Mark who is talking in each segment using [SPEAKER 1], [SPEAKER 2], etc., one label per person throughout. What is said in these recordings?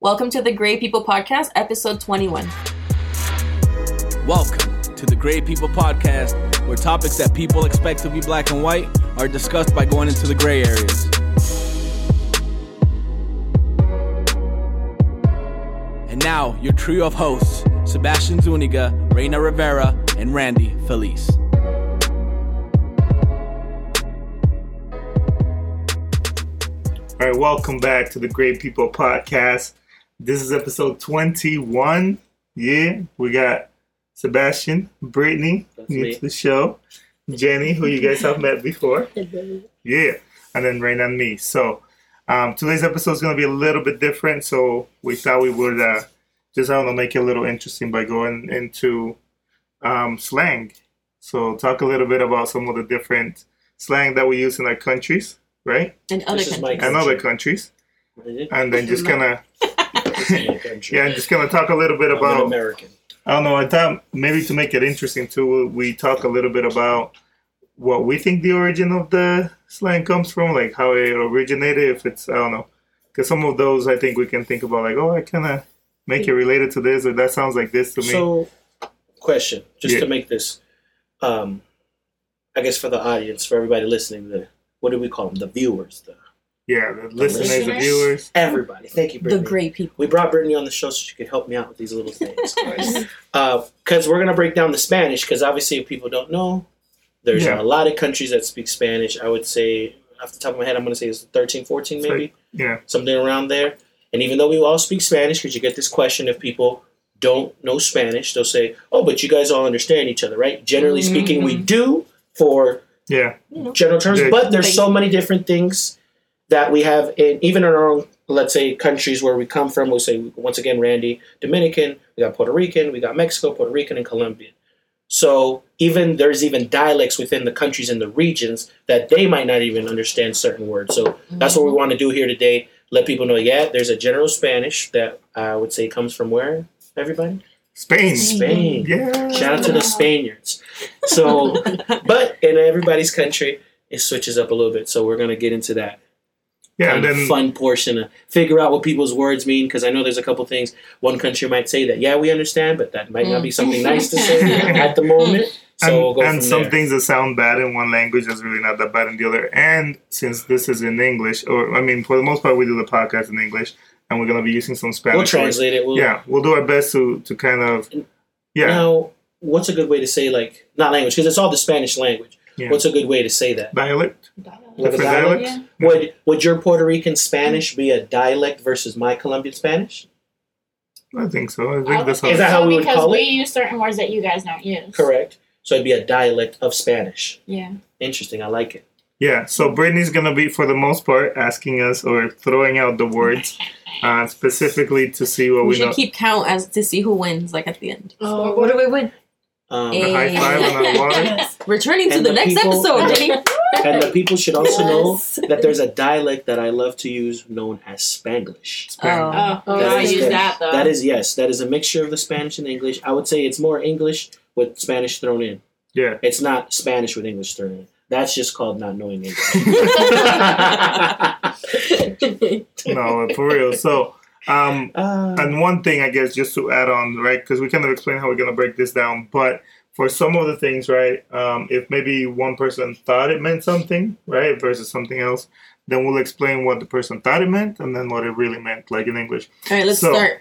[SPEAKER 1] Welcome to the Gray People Podcast, episode 21.
[SPEAKER 2] Welcome to the Gray People Podcast, where topics that people expect to be black and white are discussed by going into the gray areas. And now, your trio of hosts Sebastian Zuniga, Reina Rivera, and Randy Felice.
[SPEAKER 3] All right, welcome back to the Great People Podcast. This is episode 21. Yeah, we got Sebastian, Brittany, new
[SPEAKER 4] me.
[SPEAKER 3] to the show, Jenny, who you guys have met before. Yeah, and then Rain and me. So um, today's episode is going to be a little bit different. So we thought we would uh, just, I don't know, make it a little interesting by going into um, slang. So talk a little bit about some of the different slang that we use in our countries, right?
[SPEAKER 1] In other
[SPEAKER 4] This is my
[SPEAKER 1] countries.
[SPEAKER 3] And other countries and then just kind of yeah, and just kind of talk a little bit
[SPEAKER 4] I'm an
[SPEAKER 3] about.
[SPEAKER 4] American.
[SPEAKER 3] I don't know. I thought maybe to make it interesting too, we talk a little bit about what we think the origin of the slang comes from, like how it originated. If it's I don't know, because some of those I think we can think about, like oh, I kind of make it related to this, or that sounds like this to me.
[SPEAKER 4] So, question, just
[SPEAKER 3] Yeah.
[SPEAKER 4] to make this, um, I guess for the audience, for everybody listening, the what do we call them? The viewers, the
[SPEAKER 3] yeah, the listeners, the
[SPEAKER 1] listeners?
[SPEAKER 3] viewers.
[SPEAKER 4] everybody. Thank you,
[SPEAKER 1] The
[SPEAKER 4] Brittany.
[SPEAKER 1] Gray People.
[SPEAKER 4] We brought Brittany on the show so she could help me out with these little things, because we're gonna break down the Spanish. Because obviously, if people don't know, there's
[SPEAKER 3] Yeah.
[SPEAKER 4] a lot of countries that speak Spanish. I would say, off the top of my head, I'm gonna say it's 13, 14, maybe.
[SPEAKER 3] Yeah,
[SPEAKER 4] something around there. And even though we all speak Spanish, because you get this question if people don't know Spanish, they'll say, "Oh, but you guys all understand each other, right?" Generally speaking, we do for
[SPEAKER 3] yeah,
[SPEAKER 4] general terms,
[SPEAKER 3] Yeah.
[SPEAKER 4] but there's so many different things that we have, in even in our own, let's say, countries where we come from. We'll say once again, Randy, Dominican. We got Puerto Rican. We got Mexico, Puerto Rican, and Colombian. So even there's even dialects within the countries and the regions that they might not even understand certain words. So that's what we want to do here today. Let people know, yeah, there's a general Spanish that I would say comes from where? Everybody?
[SPEAKER 3] Spain.
[SPEAKER 4] Spain.
[SPEAKER 3] Yeah.
[SPEAKER 4] Shout out to the Spaniards. So, but in everybody's country, it switches up a little bit. So we're gonna get into that
[SPEAKER 3] yeah, and
[SPEAKER 4] kind of
[SPEAKER 3] then
[SPEAKER 4] fun portion of figure out what people's words mean because I know there's a couple things one country might say that yeah we understand, but that might not be something nice to say at the moment. So
[SPEAKER 3] Mm. and,
[SPEAKER 4] we'll go
[SPEAKER 3] and
[SPEAKER 4] from
[SPEAKER 3] some
[SPEAKER 4] there.
[SPEAKER 3] things that sound bad in one language is really not that bad in the other. And since this is in English, or I mean, for the most part, we do the podcast in English, and we're gonna be using some Spanish.
[SPEAKER 4] We'll
[SPEAKER 3] words.
[SPEAKER 4] translate it. We'll,
[SPEAKER 3] Yeah, we'll do our best to to kind of yeah.
[SPEAKER 4] Now, what's a good way to say like not language because it's all the Spanish language.
[SPEAKER 3] Yeah.
[SPEAKER 4] What's a good way to say that?
[SPEAKER 3] Dialect,
[SPEAKER 4] Like a
[SPEAKER 3] different
[SPEAKER 4] dialect?
[SPEAKER 3] dialects.
[SPEAKER 4] Would would your Puerto Rican Spanish be a dialect versus my Colombian Spanish?
[SPEAKER 3] I think so. I think that's how.
[SPEAKER 4] Oh, Is that how
[SPEAKER 5] so
[SPEAKER 4] we would
[SPEAKER 5] because
[SPEAKER 4] call
[SPEAKER 5] we
[SPEAKER 4] it?
[SPEAKER 5] use certain words that you guys don't use.
[SPEAKER 4] Correct. So it'd be a dialect of Spanish.
[SPEAKER 5] Yeah.
[SPEAKER 4] Interesting. I like it.
[SPEAKER 3] Yeah. So Brittany's gonna be, for the most part, asking us or throwing out the words, uh, specifically to see what
[SPEAKER 1] We
[SPEAKER 3] we,
[SPEAKER 1] should
[SPEAKER 3] know.
[SPEAKER 1] keep count as to see who wins, like at the end.
[SPEAKER 5] Oh, what do we win?
[SPEAKER 4] Um,
[SPEAKER 3] A high five and a water.
[SPEAKER 1] Returning to
[SPEAKER 4] And
[SPEAKER 1] the,
[SPEAKER 4] the
[SPEAKER 1] next
[SPEAKER 4] people-
[SPEAKER 1] episode, Jenny.
[SPEAKER 4] And the people should also
[SPEAKER 1] Yes.
[SPEAKER 4] know that there's a dialect that I love to use known as Spanglish.
[SPEAKER 3] Spanish.
[SPEAKER 5] Oh,
[SPEAKER 4] That
[SPEAKER 5] I
[SPEAKER 4] is
[SPEAKER 5] use
[SPEAKER 4] good.
[SPEAKER 5] that though.
[SPEAKER 4] That is, yes, that is a mixture of the Spanish and English. I would say it's more English with Spanish thrown in.
[SPEAKER 3] Yeah.
[SPEAKER 4] It's not Spanish with English thrown in. That's just called not knowing English.
[SPEAKER 3] No, for real. So. Um,
[SPEAKER 4] Uh,
[SPEAKER 3] And one thing, I guess, just to add on, right? Because we kind of explain how we're going to break this down. But for some of the things, right? Um, if maybe one person thought it meant something, right, versus something else, then we'll explain what the person thought it meant and then what it really meant, like in English.
[SPEAKER 1] All right, let's
[SPEAKER 3] So-
[SPEAKER 1] start.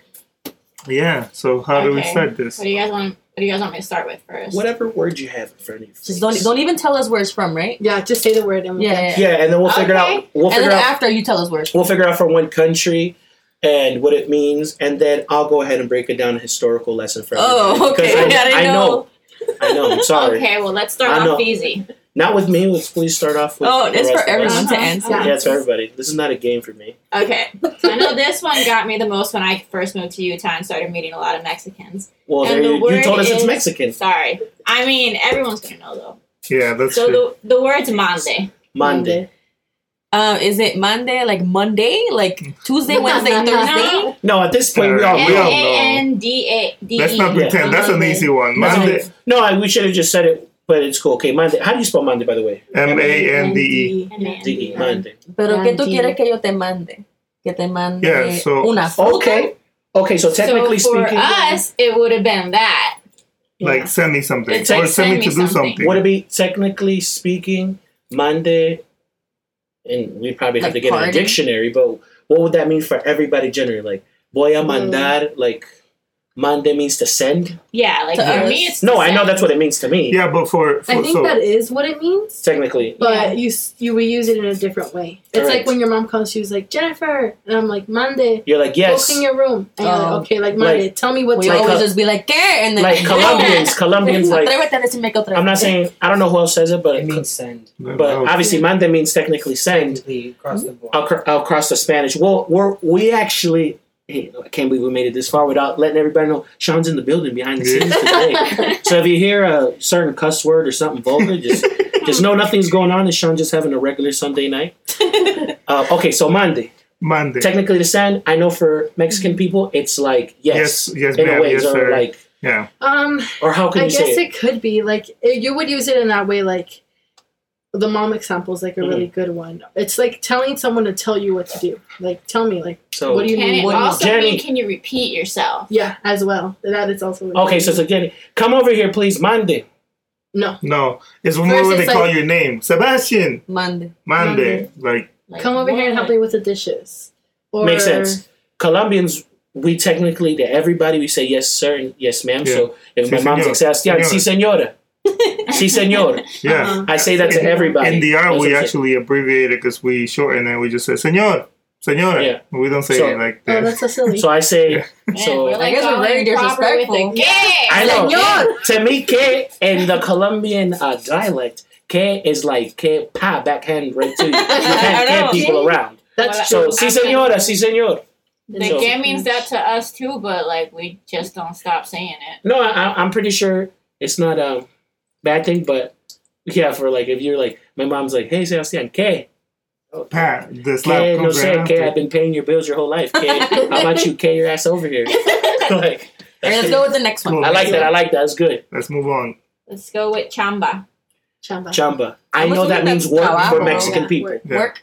[SPEAKER 3] Yeah. So how do we
[SPEAKER 5] Okay.
[SPEAKER 3] start this?
[SPEAKER 5] What do you guys want? What do you guys want me to start with first?
[SPEAKER 4] whatever word you have in front of you.
[SPEAKER 1] Just don't, don't even tell us where it's from, right?
[SPEAKER 6] Yeah, just say the word. And
[SPEAKER 1] Yeah. yeah, yeah.
[SPEAKER 4] Yeah, and then we'll figure out.
[SPEAKER 5] Okay.
[SPEAKER 4] We'll
[SPEAKER 1] And
[SPEAKER 4] figure
[SPEAKER 1] then
[SPEAKER 4] out.
[SPEAKER 1] after you tell us where it's from.
[SPEAKER 4] We'll figure out from one country and what it means, and then I'll go ahead and break it down a historical lesson for everybody.
[SPEAKER 1] Oh, okay.
[SPEAKER 4] 'Cause
[SPEAKER 1] I didn't know.
[SPEAKER 4] I know. I'm sorry.
[SPEAKER 5] Okay, well let's start
[SPEAKER 4] I know.
[SPEAKER 5] off easy.
[SPEAKER 4] Not with me. Let's please start off with.
[SPEAKER 1] Oh,
[SPEAKER 4] the
[SPEAKER 1] it's
[SPEAKER 4] rest
[SPEAKER 1] for
[SPEAKER 4] of us.
[SPEAKER 1] everyone to
[SPEAKER 5] Uh-huh.
[SPEAKER 1] answer.
[SPEAKER 5] Yeah.
[SPEAKER 4] Yeah, it's for everybody. This is not a game for me.
[SPEAKER 5] Okay, so I know this one got me the most when I first moved to Utah and started meeting a lot of Mexicans.
[SPEAKER 4] Well,
[SPEAKER 5] And
[SPEAKER 4] there
[SPEAKER 5] the
[SPEAKER 4] you, you
[SPEAKER 5] word
[SPEAKER 4] told us it's
[SPEAKER 5] is-
[SPEAKER 4] Mexican.
[SPEAKER 5] Sorry, I mean everyone's gonna know though.
[SPEAKER 3] Yeah, that's
[SPEAKER 5] so
[SPEAKER 3] true.
[SPEAKER 5] the the word's Monday.
[SPEAKER 4] Monday.
[SPEAKER 1] Uh, is it Monday, like Monday, like Tuesday, Wednesday, Thursday?
[SPEAKER 4] No, at this point we all
[SPEAKER 3] Sorry.
[SPEAKER 4] Oh, we all.
[SPEAKER 3] Yeah. know.
[SPEAKER 5] M-A-N-D-A-D-E.
[SPEAKER 3] Let's not
[SPEAKER 4] Yeah.
[SPEAKER 3] pretend. That's an
[SPEAKER 5] Monday.
[SPEAKER 3] easy one.
[SPEAKER 4] That's
[SPEAKER 3] Monday,
[SPEAKER 4] okay. No, I, we should have just said it, but it's cool. Okay, Monday. How do you spell Monday, by the way?
[SPEAKER 3] M A N D E.
[SPEAKER 5] M-A-N-D-E.
[SPEAKER 4] D E Monday.
[SPEAKER 1] Pero que tú
[SPEAKER 6] Monday.
[SPEAKER 1] quieres que yo te mande? que te mande
[SPEAKER 3] Yeah, so-
[SPEAKER 1] una foto.
[SPEAKER 4] Okay. Okay, so technically
[SPEAKER 5] so for
[SPEAKER 4] speaking,
[SPEAKER 5] us, it would have been that.
[SPEAKER 3] Like send me something,
[SPEAKER 5] It's
[SPEAKER 3] or
[SPEAKER 5] like,
[SPEAKER 3] send,
[SPEAKER 5] send
[SPEAKER 3] me
[SPEAKER 5] me
[SPEAKER 3] to do
[SPEAKER 5] something.
[SPEAKER 3] something.
[SPEAKER 4] would it be technically speaking Monday? And we probably have
[SPEAKER 1] Like
[SPEAKER 4] to get
[SPEAKER 1] party?
[SPEAKER 4] a dictionary, but what would that mean for everybody generally? Like, voy a mandar, like, mande means to send?
[SPEAKER 5] Yeah, like
[SPEAKER 1] To
[SPEAKER 5] for
[SPEAKER 1] us.
[SPEAKER 5] me, it's
[SPEAKER 4] No,
[SPEAKER 5] the
[SPEAKER 4] I know
[SPEAKER 5] same.
[SPEAKER 4] that's what it means to me.
[SPEAKER 3] yeah, but for, for
[SPEAKER 6] I think
[SPEAKER 3] so
[SPEAKER 6] that is what it means,
[SPEAKER 4] Technically.
[SPEAKER 6] but you s- you would use it in a different way. It's
[SPEAKER 4] Correct.
[SPEAKER 6] like when your mom calls, she was like Jennifer, and I'm like Monday.
[SPEAKER 4] You're like,
[SPEAKER 6] Go
[SPEAKER 4] yes.
[SPEAKER 6] clean your room. And you're like,
[SPEAKER 1] Oh.
[SPEAKER 6] okay, like
[SPEAKER 4] Like-
[SPEAKER 6] Monday. tell me what
[SPEAKER 1] We
[SPEAKER 6] to
[SPEAKER 4] Like
[SPEAKER 6] do.
[SPEAKER 1] always
[SPEAKER 4] a-
[SPEAKER 1] just be like, ¿qué? And then
[SPEAKER 4] Like, Colombians, Colombians, like,
[SPEAKER 1] Atrévete a decirme que otra
[SPEAKER 4] I'm not
[SPEAKER 1] vez.
[SPEAKER 4] saying, I don't know who else says it, but
[SPEAKER 7] It means send.
[SPEAKER 3] uh,
[SPEAKER 4] but
[SPEAKER 3] oh,
[SPEAKER 4] obviously mande means technically send
[SPEAKER 7] Technically, across the board.
[SPEAKER 4] acro- across the Spanish. Well, we're, we actually, hey, I can't believe we made it this far without letting everybody know Sean's in the building behind the scenes today. so if you hear a certain cuss word or something vulgar, just just know nothing's going on and Sean just having a regular Sunday night. Uh, okay, so mande.
[SPEAKER 3] Monday.
[SPEAKER 4] Technically to send, I know for Mexican people, it's like yes,
[SPEAKER 3] yes, yes,
[SPEAKER 4] in a
[SPEAKER 3] ma'am,
[SPEAKER 4] way,
[SPEAKER 3] yes,
[SPEAKER 4] or
[SPEAKER 3] sir.
[SPEAKER 4] like,
[SPEAKER 3] yeah,
[SPEAKER 6] Um,
[SPEAKER 4] or how can
[SPEAKER 6] I
[SPEAKER 4] you
[SPEAKER 6] guess
[SPEAKER 4] say it?
[SPEAKER 6] it could be like it- you would use it in that way. Like the mom example is like a
[SPEAKER 4] Mm-hmm.
[SPEAKER 6] really good one. It's like telling someone to tell you what to do. Like tell me, like
[SPEAKER 4] So
[SPEAKER 6] what do you
[SPEAKER 5] Can
[SPEAKER 6] mean?
[SPEAKER 5] it
[SPEAKER 6] What do you
[SPEAKER 5] also
[SPEAKER 4] Jenny.
[SPEAKER 5] mean, can you repeat yourself?
[SPEAKER 6] Yeah, as well. That is also
[SPEAKER 4] okay, so it's again, come over here, please, mande.
[SPEAKER 6] no.
[SPEAKER 3] no, it's more
[SPEAKER 6] First
[SPEAKER 3] when they
[SPEAKER 6] it's
[SPEAKER 3] call
[SPEAKER 6] like-
[SPEAKER 3] your name, Sebastian
[SPEAKER 1] Mande.
[SPEAKER 3] Monday. Like
[SPEAKER 5] Like,
[SPEAKER 6] Come over here and help
[SPEAKER 5] what?
[SPEAKER 6] me with the dishes. Or uh,
[SPEAKER 4] Makes sense. Colombians, we technically to everybody we say yes sir and yes ma'am. So if
[SPEAKER 3] Sí,
[SPEAKER 4] my mom's
[SPEAKER 3] señor.
[SPEAKER 4] like Sebastian, si senora, si senor,
[SPEAKER 3] yeah.
[SPEAKER 6] Uh-huh.
[SPEAKER 4] I say that to
[SPEAKER 3] In-
[SPEAKER 4] everybody.
[SPEAKER 3] In the R, we
[SPEAKER 4] That's what I'm
[SPEAKER 3] actually abbreviate it because we shorten it. We just say Señor, Señora.
[SPEAKER 4] Yeah. Uh-huh.
[SPEAKER 3] We don't say
[SPEAKER 4] So-
[SPEAKER 3] it like
[SPEAKER 6] Oh,
[SPEAKER 3] that.
[SPEAKER 6] that's so silly.
[SPEAKER 4] saying. So I say,
[SPEAKER 5] Man,
[SPEAKER 4] So-
[SPEAKER 5] we're
[SPEAKER 4] I
[SPEAKER 5] like
[SPEAKER 1] guess we're
[SPEAKER 5] all
[SPEAKER 1] very
[SPEAKER 5] improper with
[SPEAKER 1] disrespectful.
[SPEAKER 5] the gay.
[SPEAKER 4] I know.
[SPEAKER 6] Señor.
[SPEAKER 4] to me, que in the Colombian uh, dialect, que is like que pa backhand right to you. You
[SPEAKER 1] I
[SPEAKER 4] can't
[SPEAKER 1] know.
[SPEAKER 4] get people around.
[SPEAKER 6] that's
[SPEAKER 5] What-
[SPEAKER 4] So si senora, si senor.
[SPEAKER 5] The
[SPEAKER 4] So-
[SPEAKER 5] gay means that to us too, but like we just don't stop saying it.
[SPEAKER 4] No, I, I- I'm pretty sure it's not a bad thing, but yeah, for like if you're like my mom's like, hey Sebastian, que.
[SPEAKER 3] Pat, the slap
[SPEAKER 4] Kid, no
[SPEAKER 3] comes
[SPEAKER 4] shit,
[SPEAKER 3] right
[SPEAKER 4] kid. I've
[SPEAKER 3] after.
[SPEAKER 4] been paying your bills your whole life, kid. How about you, K your ass over here? like,
[SPEAKER 1] All right, let's go with the next one.
[SPEAKER 3] Cool.
[SPEAKER 4] I like that. I like that. That's good.
[SPEAKER 3] Let's move on.
[SPEAKER 5] Let's go with chamba.
[SPEAKER 6] chamba.
[SPEAKER 4] Chamba. I
[SPEAKER 1] I'm
[SPEAKER 4] know that
[SPEAKER 1] assuming
[SPEAKER 4] means
[SPEAKER 1] that's
[SPEAKER 4] work for
[SPEAKER 1] trabajo.
[SPEAKER 4] Mexican
[SPEAKER 6] Yeah,
[SPEAKER 4] people.
[SPEAKER 6] work.
[SPEAKER 3] Yeah.
[SPEAKER 1] Work.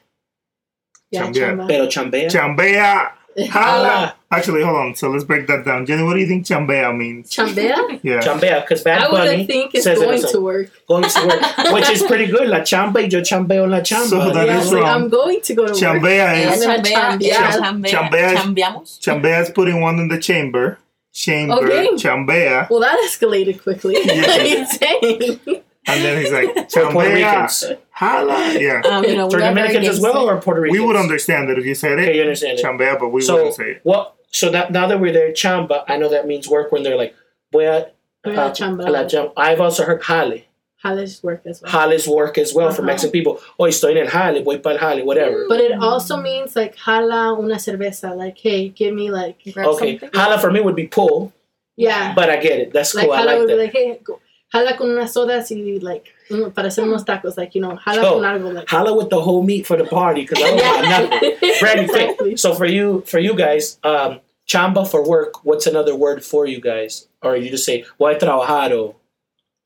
[SPEAKER 6] Yeah,
[SPEAKER 3] Chamba.
[SPEAKER 6] chamba.
[SPEAKER 4] Pero chambea.
[SPEAKER 3] Chambea. Hala.
[SPEAKER 4] Hala.
[SPEAKER 3] Actually, hold on. So let's break that down. Jenny, what do you think chambea means?
[SPEAKER 6] Chambea?
[SPEAKER 3] yeah.
[SPEAKER 4] Chambea, because
[SPEAKER 6] I
[SPEAKER 4] Bad
[SPEAKER 6] wouldn't
[SPEAKER 4] Bunny
[SPEAKER 6] think it's
[SPEAKER 4] says it
[SPEAKER 6] going
[SPEAKER 4] himself.
[SPEAKER 6] to work.
[SPEAKER 4] going to work, which is pretty good. La chamba y yo chambeo en la chamba.
[SPEAKER 3] So that
[SPEAKER 6] yeah,
[SPEAKER 3] is
[SPEAKER 6] like,
[SPEAKER 3] wrong.
[SPEAKER 6] I'm going to go to work.
[SPEAKER 3] Chambea is
[SPEAKER 6] Yeah.
[SPEAKER 1] Chambea.
[SPEAKER 6] Yeah.
[SPEAKER 1] Chambea.
[SPEAKER 3] Chambea.
[SPEAKER 1] Chambeamos.
[SPEAKER 3] chambea is putting one in the chamber. Chamber.
[SPEAKER 6] Okay.
[SPEAKER 3] Chambea.
[SPEAKER 6] Well, that escalated quickly.
[SPEAKER 3] Yeah.
[SPEAKER 6] It's insane.
[SPEAKER 3] And then he's like
[SPEAKER 4] For Puerto
[SPEAKER 3] chambea.
[SPEAKER 4] Ricans.
[SPEAKER 3] Hala. Yeah.
[SPEAKER 1] Um, you know,
[SPEAKER 4] For
[SPEAKER 1] we are very
[SPEAKER 4] Dominicans as well
[SPEAKER 1] gangster.
[SPEAKER 4] or Puerto Ricans?
[SPEAKER 3] We would understand it if you said
[SPEAKER 4] Okay,
[SPEAKER 3] it.
[SPEAKER 4] you understand it.
[SPEAKER 3] Chambea, but we
[SPEAKER 4] so,
[SPEAKER 3] wouldn't say it.
[SPEAKER 4] what, so that, now that we're there, chamba, I know that means work when they're like, voy a,
[SPEAKER 6] Voy a la
[SPEAKER 4] uh,
[SPEAKER 6] chamba.
[SPEAKER 4] a la chamba. I've also heard jale.
[SPEAKER 6] How does work as well?
[SPEAKER 4] jales work as well for
[SPEAKER 6] Uh-huh. Mm,
[SPEAKER 4] Mexican people. Oh, estoy en el jale, voy para el jale, whatever.
[SPEAKER 6] But it also means like jala una cerveza, like hey, give me like
[SPEAKER 1] Grab
[SPEAKER 4] Okay,
[SPEAKER 1] something.
[SPEAKER 4] jala for me would be pull,
[SPEAKER 6] yeah,
[SPEAKER 4] but I get it. That's
[SPEAKER 6] like
[SPEAKER 4] cool. I
[SPEAKER 6] jala
[SPEAKER 4] like
[SPEAKER 6] would be
[SPEAKER 4] that.
[SPEAKER 6] like hey, go, jala con unas sodas y like mm, para hacer unos tacos, like you know, jala
[SPEAKER 4] So,
[SPEAKER 6] con algo like
[SPEAKER 4] Holla with the whole meat for the party because I don't got nothing. Brandy, quick.
[SPEAKER 6] exactly.
[SPEAKER 4] So for you, for you guys, um, chamba for work. What's another word for you guys? Or you just say voy trabajado.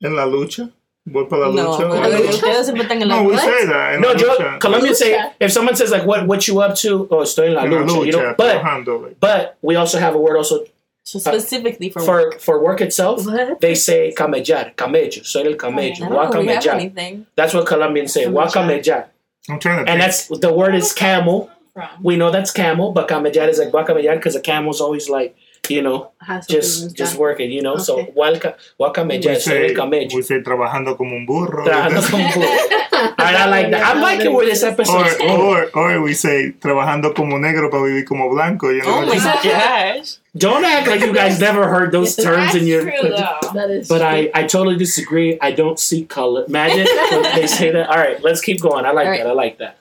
[SPEAKER 3] En la lucha. Voy para la
[SPEAKER 1] No,
[SPEAKER 3] lucha.
[SPEAKER 1] pero ustedes siempre están en la
[SPEAKER 3] No, we
[SPEAKER 1] lucha.
[SPEAKER 3] say that. En
[SPEAKER 4] No,
[SPEAKER 3] la
[SPEAKER 4] yo,
[SPEAKER 3] lucha.
[SPEAKER 4] Colombians say
[SPEAKER 6] Lucha.
[SPEAKER 4] if someone says like what what you up to? Oh, estoy en la
[SPEAKER 3] En la
[SPEAKER 4] lucha. you know,
[SPEAKER 3] lucha.
[SPEAKER 4] but
[SPEAKER 3] Trabajando. like,
[SPEAKER 4] but we also have a word also
[SPEAKER 1] So specifically for, work.
[SPEAKER 4] uh, for for work itself.
[SPEAKER 6] What?
[SPEAKER 4] They say camellar, camello. Soy el camello.
[SPEAKER 6] Oh,
[SPEAKER 1] I
[SPEAKER 4] voy a
[SPEAKER 1] don't know if we have
[SPEAKER 4] camellar.
[SPEAKER 1] anything.
[SPEAKER 4] That's what Colombians say. Guacamejar.
[SPEAKER 3] I'm trying to
[SPEAKER 4] And
[SPEAKER 3] think.
[SPEAKER 4] that's the word is camel.
[SPEAKER 5] From
[SPEAKER 4] We know that's camel, but camellar is like guacamejar because a camel's always like, you know,
[SPEAKER 6] Has something
[SPEAKER 4] just
[SPEAKER 6] with
[SPEAKER 4] just
[SPEAKER 6] that.
[SPEAKER 4] working, you know. So
[SPEAKER 6] Okay.
[SPEAKER 4] gualca- guacamejar,
[SPEAKER 3] We
[SPEAKER 4] so el
[SPEAKER 3] say,
[SPEAKER 4] camello.
[SPEAKER 3] we say trabajando como un burro.
[SPEAKER 4] Trabajando como un burro. And I like that. I'm liking where this episode is
[SPEAKER 3] or,
[SPEAKER 4] going.
[SPEAKER 3] or, or we say trabajando como negro para vivir como blanco. You know?
[SPEAKER 1] Oh my gosh.
[SPEAKER 4] Don't act like you guys never heard those terms
[SPEAKER 5] That's
[SPEAKER 4] in your.
[SPEAKER 5] true though.
[SPEAKER 6] That is.
[SPEAKER 4] But I, I totally disagree. I don't see color. Imagine when they say that. All right, let's keep going. I like
[SPEAKER 1] All right.
[SPEAKER 4] that. I like that.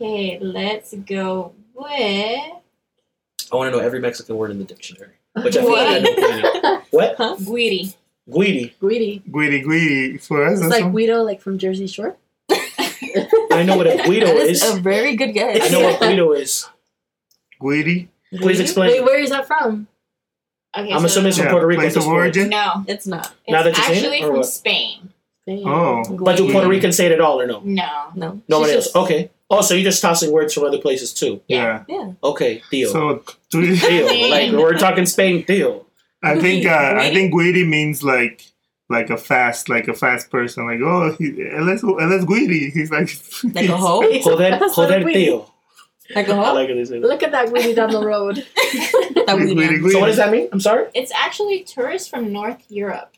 [SPEAKER 5] Okay, let's go with
[SPEAKER 4] I want to know every Mexican word in the dictionary, which I feel
[SPEAKER 5] What?
[SPEAKER 4] like I know. pretty well. What?
[SPEAKER 5] guiri.
[SPEAKER 4] Guidi.
[SPEAKER 6] Guidi.
[SPEAKER 3] Guiri guiri for us.
[SPEAKER 6] It's
[SPEAKER 3] that's
[SPEAKER 6] like
[SPEAKER 3] all.
[SPEAKER 6] Guido, like from Jersey Shore.
[SPEAKER 4] I know what a guido
[SPEAKER 1] That
[SPEAKER 4] is.
[SPEAKER 1] is a very good guess.
[SPEAKER 4] I know what guido is.
[SPEAKER 3] guiri.
[SPEAKER 4] Please explain.
[SPEAKER 6] Wait, where is that from?
[SPEAKER 5] Okay,
[SPEAKER 4] I'm
[SPEAKER 5] so-
[SPEAKER 4] assuming it's from
[SPEAKER 3] Yeah,
[SPEAKER 4] Puerto Rico. at
[SPEAKER 3] place
[SPEAKER 4] this
[SPEAKER 3] of
[SPEAKER 4] point.
[SPEAKER 3] origin.
[SPEAKER 5] no.
[SPEAKER 1] It's not.
[SPEAKER 5] It's
[SPEAKER 4] Now that you're saying it,
[SPEAKER 5] actually
[SPEAKER 4] or
[SPEAKER 5] from
[SPEAKER 4] what?
[SPEAKER 5] Spain.
[SPEAKER 6] Spain.
[SPEAKER 3] Oh.
[SPEAKER 4] But you Puerto Rican say it at all or no?
[SPEAKER 5] No.
[SPEAKER 1] No.
[SPEAKER 4] Nobody
[SPEAKER 6] She's
[SPEAKER 4] else.
[SPEAKER 6] just-
[SPEAKER 4] Okay. Oh, so you're just tossing words from other places too.
[SPEAKER 3] Yeah.
[SPEAKER 4] Okay, deal.
[SPEAKER 3] So three,
[SPEAKER 4] deal. like we're talking Spain, deal.
[SPEAKER 3] I think
[SPEAKER 1] Guidi,
[SPEAKER 3] uh, I
[SPEAKER 1] guidi.
[SPEAKER 3] think guidi means like like a fast like a fast person like oh he, let's let's guidi he's like
[SPEAKER 1] Like a hoe?
[SPEAKER 4] Joder,
[SPEAKER 6] That's not a
[SPEAKER 4] joder,
[SPEAKER 6] weed.
[SPEAKER 4] deal.
[SPEAKER 1] Like a
[SPEAKER 4] I
[SPEAKER 1] hoe?
[SPEAKER 4] like it. So
[SPEAKER 6] Look at that weenie down the road.
[SPEAKER 1] That we
[SPEAKER 3] he's guidi,
[SPEAKER 1] did.
[SPEAKER 3] guidi.
[SPEAKER 4] what does that mean? I'm sorry.
[SPEAKER 5] It's actually tourists from North Europe.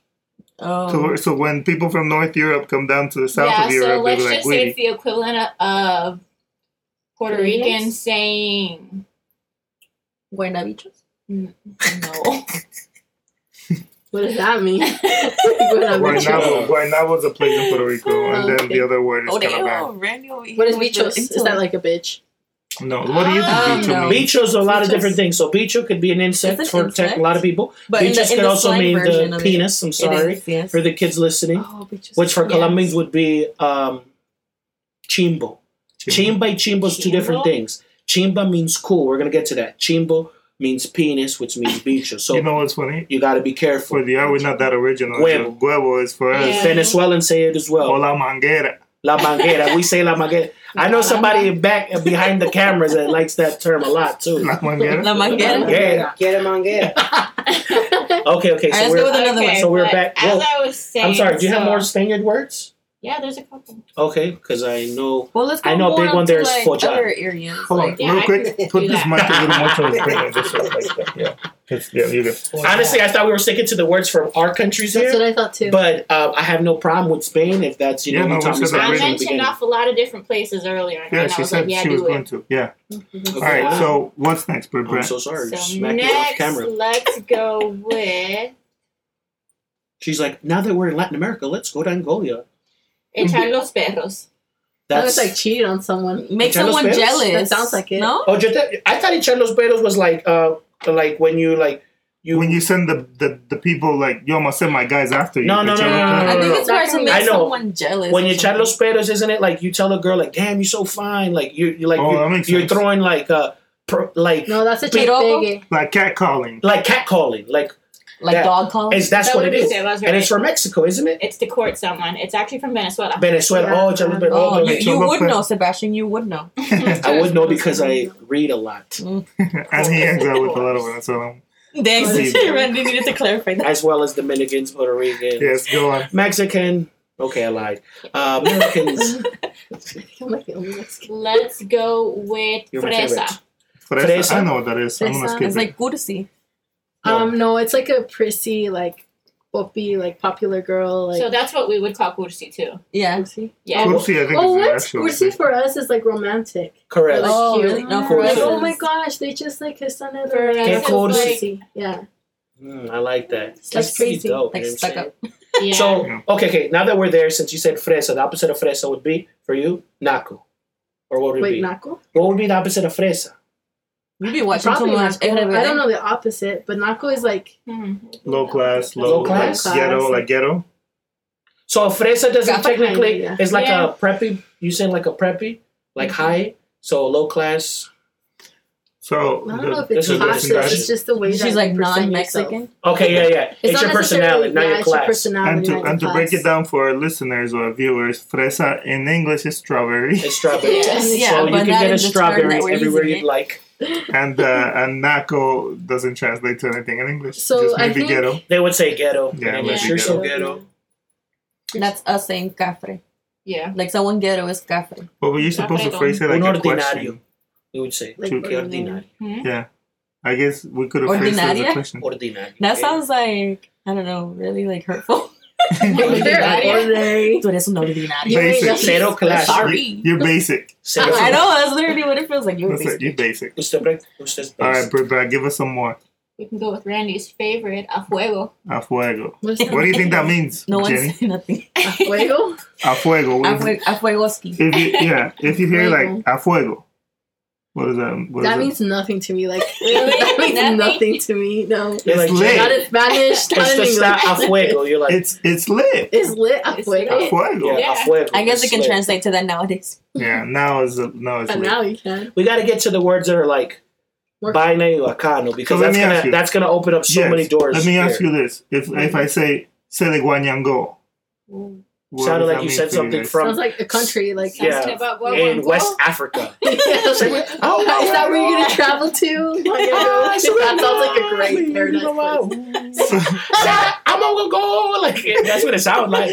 [SPEAKER 3] So,
[SPEAKER 1] Oh.
[SPEAKER 3] so when people from North Europe come down to the south
[SPEAKER 5] yeah,
[SPEAKER 3] of Europe,
[SPEAKER 5] so
[SPEAKER 3] they
[SPEAKER 5] let's
[SPEAKER 3] were like,
[SPEAKER 5] just say
[SPEAKER 3] "Wait,
[SPEAKER 5] it's the equivalent of- of Puerto
[SPEAKER 6] Puerto
[SPEAKER 5] Rican
[SPEAKER 6] Ricans?
[SPEAKER 5] saying
[SPEAKER 1] Buena bichos?
[SPEAKER 5] no.
[SPEAKER 6] What does that mean? What are
[SPEAKER 3] Guaynabo, Guaynabo is a place in Puerto Rico," and then
[SPEAKER 6] Okay.
[SPEAKER 3] the other word is
[SPEAKER 1] Oh,
[SPEAKER 3] Calabar.
[SPEAKER 1] damn. Randy over here
[SPEAKER 6] What is
[SPEAKER 1] with the
[SPEAKER 6] bichos? Is that
[SPEAKER 1] intellect.
[SPEAKER 6] like a bitch?
[SPEAKER 5] Oh.
[SPEAKER 3] No, what do you
[SPEAKER 1] Ah,
[SPEAKER 3] think bicho
[SPEAKER 1] no.
[SPEAKER 3] means?
[SPEAKER 4] Bicho's a lot of
[SPEAKER 6] Bichos.
[SPEAKER 4] different things. So bicho could be an insect
[SPEAKER 1] It's an
[SPEAKER 4] for tech- a lot of people.
[SPEAKER 1] But in
[SPEAKER 4] bichos
[SPEAKER 1] the- in
[SPEAKER 4] could
[SPEAKER 1] the
[SPEAKER 4] also
[SPEAKER 1] slang
[SPEAKER 4] mean
[SPEAKER 1] version
[SPEAKER 4] the
[SPEAKER 1] of it,
[SPEAKER 4] penis. I'm
[SPEAKER 1] it
[SPEAKER 4] sorry
[SPEAKER 1] is, yes.
[SPEAKER 4] for the kids listening,
[SPEAKER 1] Oh, bichos.
[SPEAKER 4] which for
[SPEAKER 1] Yes.
[SPEAKER 4] Colombians would be um, chimbo. Chimba and chimbo is two different
[SPEAKER 5] Chimbo?
[SPEAKER 4] things. Chimba means cool. We're gonna get to that. Chimbo means penis, which means bicho. So
[SPEAKER 3] You
[SPEAKER 4] you,
[SPEAKER 3] know what's funny?
[SPEAKER 4] gotta be careful.
[SPEAKER 3] For the R, we're not that original.
[SPEAKER 4] Huevo.
[SPEAKER 3] Guevo is for us.
[SPEAKER 5] Yeah.
[SPEAKER 4] Venezuelans say it as well.
[SPEAKER 3] Hola manguera.
[SPEAKER 4] La manguera. We say la manguera. I know somebody back uh, behind the cameras that likes that term a lot too.
[SPEAKER 3] La manguera.
[SPEAKER 1] La manguera.
[SPEAKER 4] Yeah.
[SPEAKER 7] Get him on get.
[SPEAKER 4] Okay, okay.
[SPEAKER 1] All right,
[SPEAKER 4] So
[SPEAKER 1] let's go
[SPEAKER 4] we're,
[SPEAKER 1] with another one.
[SPEAKER 4] So we're
[SPEAKER 5] but
[SPEAKER 4] back-
[SPEAKER 5] As
[SPEAKER 4] Whoa.
[SPEAKER 5] I was saying,
[SPEAKER 4] I'm sorry. Do you have
[SPEAKER 5] so-
[SPEAKER 4] more Spaniard words?
[SPEAKER 5] Yeah, there's a couple.
[SPEAKER 4] Okay, because I know.
[SPEAKER 1] Well, let's go
[SPEAKER 4] I know a
[SPEAKER 1] more
[SPEAKER 4] big one
[SPEAKER 1] to,
[SPEAKER 4] there is
[SPEAKER 1] like,
[SPEAKER 4] focha.
[SPEAKER 1] other areas,
[SPEAKER 3] Hold on,
[SPEAKER 1] like-
[SPEAKER 5] Yeah,
[SPEAKER 3] real
[SPEAKER 5] I
[SPEAKER 3] quick.
[SPEAKER 5] could
[SPEAKER 3] Put
[SPEAKER 5] do
[SPEAKER 3] this
[SPEAKER 5] that.
[SPEAKER 3] mic a little more to the screen and just like that. Yeah. 'Cause- Yeah, you good.
[SPEAKER 4] Honestly, I thought we were sticking to the words from our countries
[SPEAKER 6] That's
[SPEAKER 4] here,
[SPEAKER 6] what I thought too.
[SPEAKER 4] but uh, I have no problem with Spain if that's you
[SPEAKER 3] Yeah,
[SPEAKER 4] know
[SPEAKER 3] no,
[SPEAKER 4] you taught
[SPEAKER 3] we
[SPEAKER 4] me
[SPEAKER 3] said that
[SPEAKER 5] I
[SPEAKER 4] Spanish in the
[SPEAKER 5] mentioned
[SPEAKER 4] beginning.
[SPEAKER 5] off a lot of different places earlier, and
[SPEAKER 3] Yeah,
[SPEAKER 5] I
[SPEAKER 3] she
[SPEAKER 5] was
[SPEAKER 3] said
[SPEAKER 5] like, "Yeah,
[SPEAKER 3] she was
[SPEAKER 5] do
[SPEAKER 3] going
[SPEAKER 5] it."
[SPEAKER 3] to. Yeah. All
[SPEAKER 4] Okay.
[SPEAKER 3] right. So what's next, Brad?
[SPEAKER 4] I'm so sorry. you
[SPEAKER 5] So
[SPEAKER 4] Smacked me off
[SPEAKER 5] next,
[SPEAKER 4] camera.
[SPEAKER 5] let's go with
[SPEAKER 4] She's like, now that we're in Latin America, let's go to Angola.
[SPEAKER 5] echar los perros.
[SPEAKER 6] that
[SPEAKER 4] That's
[SPEAKER 6] was like cheating on someone.
[SPEAKER 1] Make
[SPEAKER 4] Jealous
[SPEAKER 1] someone
[SPEAKER 4] bitch?
[SPEAKER 1] jealous.
[SPEAKER 6] That sounds like it.
[SPEAKER 1] No?
[SPEAKER 4] Oh, yo te- I thought echar los pedos was like, uh, like when you like you.
[SPEAKER 3] when you send the, the, the people like yo, I'm gonna send my guys after you.
[SPEAKER 4] No, no,
[SPEAKER 3] But
[SPEAKER 4] no,
[SPEAKER 3] you
[SPEAKER 4] no,
[SPEAKER 3] don't-
[SPEAKER 4] no,
[SPEAKER 1] I
[SPEAKER 4] no,
[SPEAKER 1] think
[SPEAKER 4] no.
[SPEAKER 1] it's hard to make
[SPEAKER 4] I know.
[SPEAKER 1] someone jealous.
[SPEAKER 4] when
[SPEAKER 1] or
[SPEAKER 4] you echar
[SPEAKER 1] something.
[SPEAKER 4] los pedos, isn't it like you tell a girl like, damn, you're so fine, like you, you like
[SPEAKER 3] Oh,
[SPEAKER 4] you-
[SPEAKER 3] that makes
[SPEAKER 4] you're
[SPEAKER 3] sense.
[SPEAKER 4] throwing like uh, pro, like
[SPEAKER 6] No, that's a
[SPEAKER 1] Pero-
[SPEAKER 6] cheating.
[SPEAKER 3] Like catcalling.
[SPEAKER 4] like catcalling, like
[SPEAKER 1] like
[SPEAKER 4] that-
[SPEAKER 1] dog calls.
[SPEAKER 4] is that's
[SPEAKER 5] That
[SPEAKER 4] what
[SPEAKER 5] would
[SPEAKER 4] it
[SPEAKER 5] be
[SPEAKER 4] is,
[SPEAKER 5] said, that's
[SPEAKER 4] and it's
[SPEAKER 5] right.
[SPEAKER 4] from Mexico, isn't it?
[SPEAKER 5] It's to court someone. It's actually from Venezuela.
[SPEAKER 4] Venezuela.
[SPEAKER 6] Yeah.
[SPEAKER 4] Oh, echar los pedos.
[SPEAKER 1] Oh, you,
[SPEAKER 4] Oh, like-
[SPEAKER 3] Mexico,
[SPEAKER 1] you
[SPEAKER 3] but-
[SPEAKER 1] would know, Sebastian. You would know.
[SPEAKER 4] I would know because I read a lot,
[SPEAKER 3] and he hangs out with a lot of Venezuelan.
[SPEAKER 1] Thanks.
[SPEAKER 3] Unbelievable.
[SPEAKER 1] Randy needed to clarify that.
[SPEAKER 4] as well as Dominicans, Puerto Rican,
[SPEAKER 3] Yes, go on.
[SPEAKER 4] Mexican. Okay, I lied. Uh, Americans,
[SPEAKER 6] I'm like the only Mexican.
[SPEAKER 5] Let's go with
[SPEAKER 4] You're my
[SPEAKER 5] fresa.
[SPEAKER 4] favorite.
[SPEAKER 3] But I,
[SPEAKER 4] Fresa?
[SPEAKER 3] I know what that is. I'm gonna
[SPEAKER 6] Fresa.
[SPEAKER 3] skip
[SPEAKER 1] It's
[SPEAKER 3] it.
[SPEAKER 1] like courtesy.
[SPEAKER 6] Um, no, it's like a prissy, like boppy, like popular girl, like.
[SPEAKER 5] So that's what we would call cursi too.
[SPEAKER 1] Yeah.
[SPEAKER 6] Cursi.
[SPEAKER 5] Yeah.
[SPEAKER 6] Oh,
[SPEAKER 3] Cursi, I think
[SPEAKER 6] Oh, what?
[SPEAKER 3] is the actual.
[SPEAKER 6] Cursi for us is like romantic.
[SPEAKER 4] correct.
[SPEAKER 6] Like,
[SPEAKER 1] Oh,
[SPEAKER 6] cute.
[SPEAKER 1] really? No,
[SPEAKER 6] Like,
[SPEAKER 4] for us.
[SPEAKER 6] oh my gosh, they just like his son and
[SPEAKER 5] For us,
[SPEAKER 4] Qué
[SPEAKER 5] it's
[SPEAKER 4] cursi.
[SPEAKER 5] like-
[SPEAKER 6] Cursi. Yeah.
[SPEAKER 4] Mm, I like that.
[SPEAKER 6] It's like
[SPEAKER 4] That's pretty
[SPEAKER 6] crazy,
[SPEAKER 4] dope.
[SPEAKER 1] Like
[SPEAKER 4] you know what I'm
[SPEAKER 1] stuck
[SPEAKER 4] saying?
[SPEAKER 1] up.
[SPEAKER 5] yeah.
[SPEAKER 4] So
[SPEAKER 3] Yeah.
[SPEAKER 4] okay, okay. Now that we're there, since you said fresa, the opposite of fresa would be for you naco, or what would it
[SPEAKER 6] Wait,
[SPEAKER 4] be?
[SPEAKER 6] Naco?
[SPEAKER 4] What would be the opposite of fresa?
[SPEAKER 1] You be watching too
[SPEAKER 6] Probably
[SPEAKER 1] much.
[SPEAKER 6] Naco. I don't
[SPEAKER 1] everything.
[SPEAKER 6] know the opposite, but Naco is like
[SPEAKER 5] Mhm.
[SPEAKER 3] Low class, low,
[SPEAKER 4] Low class?
[SPEAKER 3] like ghetto, like ghetto.
[SPEAKER 4] So a fresa doesn't
[SPEAKER 1] Got
[SPEAKER 6] behind
[SPEAKER 4] technically.
[SPEAKER 6] it, yeah.
[SPEAKER 4] It's like
[SPEAKER 5] Yeah.
[SPEAKER 4] a preppy. You saying like a preppy, like high, so low class.
[SPEAKER 3] So
[SPEAKER 6] I don't know if
[SPEAKER 3] the-
[SPEAKER 6] it's
[SPEAKER 4] This is
[SPEAKER 3] the-
[SPEAKER 6] classes.
[SPEAKER 3] the-
[SPEAKER 6] It's just the way that
[SPEAKER 1] She's like
[SPEAKER 6] you present yourself.
[SPEAKER 1] non-Mexican.
[SPEAKER 4] Okay, yeah, yeah. It's,
[SPEAKER 6] not
[SPEAKER 4] your
[SPEAKER 6] necessarily-
[SPEAKER 4] personality, not
[SPEAKER 6] yeah,
[SPEAKER 4] your
[SPEAKER 6] it's your
[SPEAKER 4] class.
[SPEAKER 6] personality,
[SPEAKER 3] And to
[SPEAKER 6] not your
[SPEAKER 3] and to break
[SPEAKER 6] class.
[SPEAKER 3] it down for our listeners or viewers, fresa in English is strawberry,
[SPEAKER 4] It's strawberry.
[SPEAKER 1] Yes, yeah,
[SPEAKER 4] so you
[SPEAKER 1] but
[SPEAKER 4] can
[SPEAKER 1] that
[SPEAKER 4] get a
[SPEAKER 1] is the term that
[SPEAKER 4] strawberry
[SPEAKER 1] we're using
[SPEAKER 4] everywhere
[SPEAKER 1] eh? it.
[SPEAKER 4] you'd like.
[SPEAKER 3] and uh, and naco doesn't translate to anything in English.
[SPEAKER 6] So
[SPEAKER 3] just
[SPEAKER 6] I
[SPEAKER 3] maybe
[SPEAKER 6] think-
[SPEAKER 3] ghetto.
[SPEAKER 4] They would say ghetto.
[SPEAKER 3] Yeah,
[SPEAKER 4] And
[SPEAKER 5] it would
[SPEAKER 4] it's
[SPEAKER 5] be
[SPEAKER 4] you're so
[SPEAKER 6] ghetto.
[SPEAKER 4] ghetto.
[SPEAKER 1] That's us saying cafre.
[SPEAKER 5] Yeah.
[SPEAKER 1] Like someone ghetto is cafre.
[SPEAKER 3] But were you supposed to phrase it like
[SPEAKER 4] Un
[SPEAKER 3] a
[SPEAKER 4] ordinario.
[SPEAKER 3] question?
[SPEAKER 4] We would say
[SPEAKER 6] Like
[SPEAKER 3] To-
[SPEAKER 4] que ordinario.
[SPEAKER 3] I guess we could have phrased it as a
[SPEAKER 1] Ordinaria?
[SPEAKER 3] question.
[SPEAKER 4] Ordinario.
[SPEAKER 1] That
[SPEAKER 4] Yeah.
[SPEAKER 1] sounds like I don't know, really like hurtful.
[SPEAKER 5] Ordinario.
[SPEAKER 6] ordinary.
[SPEAKER 1] Tú eres un ordinario.
[SPEAKER 6] You ain't
[SPEAKER 3] Basic.
[SPEAKER 6] nothing
[SPEAKER 4] Cero class.
[SPEAKER 1] Sorry.
[SPEAKER 3] You're basic.
[SPEAKER 4] Cero.
[SPEAKER 1] I know. That's literally what it feels like. You're
[SPEAKER 3] That's it.
[SPEAKER 1] basic.
[SPEAKER 3] You're basic.
[SPEAKER 4] Usted break. Usted
[SPEAKER 3] All right, Br- Brad, give us some more.
[SPEAKER 5] We can go with Randy's favorite, a fuego.
[SPEAKER 3] A fuego.
[SPEAKER 6] What's
[SPEAKER 3] What do you think that means,
[SPEAKER 1] No one
[SPEAKER 3] Jenny?
[SPEAKER 1] said nothing.
[SPEAKER 6] Fuego?
[SPEAKER 3] A fuego. What
[SPEAKER 1] A
[SPEAKER 3] is
[SPEAKER 1] fue- a fuegoski.
[SPEAKER 3] if you yeah, if you hear like
[SPEAKER 6] Fuego.
[SPEAKER 3] a fuego, what is that? What is
[SPEAKER 6] That
[SPEAKER 3] it?
[SPEAKER 6] means nothing to me. Like
[SPEAKER 5] Really?
[SPEAKER 6] that means
[SPEAKER 5] Nothing?
[SPEAKER 6] nothing to me. No,
[SPEAKER 4] You're
[SPEAKER 3] It's
[SPEAKER 4] like,
[SPEAKER 3] lit.
[SPEAKER 6] not in Spanish. Not
[SPEAKER 4] It's
[SPEAKER 6] in
[SPEAKER 4] just not
[SPEAKER 6] English.
[SPEAKER 4] a fuego. You're like,
[SPEAKER 3] it's it's lit.
[SPEAKER 6] It's lit. A
[SPEAKER 5] It's
[SPEAKER 6] fuego.
[SPEAKER 3] A
[SPEAKER 5] lit.
[SPEAKER 3] fuego.
[SPEAKER 4] yeah,
[SPEAKER 5] Yeah.
[SPEAKER 4] a fuego.
[SPEAKER 1] I guess it
[SPEAKER 4] It's
[SPEAKER 1] can
[SPEAKER 4] lit.
[SPEAKER 1] translate to that nowadays.
[SPEAKER 3] Yeah, now is now it's
[SPEAKER 6] And
[SPEAKER 3] lit.
[SPEAKER 6] now you can.
[SPEAKER 4] We got to get to the words that are like
[SPEAKER 6] Work-
[SPEAKER 4] Baina y Bacano because
[SPEAKER 3] So let
[SPEAKER 4] that's
[SPEAKER 3] me ask
[SPEAKER 4] gonna
[SPEAKER 3] you.
[SPEAKER 4] that's gonna open up so
[SPEAKER 3] Yes.
[SPEAKER 4] many doors.
[SPEAKER 3] Let me ask
[SPEAKER 4] here.
[SPEAKER 3] you this: if if I say se le guañango, What
[SPEAKER 4] sounded
[SPEAKER 3] does
[SPEAKER 4] like
[SPEAKER 3] that
[SPEAKER 4] you
[SPEAKER 3] mean
[SPEAKER 4] said
[SPEAKER 3] for you
[SPEAKER 4] something
[SPEAKER 3] guys?
[SPEAKER 4] from
[SPEAKER 6] Sounds like a country, like
[SPEAKER 4] Yeah.
[SPEAKER 5] Asking about what
[SPEAKER 4] in
[SPEAKER 5] one
[SPEAKER 4] West
[SPEAKER 5] goal?
[SPEAKER 4] Africa.
[SPEAKER 6] is that
[SPEAKER 4] Oh,
[SPEAKER 6] where you're gonna travel to?
[SPEAKER 4] Ah,
[SPEAKER 6] that sounds like a great paradise. place.
[SPEAKER 4] I'm gonna go. Like that's what it sounds like.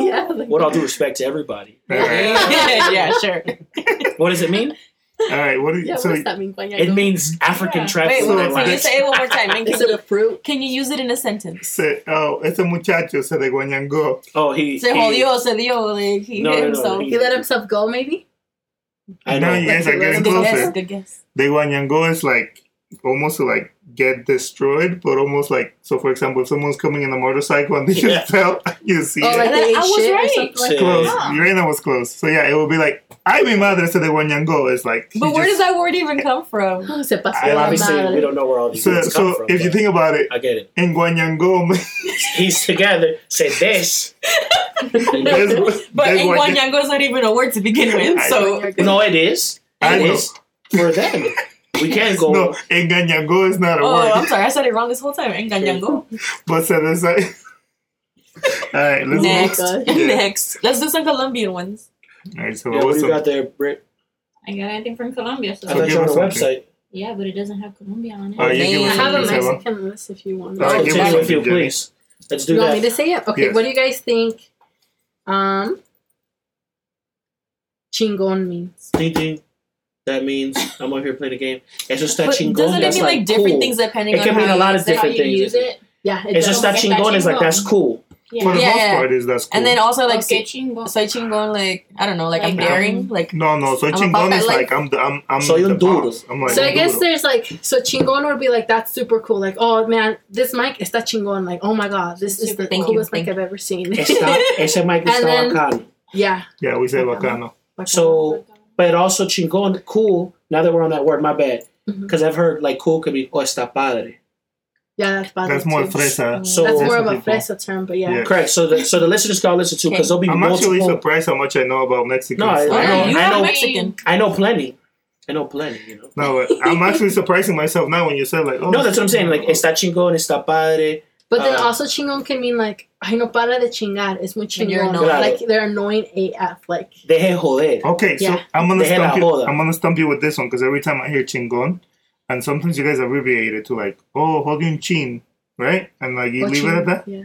[SPEAKER 6] yeah, like,
[SPEAKER 4] With all due respect to everybody,
[SPEAKER 3] All right.
[SPEAKER 1] yeah, sure.
[SPEAKER 4] what does it mean?
[SPEAKER 3] All right. What do you,
[SPEAKER 6] yeah.
[SPEAKER 3] so
[SPEAKER 6] what does that mean? Guanyago?
[SPEAKER 4] It means African
[SPEAKER 5] Yeah.
[SPEAKER 4] travel.
[SPEAKER 1] Wait,
[SPEAKER 3] So
[SPEAKER 1] well,
[SPEAKER 3] it's
[SPEAKER 1] can you
[SPEAKER 3] like-
[SPEAKER 1] say it one more time? And
[SPEAKER 6] Is
[SPEAKER 1] can,
[SPEAKER 6] it
[SPEAKER 1] you,
[SPEAKER 6] a fruit?
[SPEAKER 1] can you use it in a sentence?
[SPEAKER 3] se, oh, ese muchacho se de Guañangó.
[SPEAKER 4] oh, he.
[SPEAKER 1] Se
[SPEAKER 4] he-
[SPEAKER 1] jodió, se dio, like he
[SPEAKER 4] No,
[SPEAKER 1] hit
[SPEAKER 4] no, no,
[SPEAKER 1] himself.
[SPEAKER 4] he-
[SPEAKER 6] He let himself go, maybe.
[SPEAKER 4] I
[SPEAKER 3] Now
[SPEAKER 4] know.
[SPEAKER 3] you guys are getting
[SPEAKER 1] Good
[SPEAKER 3] closer.
[SPEAKER 1] guess, good guess.
[SPEAKER 3] De Guañangó is like almost to like get destroyed, but almost like so. For example, if someone's coming in a motorcycle and they just
[SPEAKER 4] Yeah.
[SPEAKER 3] fell, you see
[SPEAKER 6] Oh,
[SPEAKER 3] it.
[SPEAKER 6] like they
[SPEAKER 5] I
[SPEAKER 6] ate
[SPEAKER 5] was
[SPEAKER 6] shit
[SPEAKER 5] right.
[SPEAKER 6] or something like
[SPEAKER 4] Shit.
[SPEAKER 6] that.
[SPEAKER 3] close.
[SPEAKER 5] Yeah.
[SPEAKER 3] Urena was close. So yeah, it would be like I mi madre se de Guañangó. It's like.
[SPEAKER 1] But
[SPEAKER 3] he
[SPEAKER 1] where does
[SPEAKER 3] just-
[SPEAKER 1] that word even come from?
[SPEAKER 6] Oh, se pasó
[SPEAKER 3] I
[SPEAKER 4] Well,
[SPEAKER 6] la
[SPEAKER 4] obviously, we
[SPEAKER 6] madre.
[SPEAKER 4] don't know where all these
[SPEAKER 3] So,
[SPEAKER 4] words come
[SPEAKER 3] so
[SPEAKER 4] from.
[SPEAKER 3] if you
[SPEAKER 4] but
[SPEAKER 3] think about it,
[SPEAKER 4] I get it.
[SPEAKER 3] in Guañangó,
[SPEAKER 4] He's together. Said this.
[SPEAKER 3] there's,
[SPEAKER 1] But
[SPEAKER 3] there's
[SPEAKER 1] in
[SPEAKER 3] Guaña-
[SPEAKER 1] Guanyango is not even a word to begin with,
[SPEAKER 3] I
[SPEAKER 1] so
[SPEAKER 4] No, it is.
[SPEAKER 3] I
[SPEAKER 4] It
[SPEAKER 3] know.
[SPEAKER 4] is for them. We can't go.
[SPEAKER 3] No, engañango is not a
[SPEAKER 1] Oh, I'm
[SPEAKER 3] word.
[SPEAKER 1] sorry, I said it wrong this whole time. Engañango.
[SPEAKER 3] But se desa- All right, let's move.
[SPEAKER 1] Next,
[SPEAKER 6] God.
[SPEAKER 3] Yeah.
[SPEAKER 1] next. Let's do some Colombian ones.
[SPEAKER 3] All right, so
[SPEAKER 4] Yeah,
[SPEAKER 3] what
[SPEAKER 4] what
[SPEAKER 3] was
[SPEAKER 4] do you
[SPEAKER 3] the,
[SPEAKER 4] got there, Britt?
[SPEAKER 5] I got anything from Colombia, so
[SPEAKER 4] I thought
[SPEAKER 3] give
[SPEAKER 4] you were on
[SPEAKER 3] us
[SPEAKER 4] the
[SPEAKER 3] something.
[SPEAKER 4] website.
[SPEAKER 5] yeah, but it doesn't have Colombia on it.
[SPEAKER 3] Oh, you give
[SPEAKER 1] Name.
[SPEAKER 6] I
[SPEAKER 3] us
[SPEAKER 6] have a
[SPEAKER 3] something, Seba.
[SPEAKER 6] Mexican list if you want.
[SPEAKER 3] All right,
[SPEAKER 4] Oh,
[SPEAKER 3] give
[SPEAKER 4] tell
[SPEAKER 3] us
[SPEAKER 4] me if you
[SPEAKER 3] something, Jenny.
[SPEAKER 4] please. Let's do
[SPEAKER 6] you want me to
[SPEAKER 4] that.
[SPEAKER 6] say it? Okay.
[SPEAKER 3] Yes.
[SPEAKER 6] What do you guys think? Um, chingon means.
[SPEAKER 4] Ding, ding. That means I'm over here playing a game. It's just that
[SPEAKER 1] But
[SPEAKER 4] chingón.
[SPEAKER 1] doesn't it
[SPEAKER 4] That's
[SPEAKER 1] mean like, different
[SPEAKER 4] cool.
[SPEAKER 1] things depending
[SPEAKER 4] It
[SPEAKER 1] on
[SPEAKER 4] can
[SPEAKER 1] how
[SPEAKER 4] mean a lot
[SPEAKER 1] you
[SPEAKER 4] of
[SPEAKER 1] say it?
[SPEAKER 5] That's how
[SPEAKER 4] different
[SPEAKER 5] you
[SPEAKER 4] things.
[SPEAKER 5] use it.
[SPEAKER 6] Yeah, it
[SPEAKER 4] It's
[SPEAKER 6] does.
[SPEAKER 4] just that
[SPEAKER 5] Está
[SPEAKER 4] chingón is like
[SPEAKER 5] chingón.
[SPEAKER 4] that's cool.
[SPEAKER 5] Yeah.
[SPEAKER 3] for the
[SPEAKER 1] Yeah,
[SPEAKER 3] most
[SPEAKER 1] yeah.
[SPEAKER 3] part is that's cool.
[SPEAKER 1] And then also like
[SPEAKER 5] okay,
[SPEAKER 1] okay.
[SPEAKER 5] chingón.
[SPEAKER 1] soy chingón, like I don't know, like, I'm
[SPEAKER 5] Like,
[SPEAKER 1] daring,
[SPEAKER 5] um,
[SPEAKER 1] like
[SPEAKER 3] no, no, soy
[SPEAKER 1] I'm about
[SPEAKER 3] chingón
[SPEAKER 1] that
[SPEAKER 3] is
[SPEAKER 1] life.
[SPEAKER 3] like I'm the I'm I'm
[SPEAKER 4] Soy
[SPEAKER 3] the
[SPEAKER 4] un duro.
[SPEAKER 3] boss. I'm like
[SPEAKER 6] so I
[SPEAKER 3] un
[SPEAKER 6] guess
[SPEAKER 3] duro.
[SPEAKER 6] there's like so chingon would be like that's super cool. Like oh man, this mic está chingon. Like oh my god, this is
[SPEAKER 5] Super
[SPEAKER 6] the
[SPEAKER 1] thank you,
[SPEAKER 6] coolest
[SPEAKER 1] thank
[SPEAKER 6] mic I've ever seen.
[SPEAKER 4] Está, ese mic
[SPEAKER 6] And
[SPEAKER 4] está
[SPEAKER 6] then-
[SPEAKER 4] bacano.
[SPEAKER 6] yeah.
[SPEAKER 3] yeah, we say bacano.
[SPEAKER 4] So, but also chingón, cool. Now that we're on that word, my bad.
[SPEAKER 1] Mm-hmm.
[SPEAKER 6] Mhm.
[SPEAKER 4] Because I've heard like cool could be oh está padre.
[SPEAKER 6] yeah, that's bad.
[SPEAKER 3] That's more fresa.
[SPEAKER 4] So
[SPEAKER 6] That's more
[SPEAKER 3] Fresa
[SPEAKER 6] of a
[SPEAKER 3] people.
[SPEAKER 6] fresa term, but yeah.
[SPEAKER 3] Yeah.
[SPEAKER 4] correct. So the so the listeners gotta listen to because there'll be
[SPEAKER 3] I'm actually
[SPEAKER 4] multiple.
[SPEAKER 3] surprised how much I know about Mexicans.
[SPEAKER 4] No, I-
[SPEAKER 1] Wow,
[SPEAKER 4] I know-
[SPEAKER 1] you
[SPEAKER 4] I
[SPEAKER 1] are
[SPEAKER 4] know-
[SPEAKER 1] Mexican.
[SPEAKER 4] I know plenty. I know plenty. You know.
[SPEAKER 3] No, but I'm actually surprising myself now when you said like, oh,
[SPEAKER 4] No, that's what I'm saying. Like está chingón, está padre.
[SPEAKER 6] But then
[SPEAKER 4] Uh,
[SPEAKER 6] also chingon can mean like ay no para de chingar. It's muy
[SPEAKER 1] When you're
[SPEAKER 6] chingón.
[SPEAKER 1] annoying.
[SPEAKER 6] Like they're annoying AF. Like
[SPEAKER 4] Deje joder.
[SPEAKER 3] Okay, so
[SPEAKER 6] Yeah.
[SPEAKER 3] I'm gonna
[SPEAKER 4] They had
[SPEAKER 3] stump
[SPEAKER 4] a
[SPEAKER 3] you.
[SPEAKER 4] hold up.
[SPEAKER 3] I'm gonna stump you with this one because every time I hear chingon, and sometimes you guys abbreviate it to like, oh, hold un chin, right? And like you
[SPEAKER 6] or
[SPEAKER 3] leave it at
[SPEAKER 6] chingon,
[SPEAKER 3] that,
[SPEAKER 6] Yeah.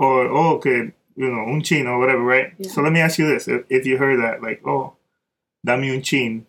[SPEAKER 3] or oh, okay, you know, un chin or whatever, right?
[SPEAKER 6] Yeah.
[SPEAKER 3] So let me ask you this: if, if you heard that, like, oh, dame un chin,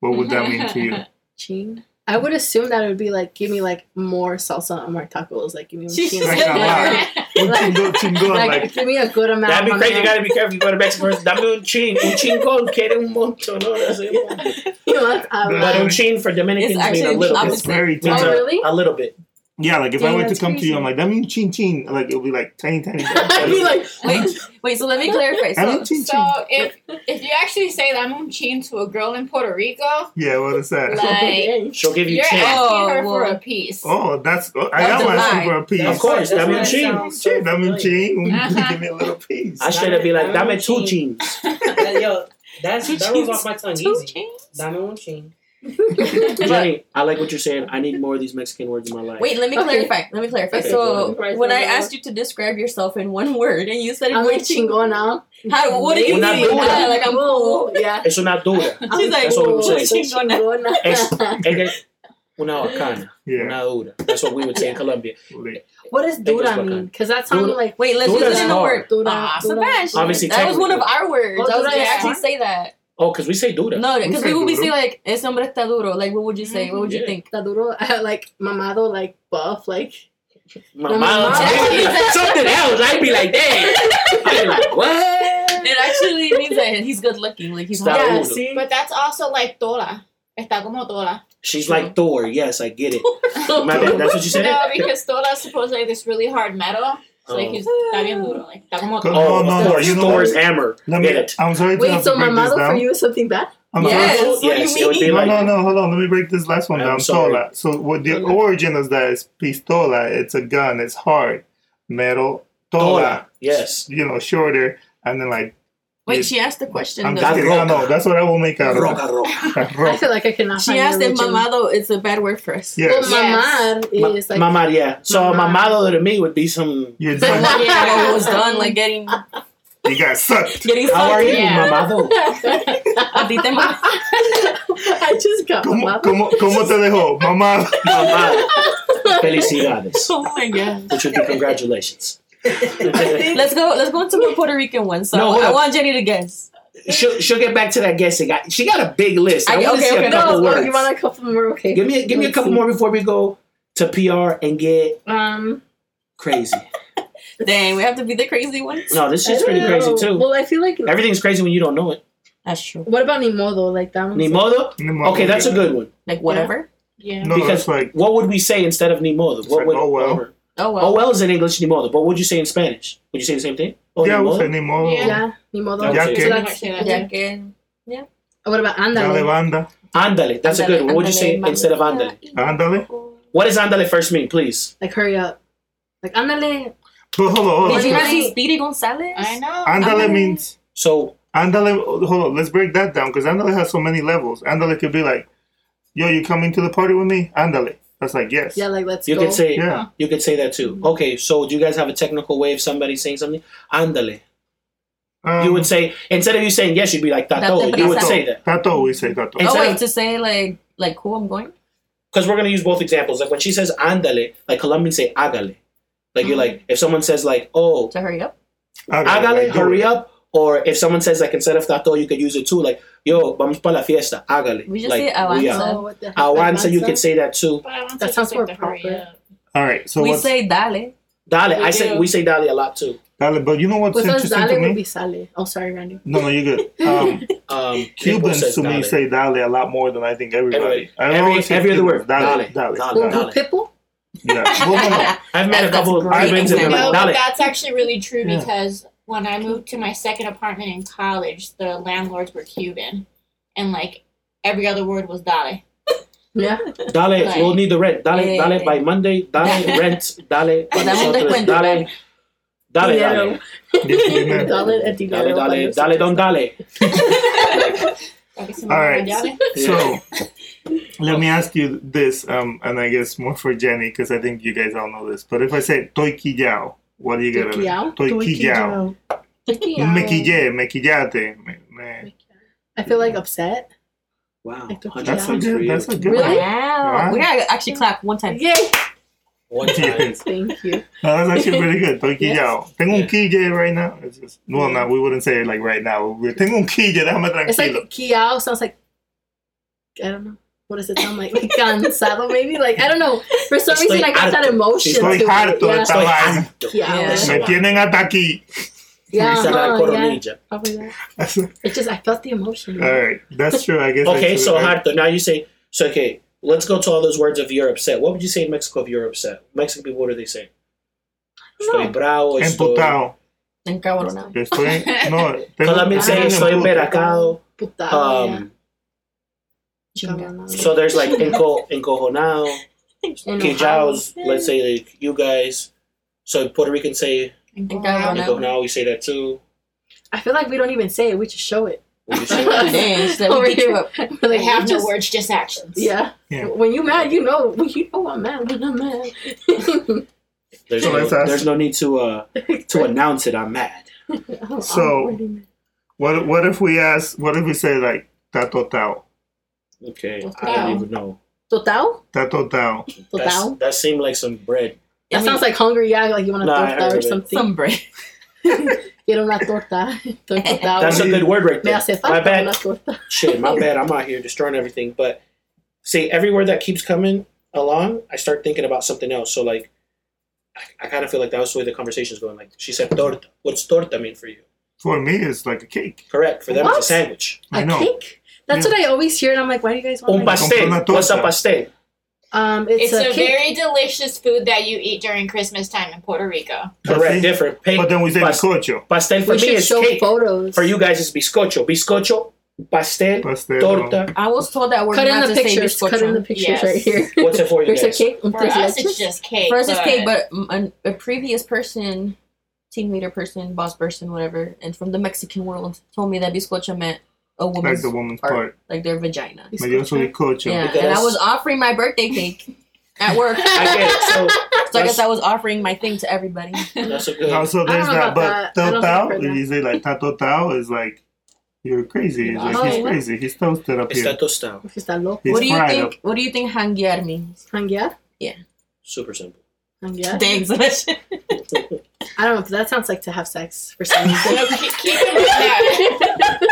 [SPEAKER 3] what would that mean to you?
[SPEAKER 6] Ching. I would assume that it would be like give me like more salsa on my tacos, like give me
[SPEAKER 1] She's
[SPEAKER 6] chingon.
[SPEAKER 1] just
[SPEAKER 3] Like a lot. Un chingo, chingo,
[SPEAKER 6] like,
[SPEAKER 3] like,
[SPEAKER 6] give me a good amount.
[SPEAKER 4] That'd be
[SPEAKER 6] on
[SPEAKER 4] crazy. You
[SPEAKER 6] that.
[SPEAKER 4] gotta be careful. You go to Mexico first. Dame un chin. Un chingón quiere un montón. No, that's it.
[SPEAKER 6] You know, that's out of
[SPEAKER 3] But
[SPEAKER 4] But
[SPEAKER 6] line.
[SPEAKER 4] un chin for Dominicans
[SPEAKER 1] It's
[SPEAKER 4] mean a
[SPEAKER 1] actually
[SPEAKER 4] little
[SPEAKER 1] the
[SPEAKER 3] it's
[SPEAKER 4] bit.
[SPEAKER 1] opposite.
[SPEAKER 3] very
[SPEAKER 4] Means
[SPEAKER 3] tiny.
[SPEAKER 4] a-
[SPEAKER 6] Oh, really?
[SPEAKER 4] A little bit.
[SPEAKER 3] Yeah, like if I
[SPEAKER 1] Dang,
[SPEAKER 3] were to
[SPEAKER 1] that's
[SPEAKER 3] come to you, I'm
[SPEAKER 1] crazy.
[SPEAKER 3] like, dame un chin chin, like it would be like tiny, tiny.
[SPEAKER 6] I'd be like,
[SPEAKER 1] Wait, wait. So let me clarify.
[SPEAKER 3] dame un
[SPEAKER 1] So,
[SPEAKER 3] chin chin.
[SPEAKER 5] So if if you actually say that I'm chin to a girl in Puerto Rico,
[SPEAKER 3] Yeah, what is that?
[SPEAKER 5] like
[SPEAKER 6] dang.
[SPEAKER 4] She'll give you
[SPEAKER 5] you're
[SPEAKER 4] chin.
[SPEAKER 5] asking her
[SPEAKER 1] Oh,
[SPEAKER 5] for
[SPEAKER 1] well.
[SPEAKER 5] a piece.
[SPEAKER 3] Oh, that's oh, I
[SPEAKER 1] That's
[SPEAKER 3] am
[SPEAKER 1] a
[SPEAKER 3] asking
[SPEAKER 1] lie.
[SPEAKER 3] for a piece.
[SPEAKER 4] Of course,
[SPEAKER 6] That's
[SPEAKER 4] dame
[SPEAKER 6] why
[SPEAKER 4] un
[SPEAKER 6] it
[SPEAKER 4] chin.
[SPEAKER 6] sounds-
[SPEAKER 3] Shit, dame un chin,
[SPEAKER 5] Uh-huh.
[SPEAKER 3] give me a little piece.
[SPEAKER 4] I should have been like, dame two chins.
[SPEAKER 7] Yo, that's, that rolls off my tongue
[SPEAKER 1] two
[SPEAKER 7] easy.
[SPEAKER 1] chains?
[SPEAKER 7] Diamond one chain.
[SPEAKER 4] Jenny, I like what you're saying. I need more of these Mexican words in my life.
[SPEAKER 1] Wait, let me
[SPEAKER 6] Okay.
[SPEAKER 1] clarify. Let me clarify.
[SPEAKER 4] Okay,
[SPEAKER 1] so
[SPEAKER 6] go ahead.
[SPEAKER 1] when I asked you to describe yourself in one word and you said
[SPEAKER 6] I'm
[SPEAKER 1] muy
[SPEAKER 6] like chingona.
[SPEAKER 1] how, what do you mean?
[SPEAKER 4] Una dura.
[SPEAKER 1] Yeah, like I'm cool.
[SPEAKER 6] Yeah.
[SPEAKER 4] It's una duda.
[SPEAKER 6] I'm
[SPEAKER 1] She's like,
[SPEAKER 4] That's what we
[SPEAKER 1] cool.
[SPEAKER 4] were saying.
[SPEAKER 1] chingona.
[SPEAKER 6] chingona.
[SPEAKER 4] Ella- Una bacana.
[SPEAKER 3] Yeah.
[SPEAKER 4] Una duda. That's what we would say in Colombia.
[SPEAKER 3] like,
[SPEAKER 6] What does
[SPEAKER 4] Think it's
[SPEAKER 6] dura
[SPEAKER 4] what
[SPEAKER 6] mean?
[SPEAKER 4] kind.
[SPEAKER 6] Because that sounded
[SPEAKER 4] Dura-
[SPEAKER 6] like
[SPEAKER 1] Wait, let's
[SPEAKER 4] Dura's
[SPEAKER 1] use it in a
[SPEAKER 4] hard.
[SPEAKER 1] word.
[SPEAKER 6] Dura,
[SPEAKER 1] Ah,
[SPEAKER 6] dura.
[SPEAKER 1] Sebastian.
[SPEAKER 4] Obviously,
[SPEAKER 1] that was one of our words. I
[SPEAKER 6] Oh,
[SPEAKER 1] was
[SPEAKER 6] dura
[SPEAKER 1] gonna
[SPEAKER 6] is
[SPEAKER 1] actually
[SPEAKER 6] hard?
[SPEAKER 1] say that.
[SPEAKER 4] Oh, because we say duda.
[SPEAKER 1] No, because
[SPEAKER 3] say
[SPEAKER 1] we would be
[SPEAKER 3] duro.
[SPEAKER 1] saying like, "Es hombre está duro." Like, what would you say? What would you
[SPEAKER 4] Yeah.
[SPEAKER 1] think?
[SPEAKER 6] Está duro, like mamado, like buff, like.
[SPEAKER 4] My
[SPEAKER 6] No, my
[SPEAKER 4] mom.
[SPEAKER 6] mom-
[SPEAKER 4] Something else. I'd be like, dang. I'd be like, what?
[SPEAKER 1] It actually means that he's good looking. Like he's
[SPEAKER 4] Stop.
[SPEAKER 1] hot.
[SPEAKER 6] Yeah,
[SPEAKER 4] duro.
[SPEAKER 6] see?
[SPEAKER 5] But that's also like Dora. Está como Dora.
[SPEAKER 4] She's like Thor. Yes, I get it. My bad. That's what you said?
[SPEAKER 5] No, because Dora is supposed to like this really hard metal. So like
[SPEAKER 4] Oh.
[SPEAKER 5] he's está bien duro. Like está como
[SPEAKER 3] Come
[SPEAKER 5] Dora.
[SPEAKER 4] Oh,
[SPEAKER 3] No, no, no,
[SPEAKER 4] Thor.
[SPEAKER 3] you know
[SPEAKER 4] Thor's
[SPEAKER 3] what?
[SPEAKER 4] hammer.
[SPEAKER 3] let
[SPEAKER 4] Get
[SPEAKER 3] me.
[SPEAKER 4] it.
[SPEAKER 3] I'm sorry to
[SPEAKER 6] Wait,
[SPEAKER 3] have
[SPEAKER 6] so
[SPEAKER 3] to break this
[SPEAKER 6] mamado for
[SPEAKER 3] down.
[SPEAKER 6] you is something bad?
[SPEAKER 3] I'm
[SPEAKER 1] Yes.
[SPEAKER 3] sorry.
[SPEAKER 1] what do you
[SPEAKER 4] Yes, it would be
[SPEAKER 3] No,
[SPEAKER 4] like,
[SPEAKER 3] no, no, hold on. Let me break this last one
[SPEAKER 4] I'm
[SPEAKER 3] down.
[SPEAKER 4] sorry.
[SPEAKER 3] Pistola. So, what the
[SPEAKER 6] Pistola.
[SPEAKER 3] origin of that is pistola. It's a gun. It's hard, metal, tola.
[SPEAKER 4] Thor. Yes.
[SPEAKER 3] You know, shorter, and then like.
[SPEAKER 1] Wait, she asked the question.
[SPEAKER 3] I'm
[SPEAKER 1] though.
[SPEAKER 3] just kidding. No,
[SPEAKER 4] Roca.
[SPEAKER 3] no, that's what I will make out of
[SPEAKER 4] Roca, roca.
[SPEAKER 3] it.
[SPEAKER 6] I
[SPEAKER 3] Roca.
[SPEAKER 6] feel like I cannot
[SPEAKER 1] she
[SPEAKER 6] find
[SPEAKER 1] asked
[SPEAKER 6] your
[SPEAKER 1] if
[SPEAKER 6] original.
[SPEAKER 1] "mamado" is a bad word for us.
[SPEAKER 3] Yes.
[SPEAKER 6] Well, mamar
[SPEAKER 4] Ma-
[SPEAKER 6] is like
[SPEAKER 4] mamad, yeah. So
[SPEAKER 6] Mamad.
[SPEAKER 4] mamado to me would be some
[SPEAKER 3] You're
[SPEAKER 1] But
[SPEAKER 3] done.
[SPEAKER 1] not yeah, was done like getting
[SPEAKER 3] You got sucked.
[SPEAKER 1] Getting
[SPEAKER 4] How are
[SPEAKER 1] sucked
[SPEAKER 4] you,
[SPEAKER 1] in.
[SPEAKER 5] Yeah.
[SPEAKER 4] mamado?
[SPEAKER 1] Maldita madre.
[SPEAKER 6] I just got
[SPEAKER 3] ¿Cómo,
[SPEAKER 6] my-
[SPEAKER 3] cómo, cómo te dejó? Mamá.
[SPEAKER 4] Mamado. Felicidades.
[SPEAKER 1] Oh my god.
[SPEAKER 4] Which would be congratulations.
[SPEAKER 1] Let's go. Let's go into the Puerto Rican one. So
[SPEAKER 4] No, hold
[SPEAKER 1] I
[SPEAKER 4] up.
[SPEAKER 1] want Jenny to guess.
[SPEAKER 4] she'll, she'll get back to that guessing. I, she got a big list. I,
[SPEAKER 1] I-
[SPEAKER 4] want to
[SPEAKER 1] okay,
[SPEAKER 4] see
[SPEAKER 1] okay.
[SPEAKER 4] a couple
[SPEAKER 6] No,
[SPEAKER 4] words.
[SPEAKER 6] you want a couple more? Okay.
[SPEAKER 4] give me a, give me a
[SPEAKER 6] Let's
[SPEAKER 4] couple
[SPEAKER 6] see.
[SPEAKER 4] more before we go to PR and get
[SPEAKER 6] Um,
[SPEAKER 4] crazy.
[SPEAKER 1] Dang, we have to be the crazy ones.
[SPEAKER 4] No, this
[SPEAKER 6] I
[SPEAKER 4] shit's
[SPEAKER 6] don't
[SPEAKER 4] pretty crazy
[SPEAKER 6] know.
[SPEAKER 4] too.
[SPEAKER 6] Well, I feel like
[SPEAKER 4] Everything's crazy when you don't know it.
[SPEAKER 1] That's true.
[SPEAKER 6] what about Nimodo? Like that one.
[SPEAKER 4] Nimodo. Okay, that's a good one.
[SPEAKER 1] Like whatever.
[SPEAKER 5] Yeah.
[SPEAKER 3] No,
[SPEAKER 4] Because-
[SPEAKER 3] that's like
[SPEAKER 4] What would we say instead of Nimodo?
[SPEAKER 3] It's
[SPEAKER 4] What
[SPEAKER 3] like,
[SPEAKER 4] would
[SPEAKER 3] oh, well.
[SPEAKER 4] or-
[SPEAKER 1] Oh well.
[SPEAKER 4] Oh well is in English Nimodo, but what would you say in Spanish? Would you say the same thing? Oh,
[SPEAKER 3] yeah,
[SPEAKER 4] Nimodo?
[SPEAKER 3] what's the name of it?
[SPEAKER 6] Yeah, Nimodo.
[SPEAKER 4] Ya que-
[SPEAKER 6] So that's,
[SPEAKER 5] Yeah.
[SPEAKER 1] Ya que-
[SPEAKER 6] What about
[SPEAKER 3] Dale
[SPEAKER 6] Andale?
[SPEAKER 3] banda.
[SPEAKER 4] Andale. That's a
[SPEAKER 1] Ándale,
[SPEAKER 4] good one. What would you say
[SPEAKER 1] ándale,
[SPEAKER 4] instead of andale?
[SPEAKER 1] maldita.
[SPEAKER 3] Ándale.
[SPEAKER 4] What does andale first mean, please?
[SPEAKER 6] Like hurry up. Like Andale.
[SPEAKER 3] But hold on, hold on.
[SPEAKER 1] Did you not
[SPEAKER 6] good.
[SPEAKER 1] see Speedy Gonzalez?
[SPEAKER 5] I know.
[SPEAKER 3] Andale means
[SPEAKER 4] So
[SPEAKER 3] Andale. Hold on, let's break that down because Andale has so many levels. Andale could be like, "Yo, you coming to the party with me?" Andale. That's like yes.
[SPEAKER 6] Yeah, like let's
[SPEAKER 4] you
[SPEAKER 6] go.
[SPEAKER 4] could say
[SPEAKER 3] Yeah.
[SPEAKER 4] you could say that too. Okay, so do you guys have a technical way of somebody saying something? Andale.
[SPEAKER 3] Um,
[SPEAKER 4] you would say instead of you saying yes, you'd be like
[SPEAKER 1] Date
[SPEAKER 4] tato.
[SPEAKER 1] prisa.
[SPEAKER 4] You would say that
[SPEAKER 3] Tato, we say tato.
[SPEAKER 1] Oh
[SPEAKER 4] Instead
[SPEAKER 1] wait,
[SPEAKER 4] of-
[SPEAKER 1] to say like like who I'm going.
[SPEAKER 4] because we're gonna use both examples. Like when she says andale, like Colombians say agale. Like you're like if someone says like oh
[SPEAKER 1] To hurry up.
[SPEAKER 4] Hágale,
[SPEAKER 3] like, do
[SPEAKER 4] hurry
[SPEAKER 3] it.
[SPEAKER 4] up. Or if someone says like instead of tato, you could use it too. Like yo, vamos para la fiesta. Hágale.
[SPEAKER 1] We just
[SPEAKER 4] like,
[SPEAKER 1] say avanza.
[SPEAKER 4] we are.
[SPEAKER 6] Oh, what the heck,
[SPEAKER 4] Avanza, you
[SPEAKER 6] Avanza?
[SPEAKER 4] could say that too.
[SPEAKER 5] But I want
[SPEAKER 6] That
[SPEAKER 5] to
[SPEAKER 6] sounds
[SPEAKER 5] just,
[SPEAKER 6] more
[SPEAKER 5] like, the hurry
[SPEAKER 6] proper.
[SPEAKER 5] up.
[SPEAKER 3] All right. So
[SPEAKER 1] we
[SPEAKER 3] what's
[SPEAKER 1] say dale.
[SPEAKER 4] Dale,
[SPEAKER 5] We
[SPEAKER 4] I say
[SPEAKER 5] do.
[SPEAKER 4] we say dale a lot too.
[SPEAKER 3] Dale, but you know what's
[SPEAKER 6] With us,
[SPEAKER 3] interesting
[SPEAKER 6] Dale
[SPEAKER 3] to me?
[SPEAKER 6] would be Sale. Oh, sorry, Randy.
[SPEAKER 3] No, no, you're good. Um,
[SPEAKER 4] Um,
[SPEAKER 3] Cubans to me say dale a lot more than I think everybody.
[SPEAKER 4] Everybody.
[SPEAKER 3] I
[SPEAKER 4] Every-
[SPEAKER 3] always say
[SPEAKER 4] every other
[SPEAKER 3] Cubans,
[SPEAKER 4] word.
[SPEAKER 3] Dale,
[SPEAKER 4] Dale,
[SPEAKER 3] dale,
[SPEAKER 4] dale.
[SPEAKER 3] dale.
[SPEAKER 6] Who, who, Pipple?
[SPEAKER 3] Yeah. Well, no, no.
[SPEAKER 4] I've met
[SPEAKER 1] That's-
[SPEAKER 4] a couple of
[SPEAKER 1] that's a great
[SPEAKER 4] Cubans and they're
[SPEAKER 5] No,
[SPEAKER 4] like,
[SPEAKER 5] but
[SPEAKER 4] dale.
[SPEAKER 5] that's actually really true
[SPEAKER 3] Yeah.
[SPEAKER 5] because when I moved to my second apartment in college, the landlords were Cuban, and like every other word was dale.
[SPEAKER 6] Yeah.
[SPEAKER 4] Dale,
[SPEAKER 5] Like-
[SPEAKER 4] we'll need the rent. Dale,
[SPEAKER 1] Yeah, yeah,
[SPEAKER 4] dale
[SPEAKER 1] yeah.
[SPEAKER 4] by Monday. Dale, rent. Dale,
[SPEAKER 1] Dame
[SPEAKER 4] para
[SPEAKER 1] un
[SPEAKER 4] nosotros.
[SPEAKER 1] descuento,
[SPEAKER 4] Dale, dale, dale.
[SPEAKER 6] Dinero.
[SPEAKER 3] Yeah, yeah.
[SPEAKER 6] Dale, el
[SPEAKER 4] Dale,
[SPEAKER 6] dinero.
[SPEAKER 4] dale, dale, don dale.
[SPEAKER 5] Like, it's
[SPEAKER 3] All right.
[SPEAKER 5] dale.
[SPEAKER 3] So let me ask you this, um, and I guess more for Jenny because I think you guys all know this. But if I say toiquillao, what do you get? out of
[SPEAKER 6] Toiquillao?
[SPEAKER 3] it? Toiquillao. Me quillé, me quillate. Me, me.
[SPEAKER 6] I feel like upset.
[SPEAKER 4] Wow,
[SPEAKER 6] Like the
[SPEAKER 4] hundred
[SPEAKER 3] That's a
[SPEAKER 4] points for
[SPEAKER 3] good.
[SPEAKER 4] you.
[SPEAKER 3] That's a good.
[SPEAKER 6] Really?
[SPEAKER 3] One.
[SPEAKER 1] Wow. We gotta actually clap one time.
[SPEAKER 6] Yay!
[SPEAKER 4] One time.
[SPEAKER 3] Yes.
[SPEAKER 6] Thank you.
[SPEAKER 3] No, that's actually pretty good. Toiquillao. Tengo un
[SPEAKER 4] Yeah.
[SPEAKER 3] quille right now. It's just, well, no, we wouldn't say it like right now. We're, Tengo un quille, déjame
[SPEAKER 6] It's like
[SPEAKER 3] tranquilo.
[SPEAKER 6] Kiao sounds like I don't know. What does it sound like? Like cansado maybe? Like I don't know. For some
[SPEAKER 4] Estoy
[SPEAKER 6] reason I got that
[SPEAKER 4] harto.
[SPEAKER 6] emotion.
[SPEAKER 3] Estoy
[SPEAKER 6] to it.
[SPEAKER 3] harto de esta
[SPEAKER 4] Estoy
[SPEAKER 3] vaina.
[SPEAKER 4] harto.
[SPEAKER 6] Yeah.
[SPEAKER 4] Eso
[SPEAKER 3] Me
[SPEAKER 4] va.
[SPEAKER 3] tienen hasta aquí.
[SPEAKER 6] Yeah.
[SPEAKER 4] Esa es la
[SPEAKER 6] uh-huh, yeah.
[SPEAKER 4] coronilla.
[SPEAKER 6] Probably that. It's just I felt the emotion.
[SPEAKER 3] All right, that's true. I guess.
[SPEAKER 4] Okay,
[SPEAKER 3] that's
[SPEAKER 4] so
[SPEAKER 3] right.
[SPEAKER 4] harto. Now you say so. Okay, let's go to all those words of you're upset. What would you say in Mexico if you're upset? Mexican people, what do they say? Estoy bravo. Estoy.
[SPEAKER 3] Emputado.
[SPEAKER 1] Encabronado.
[SPEAKER 3] Yo estoy. No, tengo-
[SPEAKER 4] Colombians say
[SPEAKER 6] Ah,
[SPEAKER 4] estoy
[SPEAKER 3] tengo un empute.
[SPEAKER 4] emperacado.
[SPEAKER 6] Puta, Ah, yeah.
[SPEAKER 4] Um,
[SPEAKER 1] Chinga.
[SPEAKER 4] so there's like enco, encojonado.
[SPEAKER 6] Enojado.
[SPEAKER 4] Quijaos, let's say like you guys. So Puerto Rican say
[SPEAKER 1] Encabronado.
[SPEAKER 4] encojonado. We say that too.
[SPEAKER 6] I feel like we don't even say it, we just show it.
[SPEAKER 4] What do you say?
[SPEAKER 1] Dang, she's like,
[SPEAKER 6] Over
[SPEAKER 1] we beat you
[SPEAKER 6] here.
[SPEAKER 1] up.
[SPEAKER 6] We're
[SPEAKER 5] They
[SPEAKER 6] like,
[SPEAKER 5] have
[SPEAKER 6] we
[SPEAKER 5] no
[SPEAKER 6] just-
[SPEAKER 5] words, just actions.
[SPEAKER 6] Yeah.
[SPEAKER 3] Yeah.
[SPEAKER 6] When you mad, you know when you know I'm mad when I'm mad.
[SPEAKER 4] There's
[SPEAKER 3] So
[SPEAKER 4] no,
[SPEAKER 3] it's us.
[SPEAKER 4] there's no need to uh to announce it. I'm mad.
[SPEAKER 6] Oh, I'm
[SPEAKER 3] So-
[SPEAKER 6] already mad.
[SPEAKER 3] What What if we ask? What if we say like tato tao,
[SPEAKER 4] Okay,
[SPEAKER 5] Wow.
[SPEAKER 4] I don't even know.
[SPEAKER 6] Total?
[SPEAKER 3] tato tao?
[SPEAKER 4] That's,
[SPEAKER 6] Total?
[SPEAKER 4] that seemed like some bread.
[SPEAKER 6] That sounds like hungry, yeah, like you want to
[SPEAKER 4] Nah, I
[SPEAKER 6] torta
[SPEAKER 4] heard
[SPEAKER 6] or
[SPEAKER 4] it.
[SPEAKER 6] something.
[SPEAKER 1] some bread.
[SPEAKER 6] Quiero una torta. Estoy total.
[SPEAKER 4] That's a good word right
[SPEAKER 6] Me
[SPEAKER 4] there.
[SPEAKER 6] hace
[SPEAKER 4] My
[SPEAKER 6] falta una
[SPEAKER 4] bad.
[SPEAKER 6] torta.
[SPEAKER 4] Shit, my bad. I'm out here destroying everything. But see, every word that keeps coming along, I start thinking about something else. So like, I, I kind of feel like that was the way the conversation's going. Like she said, torta. What's torta mean for you?
[SPEAKER 3] For me, it's like a cake.
[SPEAKER 4] Correct. For them,
[SPEAKER 6] What?
[SPEAKER 4] it's a sandwich.
[SPEAKER 3] I
[SPEAKER 6] A
[SPEAKER 3] know.
[SPEAKER 6] cake? That's
[SPEAKER 3] Yeah.
[SPEAKER 6] what I always hear, and I'm like, why do you guys want
[SPEAKER 4] Un
[SPEAKER 6] like,
[SPEAKER 4] pastel.
[SPEAKER 3] Una torta.
[SPEAKER 4] What's a pastel?
[SPEAKER 6] Um, it's,
[SPEAKER 5] It's, a,
[SPEAKER 6] a, cake.
[SPEAKER 5] very delicious food that you eat during Christmas time in Puerto Rico.
[SPEAKER 4] Correct.
[SPEAKER 3] See?
[SPEAKER 4] Different. Pink,
[SPEAKER 3] But then we say
[SPEAKER 4] pas-
[SPEAKER 3] bizcocho.
[SPEAKER 4] pastel for
[SPEAKER 6] we
[SPEAKER 4] me
[SPEAKER 6] should
[SPEAKER 4] is
[SPEAKER 6] show
[SPEAKER 4] cake.
[SPEAKER 6] photos.
[SPEAKER 4] For you guys, it's bizcocho. Bizcocho, pastel,
[SPEAKER 3] Pastel.
[SPEAKER 4] torta.
[SPEAKER 1] I was told that we're
[SPEAKER 6] cut in
[SPEAKER 1] not
[SPEAKER 6] the
[SPEAKER 1] to
[SPEAKER 6] pictures.
[SPEAKER 1] say
[SPEAKER 6] Cut in the pictures
[SPEAKER 5] Yes.
[SPEAKER 6] right here.
[SPEAKER 4] What's it for you
[SPEAKER 6] There's a
[SPEAKER 4] guys?
[SPEAKER 6] cake. and
[SPEAKER 5] For
[SPEAKER 6] there's
[SPEAKER 5] us, it's
[SPEAKER 6] leches.
[SPEAKER 5] just cake.
[SPEAKER 1] First is cake, but mm, a, a previous person, team leader person, boss person, whatever, and from the Mexican world told me that bizcocho meant a
[SPEAKER 3] Like
[SPEAKER 1] woman's,
[SPEAKER 3] the woman's
[SPEAKER 1] Part.
[SPEAKER 3] part.
[SPEAKER 1] like their vagina.
[SPEAKER 3] Me dio su bizcocho.
[SPEAKER 1] Yeah,
[SPEAKER 4] Because-
[SPEAKER 1] and I was offering my birthday cake at work.
[SPEAKER 4] I get it. So
[SPEAKER 1] So I guess I was offering my thing to everybody.
[SPEAKER 4] that's a good.
[SPEAKER 3] Also,
[SPEAKER 6] don't
[SPEAKER 3] there's
[SPEAKER 6] know
[SPEAKER 3] that,
[SPEAKER 6] about
[SPEAKER 3] but
[SPEAKER 6] that. I
[SPEAKER 3] Totao,
[SPEAKER 6] don't think I've heard that.
[SPEAKER 3] you say like Tatotao is like, you're crazy. It's like,
[SPEAKER 6] Oh,
[SPEAKER 3] he's
[SPEAKER 6] what?
[SPEAKER 3] crazy. He's toasted up
[SPEAKER 4] It's
[SPEAKER 3] here.
[SPEAKER 4] that tostado.
[SPEAKER 6] Because that loco.
[SPEAKER 3] He's
[SPEAKER 1] what do you
[SPEAKER 3] fried
[SPEAKER 1] think?
[SPEAKER 3] up.
[SPEAKER 1] What do you think hanguear means?
[SPEAKER 6] Hangiar?
[SPEAKER 4] Super simple.
[SPEAKER 6] Hangiar?
[SPEAKER 1] Thanks. Alicia.
[SPEAKER 6] I don't know, but that sounds like to have sex for some reason.
[SPEAKER 5] No, keep, keep it like that.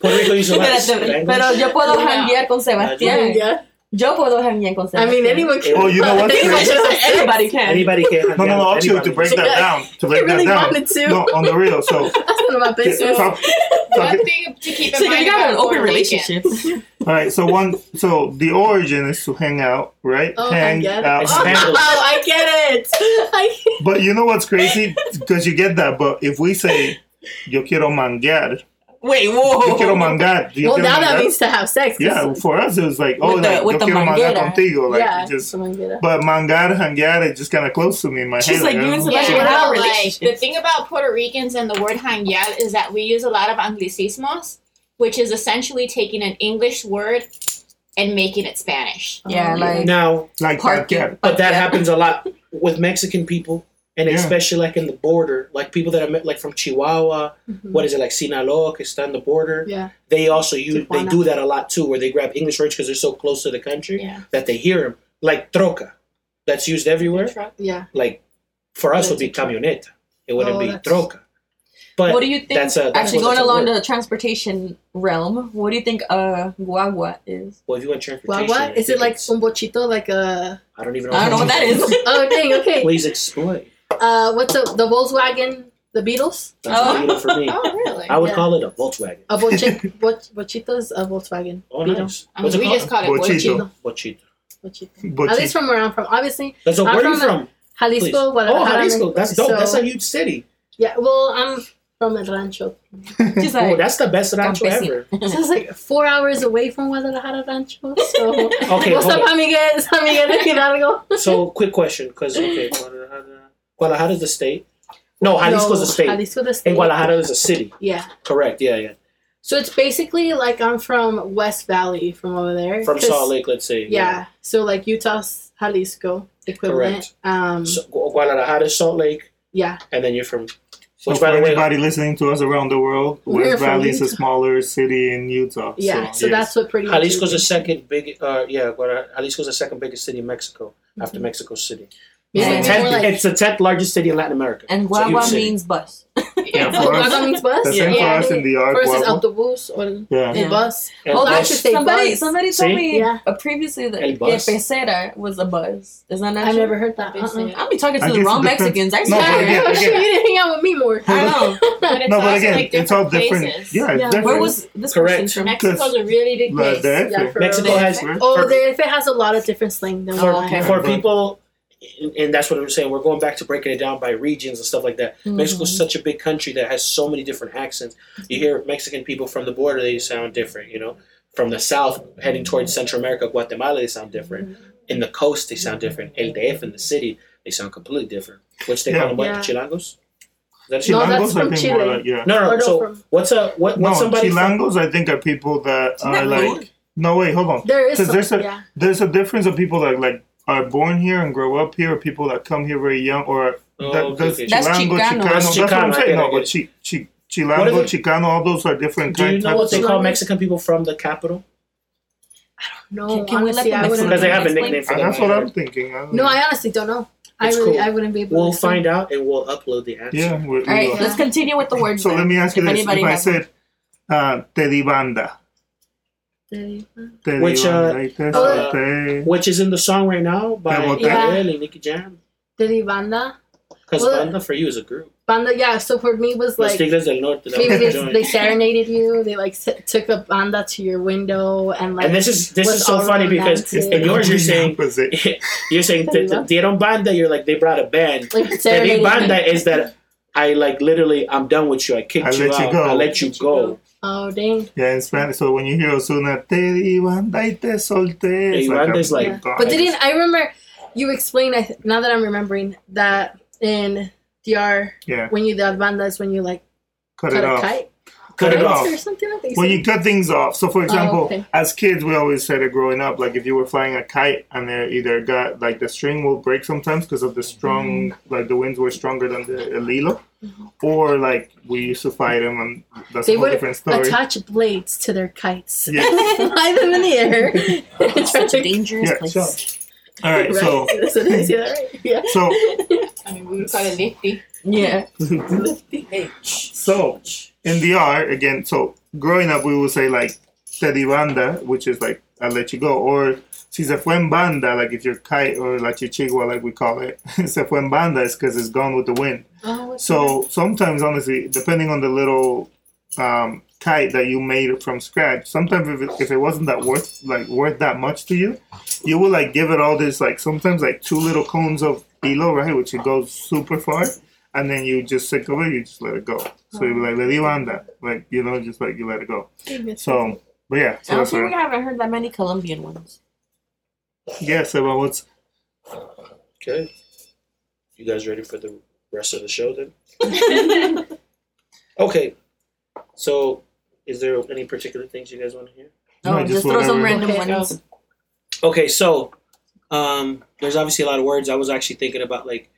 [SPEAKER 4] Puerto Rico uses less.
[SPEAKER 1] Espérate, Pero yo puedo
[SPEAKER 5] Yeah.
[SPEAKER 1] hanguear con Sebastián.
[SPEAKER 6] Hangiar?
[SPEAKER 1] Yo puedo hanguear con
[SPEAKER 6] I
[SPEAKER 1] Sebastián.
[SPEAKER 6] mean, anyone can.
[SPEAKER 3] Oh, you know what's
[SPEAKER 6] Anyone
[SPEAKER 3] crazy?
[SPEAKER 6] should have sex.
[SPEAKER 1] Anybody can.
[SPEAKER 4] Anybody can.
[SPEAKER 3] No, no, no. Actually, to break
[SPEAKER 6] She'd be
[SPEAKER 3] that
[SPEAKER 6] like,
[SPEAKER 3] down, to
[SPEAKER 6] I
[SPEAKER 3] break that
[SPEAKER 6] really
[SPEAKER 3] down.
[SPEAKER 6] wanted to.
[SPEAKER 3] No, on the real. So,
[SPEAKER 6] That's none of my business.
[SPEAKER 3] talk- talk-
[SPEAKER 5] One thing to keep in
[SPEAKER 1] So
[SPEAKER 5] mind
[SPEAKER 1] you
[SPEAKER 5] about
[SPEAKER 1] got an open
[SPEAKER 5] Puerto Rican-
[SPEAKER 1] relationship.
[SPEAKER 3] all right. So one. So the origin is to hang out, right?
[SPEAKER 6] Oh,
[SPEAKER 3] hang
[SPEAKER 6] I get it.
[SPEAKER 3] out.
[SPEAKER 4] It's hang
[SPEAKER 6] Oh, I get it. I
[SPEAKER 3] But you know what's crazy? Because you get that. But if we say, "Yo quiero mangar,"
[SPEAKER 1] Wait,
[SPEAKER 3] "Yo
[SPEAKER 1] whoa.
[SPEAKER 3] quiero mangar," yo
[SPEAKER 6] Oh. well,
[SPEAKER 3] quiero
[SPEAKER 6] now that
[SPEAKER 3] mangar.
[SPEAKER 6] means to have sex. 'cause-
[SPEAKER 3] yeah. For us, it was like, "Oh,
[SPEAKER 1] With the-
[SPEAKER 3] like,
[SPEAKER 1] with
[SPEAKER 3] yo
[SPEAKER 1] the
[SPEAKER 3] quiero mangar
[SPEAKER 1] manguera.
[SPEAKER 3] contigo," like
[SPEAKER 6] yeah.
[SPEAKER 3] you just.
[SPEAKER 6] someone get it.
[SPEAKER 3] But mangar, hangar, it's just kind of close to me in my
[SPEAKER 1] She's
[SPEAKER 3] head.
[SPEAKER 1] like, you
[SPEAKER 3] I
[SPEAKER 1] and
[SPEAKER 3] don't know.
[SPEAKER 1] Sebastián
[SPEAKER 5] Yeah,
[SPEAKER 1] have a
[SPEAKER 5] but, like
[SPEAKER 1] relationship.
[SPEAKER 5] the thing about Puerto Ricans and the word hangyal is that we use a lot of anglicismos, which is essentially taking an English word and making it Spanish.
[SPEAKER 1] Yeah, like
[SPEAKER 4] Now,
[SPEAKER 3] like
[SPEAKER 1] parking.
[SPEAKER 3] mangar.
[SPEAKER 4] but that
[SPEAKER 1] Yeah.
[SPEAKER 4] happens a lot with Mexican people, and
[SPEAKER 3] Yeah.
[SPEAKER 4] especially like in the border, like people that I met, like from Chihuahua.
[SPEAKER 6] Mhm.
[SPEAKER 4] What is it like Sinaloa, que está on the border?
[SPEAKER 6] Yeah.
[SPEAKER 4] They also use they
[SPEAKER 6] Tijuana.
[SPEAKER 4] do that a lot too, where they grab English words because they're so close to the country
[SPEAKER 5] Yeah.
[SPEAKER 4] that they hear them. Like troca, that's used everywhere.
[SPEAKER 6] Yeah.
[SPEAKER 4] Like for us
[SPEAKER 6] What
[SPEAKER 4] would be
[SPEAKER 6] is a
[SPEAKER 4] camioneta. It wouldn't
[SPEAKER 6] Oh,
[SPEAKER 4] be
[SPEAKER 6] that's-
[SPEAKER 4] troca. But
[SPEAKER 1] what do you think?
[SPEAKER 4] that's a that's
[SPEAKER 1] actually, going
[SPEAKER 4] what- that's a
[SPEAKER 1] along
[SPEAKER 4] word.
[SPEAKER 1] the transportation realm, what do you think uh guagua is?
[SPEAKER 4] Well, if you want
[SPEAKER 6] Well,
[SPEAKER 4] transportation,
[SPEAKER 6] what
[SPEAKER 4] I
[SPEAKER 6] is it
[SPEAKER 4] think
[SPEAKER 6] like?
[SPEAKER 4] it's-
[SPEAKER 6] Un bochito, like a.
[SPEAKER 4] I don't even know.
[SPEAKER 1] I don't know what that is.
[SPEAKER 6] Oh dang. Okay.
[SPEAKER 4] Please explain.
[SPEAKER 6] Uh, what's the the Volkswagen? The Beatles.
[SPEAKER 4] That's
[SPEAKER 1] Oh.
[SPEAKER 4] not even for me.
[SPEAKER 5] Oh, really?
[SPEAKER 4] I would
[SPEAKER 6] Yeah.
[SPEAKER 4] call it a Volkswagen.
[SPEAKER 6] A bochi- boch- bochito is a Volkswagen.
[SPEAKER 4] Oh,
[SPEAKER 6] Beetle.
[SPEAKER 4] nice.
[SPEAKER 5] I
[SPEAKER 4] What's
[SPEAKER 5] mean,
[SPEAKER 4] it
[SPEAKER 5] we
[SPEAKER 4] called?
[SPEAKER 5] just call it
[SPEAKER 3] Bochito.
[SPEAKER 5] bochito.
[SPEAKER 4] Bochito.
[SPEAKER 6] Bochito. At least
[SPEAKER 3] Bochito.
[SPEAKER 6] from where I'm from, obviously
[SPEAKER 4] That's a
[SPEAKER 6] I'm
[SPEAKER 4] where you
[SPEAKER 6] from the-
[SPEAKER 4] from?
[SPEAKER 6] Jalisco,
[SPEAKER 4] Please. Oh,
[SPEAKER 6] Guadalajara.
[SPEAKER 4] Jalisco. That's dope.
[SPEAKER 6] so-
[SPEAKER 4] That's a huge city.
[SPEAKER 6] Yeah, well, I'm from El Rancho.
[SPEAKER 1] She's
[SPEAKER 4] Oh,
[SPEAKER 1] like,
[SPEAKER 4] that's the best rancho
[SPEAKER 1] Campesino.
[SPEAKER 4] ever.
[SPEAKER 6] So it's like four hours away from Guadalajara Rancho. So
[SPEAKER 4] Okay,
[SPEAKER 6] what's
[SPEAKER 4] hold
[SPEAKER 6] up,
[SPEAKER 4] on.
[SPEAKER 6] amigues? San Miguel de Hidalgo.
[SPEAKER 4] So, quick question, because okay, Guadalajara, Guadalajara is the state. No, Jalisco is
[SPEAKER 6] No,
[SPEAKER 4] a state,
[SPEAKER 6] Jalisco the state.
[SPEAKER 4] and Guadalajara is a city.
[SPEAKER 6] Yeah.
[SPEAKER 4] Correct. Yeah, yeah.
[SPEAKER 6] So it's basically like I'm from West Valley, from over there.
[SPEAKER 4] From
[SPEAKER 6] 'cause-
[SPEAKER 4] Salt Lake, let's say.
[SPEAKER 6] Yeah. So like Utah's Jalisco equivalent.
[SPEAKER 4] Correct.
[SPEAKER 6] Um.
[SPEAKER 4] So, Gu- Guadalajara is Salt Lake,
[SPEAKER 6] yeah.
[SPEAKER 4] and then you're from.
[SPEAKER 3] So
[SPEAKER 4] Which,
[SPEAKER 3] for
[SPEAKER 4] by the way,
[SPEAKER 3] anybody listening to us around the world,
[SPEAKER 6] We're
[SPEAKER 3] West
[SPEAKER 6] from
[SPEAKER 3] Valley is a
[SPEAKER 6] Utah.
[SPEAKER 3] smaller city in Utah.
[SPEAKER 6] Yeah. So,
[SPEAKER 3] yes.
[SPEAKER 6] that's what pretty much.
[SPEAKER 4] Jalisco's the
[SPEAKER 6] is.
[SPEAKER 4] second big. Uh, yeah, Guadalajara, Jalisco's the second biggest city in Mexico
[SPEAKER 6] Mm-hmm.
[SPEAKER 4] after Mexico City.
[SPEAKER 6] Maybe
[SPEAKER 1] Yeah.
[SPEAKER 4] It's, the
[SPEAKER 6] more
[SPEAKER 4] tenth,
[SPEAKER 6] like-
[SPEAKER 4] it's the tenth largest city in Latin America.
[SPEAKER 1] and
[SPEAKER 4] So huge
[SPEAKER 1] guagua
[SPEAKER 4] city.
[SPEAKER 1] means bus.
[SPEAKER 3] Yeah,
[SPEAKER 6] Oh,
[SPEAKER 3] for us,
[SPEAKER 6] Guagua means
[SPEAKER 3] the
[SPEAKER 6] bus.
[SPEAKER 3] same
[SPEAKER 5] Yeah.
[SPEAKER 3] for us in the art
[SPEAKER 6] Versus
[SPEAKER 3] level.
[SPEAKER 6] autobus or
[SPEAKER 3] Yeah.
[SPEAKER 6] the
[SPEAKER 1] Yeah.
[SPEAKER 6] bus.
[SPEAKER 4] And
[SPEAKER 6] Hold on, I
[SPEAKER 4] plus-
[SPEAKER 6] should say
[SPEAKER 1] somebody,
[SPEAKER 6] bus.
[SPEAKER 1] somebody told
[SPEAKER 4] See?
[SPEAKER 1] me
[SPEAKER 6] Yeah.
[SPEAKER 1] uh, previously that
[SPEAKER 4] El
[SPEAKER 1] que
[SPEAKER 4] bus.
[SPEAKER 1] pecera was a bus. Is that not?
[SPEAKER 6] I
[SPEAKER 1] true?
[SPEAKER 6] never heard that.
[SPEAKER 5] Basic.
[SPEAKER 6] Uh-uh.
[SPEAKER 1] I'll be talking to
[SPEAKER 3] I guess
[SPEAKER 1] the
[SPEAKER 3] it
[SPEAKER 1] wrong
[SPEAKER 3] depends-
[SPEAKER 1] Mexicans. I
[SPEAKER 3] No,
[SPEAKER 1] swear.
[SPEAKER 3] but again-
[SPEAKER 6] I wish you didn't hang out with me more.
[SPEAKER 1] I know.
[SPEAKER 5] But it's
[SPEAKER 3] No,
[SPEAKER 5] also
[SPEAKER 3] but again,
[SPEAKER 5] like
[SPEAKER 3] it's all different.
[SPEAKER 5] places.
[SPEAKER 3] Yeah, it's
[SPEAKER 6] Yeah.
[SPEAKER 3] different.
[SPEAKER 1] Where was this
[SPEAKER 4] Correct.
[SPEAKER 1] person from?
[SPEAKER 5] Mexico's a really big
[SPEAKER 3] Like
[SPEAKER 5] place.
[SPEAKER 3] that?
[SPEAKER 6] Yeah, for
[SPEAKER 4] Mexico
[SPEAKER 6] real.
[SPEAKER 4] has
[SPEAKER 3] Right.
[SPEAKER 6] Oh, there, if it has a lot of different slang, then
[SPEAKER 1] Oh,
[SPEAKER 4] for,
[SPEAKER 6] we'll
[SPEAKER 1] okay.
[SPEAKER 6] have-
[SPEAKER 4] for
[SPEAKER 3] But-
[SPEAKER 4] people and- and that's what i'm saying we're going back to breaking it down by regions and stuff like that
[SPEAKER 6] Mm-hmm.
[SPEAKER 4] mexico's such a big country that has so many different accents you hear mexican people from the border they sound different you know from the south heading towards central america guatemala they sound different in the coast they sound different el df in the city they sound completely different which they call them what
[SPEAKER 6] Yeah.
[SPEAKER 4] chilangos Is that a
[SPEAKER 6] No,
[SPEAKER 4] Chilango?
[SPEAKER 6] that's
[SPEAKER 3] Chilangos, I
[SPEAKER 6] from
[SPEAKER 3] think,
[SPEAKER 6] Chile.
[SPEAKER 3] more like, yeah.
[SPEAKER 4] no no,
[SPEAKER 6] Or
[SPEAKER 4] no.
[SPEAKER 6] no,
[SPEAKER 4] so
[SPEAKER 6] from-
[SPEAKER 4] what's a what,
[SPEAKER 3] No,
[SPEAKER 4] what's somebody from-
[SPEAKER 3] Chilangos, I think, are people that
[SPEAKER 1] Isn't that
[SPEAKER 3] are like.
[SPEAKER 1] rude?
[SPEAKER 3] No, wait, hold on.
[SPEAKER 6] There is
[SPEAKER 3] 'Cause
[SPEAKER 6] some,
[SPEAKER 3] there's a-
[SPEAKER 6] yeah.
[SPEAKER 3] There's a difference of people that like are born here and grow up here, or people that come here very young, or
[SPEAKER 4] Oh,
[SPEAKER 3] that,
[SPEAKER 4] okay,
[SPEAKER 3] that's
[SPEAKER 4] okay.
[SPEAKER 1] That's
[SPEAKER 3] Chilango,
[SPEAKER 1] Chicano.
[SPEAKER 3] Chicano.
[SPEAKER 4] That's
[SPEAKER 3] That's what
[SPEAKER 4] Chicano,
[SPEAKER 3] I'm
[SPEAKER 4] I
[SPEAKER 3] saying.
[SPEAKER 4] get
[SPEAKER 3] No,
[SPEAKER 4] it, I
[SPEAKER 3] but
[SPEAKER 4] get
[SPEAKER 3] chi, chi,
[SPEAKER 4] What are
[SPEAKER 3] Chilango,
[SPEAKER 4] they-
[SPEAKER 3] Chicano, all those are different
[SPEAKER 4] do you
[SPEAKER 3] kinds.
[SPEAKER 4] know what they
[SPEAKER 3] types
[SPEAKER 4] call
[SPEAKER 3] of-
[SPEAKER 4] mexican people from the capital
[SPEAKER 6] No,
[SPEAKER 1] Can- can we let
[SPEAKER 6] honestly,
[SPEAKER 1] them
[SPEAKER 6] I wouldn't.
[SPEAKER 4] because they have a
[SPEAKER 1] Explain.
[SPEAKER 4] nickname for
[SPEAKER 3] And
[SPEAKER 4] them
[SPEAKER 3] Ah, that's what I'm thinking. I don't
[SPEAKER 6] No,
[SPEAKER 3] know.
[SPEAKER 6] I honestly don't know. I
[SPEAKER 4] It's
[SPEAKER 6] really,
[SPEAKER 4] cool.
[SPEAKER 6] I wouldn't be able.
[SPEAKER 4] we'll
[SPEAKER 6] to explain.
[SPEAKER 4] find out and we'll upload the answer
[SPEAKER 3] Yeah. we- we
[SPEAKER 1] All right,
[SPEAKER 3] will.
[SPEAKER 1] let's continue with the words.
[SPEAKER 3] So let
[SPEAKER 1] then,
[SPEAKER 3] me ask you
[SPEAKER 1] if
[SPEAKER 3] this: If
[SPEAKER 1] anybody
[SPEAKER 3] I
[SPEAKER 1] has
[SPEAKER 3] said uh, "te di banda," te
[SPEAKER 4] Which,
[SPEAKER 3] di
[SPEAKER 4] uh,
[SPEAKER 3] banda, y te
[SPEAKER 4] uh,
[SPEAKER 3] solté.
[SPEAKER 4] which is in the song right now by
[SPEAKER 3] Yeah, well,
[SPEAKER 6] that-
[SPEAKER 4] Gabriel and Nicki Jam.
[SPEAKER 6] The Banda,
[SPEAKER 4] Because
[SPEAKER 6] Well-
[SPEAKER 4] Banda for you is a group.
[SPEAKER 6] Banda, yeah. So for me, was
[SPEAKER 4] Los
[SPEAKER 6] like
[SPEAKER 4] Tigres del Norte. That
[SPEAKER 6] maybe
[SPEAKER 4] was the
[SPEAKER 6] they,
[SPEAKER 4] joint.
[SPEAKER 6] they serenaded you. They like s- took a banda to your window and like.
[SPEAKER 4] and this is this
[SPEAKER 6] was
[SPEAKER 4] is so
[SPEAKER 6] all
[SPEAKER 4] funny because
[SPEAKER 6] romantic.
[SPEAKER 4] in yours you're saying
[SPEAKER 3] Opposite.
[SPEAKER 4] you're saying te, te dieron banda. You're like they brought a band.
[SPEAKER 6] like
[SPEAKER 4] Te di
[SPEAKER 6] serenaded
[SPEAKER 4] banda
[SPEAKER 6] me.
[SPEAKER 4] is that I like literally I'm done with you. I kicked
[SPEAKER 3] I
[SPEAKER 4] you
[SPEAKER 3] let you
[SPEAKER 4] out.
[SPEAKER 3] go.
[SPEAKER 4] I let you go.
[SPEAKER 6] Oh dang!
[SPEAKER 3] Yeah, in Spanish. So when you hear Osuna, te di banda y te solté.
[SPEAKER 4] Te di banda is like-
[SPEAKER 6] Yeah. But
[SPEAKER 4] I
[SPEAKER 6] didn't I remember you explained? I th- now that I'm remembering that in DR
[SPEAKER 3] yeah,
[SPEAKER 6] when you the banda is when you like
[SPEAKER 3] cut
[SPEAKER 6] cut
[SPEAKER 3] it
[SPEAKER 6] a
[SPEAKER 3] off.
[SPEAKER 6] kite.
[SPEAKER 3] Cut it
[SPEAKER 6] Lights
[SPEAKER 3] off.
[SPEAKER 6] or something. I don't think so.
[SPEAKER 3] When you cut things off. So, for example,
[SPEAKER 6] Oh, okay.
[SPEAKER 3] as kids, we always said it growing up. Like if you were flying a kite and it either got like the string will break sometimes because of the strong,
[SPEAKER 6] Mm-hmm.
[SPEAKER 3] like the winds were stronger than the el hilo, or like we used to fight them, and that's
[SPEAKER 6] They
[SPEAKER 3] a whole
[SPEAKER 6] would
[SPEAKER 3] different story.
[SPEAKER 6] Attach blades to their kites.
[SPEAKER 3] Yeah.
[SPEAKER 6] Fly them in the air. It's
[SPEAKER 1] Such a dangerous
[SPEAKER 3] Yeah,
[SPEAKER 1] place.
[SPEAKER 3] so- All right, so
[SPEAKER 6] yeah, right. Yeah.
[SPEAKER 3] so
[SPEAKER 5] I mean, we would call it lifty.
[SPEAKER 1] yeah.
[SPEAKER 7] Hey, shh.
[SPEAKER 3] So in the R again, so growing up we would say like Teddy Banda, which is like I'll let you go, or si se fue en banda, like if you're kite or la chichigua, like we call it, se fue en banda is because it's gone with the wind.
[SPEAKER 5] Oh,
[SPEAKER 3] So sometimes, honestly, depending on the little um, kite that you made from scratch, sometimes if it, if it wasn't that worth like worth that much to you, you would like give it all this like sometimes like two little cones of hilo, right, which it goes super far, and then you just sick of it, you just let it go. So you be like le di banda, like you know, just like you let it go. So, but yeah,
[SPEAKER 1] I
[SPEAKER 3] so
[SPEAKER 1] don't
[SPEAKER 3] that's
[SPEAKER 1] think we
[SPEAKER 3] what,
[SPEAKER 1] haven't heard that many Colombian ones.
[SPEAKER 3] yeah. So well, what's
[SPEAKER 4] Okay. You guys ready for the rest of the show then? Okay. So, is there any particular things you guys want to hear?
[SPEAKER 1] No,
[SPEAKER 3] No,
[SPEAKER 1] Oh, just,
[SPEAKER 3] just
[SPEAKER 1] throw some
[SPEAKER 3] whatever.
[SPEAKER 1] random
[SPEAKER 6] Okay,
[SPEAKER 1] ones.
[SPEAKER 4] oh, Okay, so um, there's obviously a lot of words. I was actually thinking about like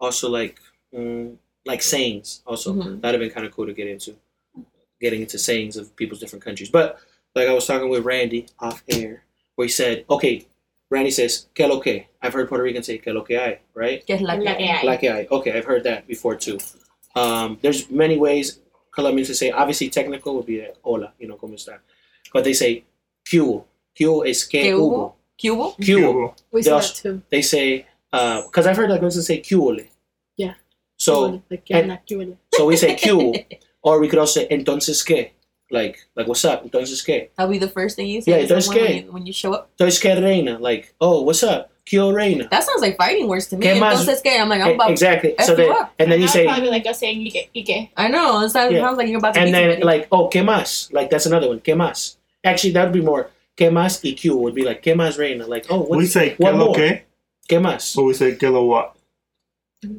[SPEAKER 4] also like mm, like sayings. Also,
[SPEAKER 1] Mhm.
[SPEAKER 4] that'd have been kind of cool to get into, getting into sayings of people's different countries. But like I was talking with Randy off air, where he said, okay, Randy says que lo que. I've heard Puerto Rican say que lo que hay, right?
[SPEAKER 1] Get like
[SPEAKER 5] Like
[SPEAKER 1] that.
[SPEAKER 5] AI.
[SPEAKER 4] Black AI. Okay, I've heard that before too. Um, there's many ways Colombians to say. Obviously, technical would be like, hola, you know, cómo está. But they say, que hubo. Que hubo is que
[SPEAKER 1] ¿Qué
[SPEAKER 4] hubo.
[SPEAKER 1] hubo? Cubo?
[SPEAKER 4] Que hubo
[SPEAKER 6] We said that
[SPEAKER 4] Just-
[SPEAKER 6] too.
[SPEAKER 4] they say because I've heard like Lagos say "cuole."
[SPEAKER 6] Yeah.
[SPEAKER 4] So
[SPEAKER 6] like, yeah,
[SPEAKER 4] and-
[SPEAKER 6] not doing
[SPEAKER 4] so we say "cuo," or we could also say "entonces qué," like like what's up? Entonces qué?
[SPEAKER 1] That'll be the first thing you say
[SPEAKER 4] Yeah,
[SPEAKER 1] to
[SPEAKER 4] that's
[SPEAKER 1] someone when
[SPEAKER 4] gay.
[SPEAKER 1] you, when you show up.
[SPEAKER 4] Entonces qué reina? Like oh what's up? Kyo reina.
[SPEAKER 1] That sounds like fighting words to me.
[SPEAKER 4] ¿Qué más?
[SPEAKER 1] Entonces, ¿qué? I'm like, I'm
[SPEAKER 4] E-
[SPEAKER 1] about.
[SPEAKER 4] exactly.
[SPEAKER 1] F
[SPEAKER 4] So
[SPEAKER 1] you
[SPEAKER 4] then
[SPEAKER 1] up.
[SPEAKER 4] and then you
[SPEAKER 5] That's
[SPEAKER 4] say
[SPEAKER 5] probably like us saying Ike. Ike.
[SPEAKER 1] I know. It sounds,
[SPEAKER 4] Yeah.
[SPEAKER 1] sounds like you're about to
[SPEAKER 4] and
[SPEAKER 1] beat
[SPEAKER 4] then
[SPEAKER 1] somebody.
[SPEAKER 4] like oh qué más? Like that's another one. ¿Qué más? Actually, that would be more ¿qué más? Y Q would be like ¿qué más reina? Like oh
[SPEAKER 3] we
[SPEAKER 4] what's
[SPEAKER 3] say
[SPEAKER 4] what
[SPEAKER 3] que lo
[SPEAKER 4] more?
[SPEAKER 3] que,
[SPEAKER 4] ¿qué más?
[SPEAKER 3] or we say que lo what.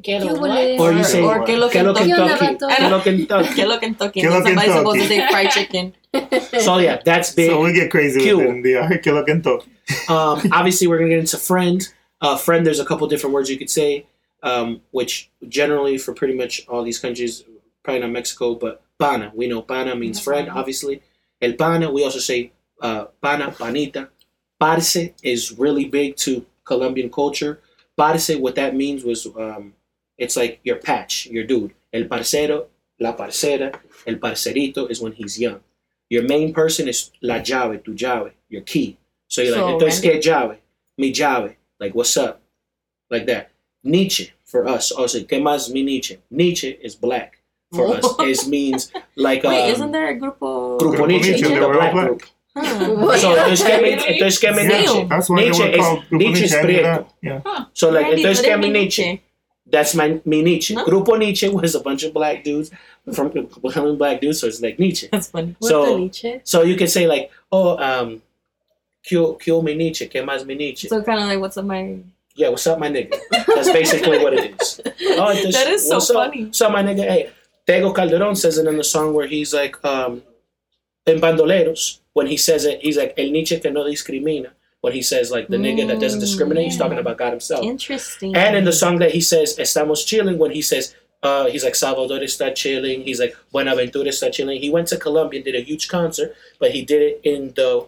[SPEAKER 5] Get
[SPEAKER 6] You
[SPEAKER 5] a
[SPEAKER 6] will-
[SPEAKER 5] what?
[SPEAKER 4] Or you say
[SPEAKER 1] or que lo
[SPEAKER 4] ¿qué lo
[SPEAKER 1] Kentucky.
[SPEAKER 4] Kentucky? ¿Qué lo Kentucky?
[SPEAKER 1] Que lo Kentucky.
[SPEAKER 3] Que lo
[SPEAKER 1] Somebody's supposed to
[SPEAKER 3] Kentucky.
[SPEAKER 1] say fried chicken.
[SPEAKER 6] it.
[SPEAKER 4] So yeah, that's big.
[SPEAKER 3] So we get crazy
[SPEAKER 4] Que
[SPEAKER 3] with it
[SPEAKER 4] hubo.
[SPEAKER 3] in the uh, R. Que lo que en todo.
[SPEAKER 4] Um, obviously, we're going to get into friend. Uh, friend, there's a couple different words you could say, um, which generally for pretty much all these countries, probably not Mexico, but pana. We know pana means friend, obviously. El pana, we also say uh, pana, panita. Parce is really big to Colombian culture. Parce, what that means was um, it's like your patch, your dude. El parcero, la parcera. El parcerito is when he's young. Your main person is la llave, tu llave, your key. So you're like,
[SPEAKER 1] So,
[SPEAKER 4] entonces que llave? Mi llave. Like, what's up? Like that. Nietzsche for us. Also, que más mi Nietzsche? Nietzsche is black for us. It means like um,
[SPEAKER 1] Wait, isn't there a grupo?
[SPEAKER 4] Grupo
[SPEAKER 3] Grupo
[SPEAKER 4] Nietzsche,
[SPEAKER 3] Nietzsche,
[SPEAKER 4] the
[SPEAKER 3] they're all
[SPEAKER 4] black,
[SPEAKER 3] black.
[SPEAKER 4] group.
[SPEAKER 1] Huh.
[SPEAKER 4] So entonces que mi, entonces que mi
[SPEAKER 1] Damn.
[SPEAKER 4] Nietzsche?
[SPEAKER 3] That's why
[SPEAKER 4] Nietzsche
[SPEAKER 3] they were
[SPEAKER 4] is-
[SPEAKER 3] called Grupo
[SPEAKER 4] Nietzsche is
[SPEAKER 3] I knew that.
[SPEAKER 4] prieto.
[SPEAKER 3] Yeah.
[SPEAKER 4] So like,
[SPEAKER 1] Randy,
[SPEAKER 4] entonces
[SPEAKER 1] what
[SPEAKER 4] que
[SPEAKER 1] is
[SPEAKER 4] mi Nietzsche? That's my mi Nietzsche.
[SPEAKER 1] No.
[SPEAKER 4] Grupo Nietzsche was a bunch of black dudes from becoming black dudes, so it's like Nietzsche.
[SPEAKER 1] That's funny.
[SPEAKER 6] What
[SPEAKER 4] So-
[SPEAKER 6] the Nietzsche?
[SPEAKER 4] So you can say like, oh, um, kyo kyo mi Nietzsche, que más mi Nietzsche.
[SPEAKER 1] So kind of like, what's up my?
[SPEAKER 4] yeah, what's up, my nigga? That's basically what it is. Oh, this-
[SPEAKER 1] that is so
[SPEAKER 4] what's up?
[SPEAKER 1] funny.
[SPEAKER 4] So my nigga, hey, Tego Calderon says it in the song where he's like, um, in Bandoleros, when he says it, he's like, el Nietzsche que no discrimina. When he says like the nigga that doesn't discriminate,
[SPEAKER 1] Mm.
[SPEAKER 4] he's talking about God himself.
[SPEAKER 1] Interesting.
[SPEAKER 4] And in the song that he says, Estamos chilling, when he says, uh, he's like, Salvador está chilling. He's like, Buenaventura está chilling. He went to Colombia and did a huge concert, but he did it in the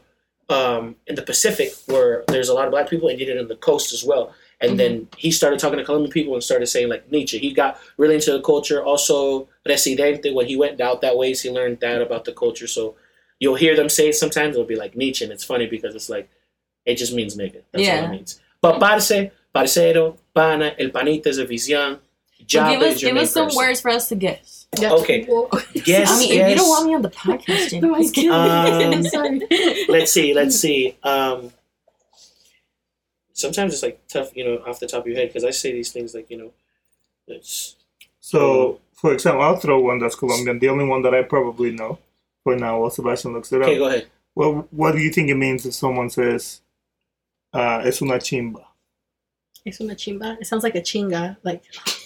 [SPEAKER 4] um, in the Pacific where there's a lot of black people, and he did it on the coast as well. And then he started talking to Colombian people and started saying like Nietzsche. He got really into the culture. Also, Residente, when he went out that ways, he learned that about the culture. So you'll hear them say it sometimes. It'll be like Nietzsche, and it's funny because it's like it just means nigga. That's
[SPEAKER 1] Yeah.
[SPEAKER 4] all it means. But parce, parcero, pana, el panita is if he's young.
[SPEAKER 1] So
[SPEAKER 4] Job
[SPEAKER 1] give us
[SPEAKER 4] is your
[SPEAKER 1] give
[SPEAKER 4] main
[SPEAKER 1] us some
[SPEAKER 4] person.
[SPEAKER 1] words for us to guess.
[SPEAKER 6] Yeah.
[SPEAKER 4] Okay.
[SPEAKER 6] Well,
[SPEAKER 4] Yes,
[SPEAKER 1] I mean, if
[SPEAKER 4] yes.
[SPEAKER 1] you don't want me on the podcast, Jen,
[SPEAKER 6] No, I
[SPEAKER 1] just kidding.
[SPEAKER 4] Um,
[SPEAKER 6] sorry.
[SPEAKER 4] let's see, let's see. Um, sometimes it's like tough, you know, off the top of your head because I say these things like, you know, it's
[SPEAKER 3] So, for example, I'll throw one that's Colombian. The only one that I probably know for now while Sebastian looks it
[SPEAKER 4] okay.
[SPEAKER 3] up.
[SPEAKER 4] Go ahead.
[SPEAKER 3] Well, what do you think it means if someone says, uh, es una chimba?
[SPEAKER 6] It's from a chimba. It sounds like a chinga. Like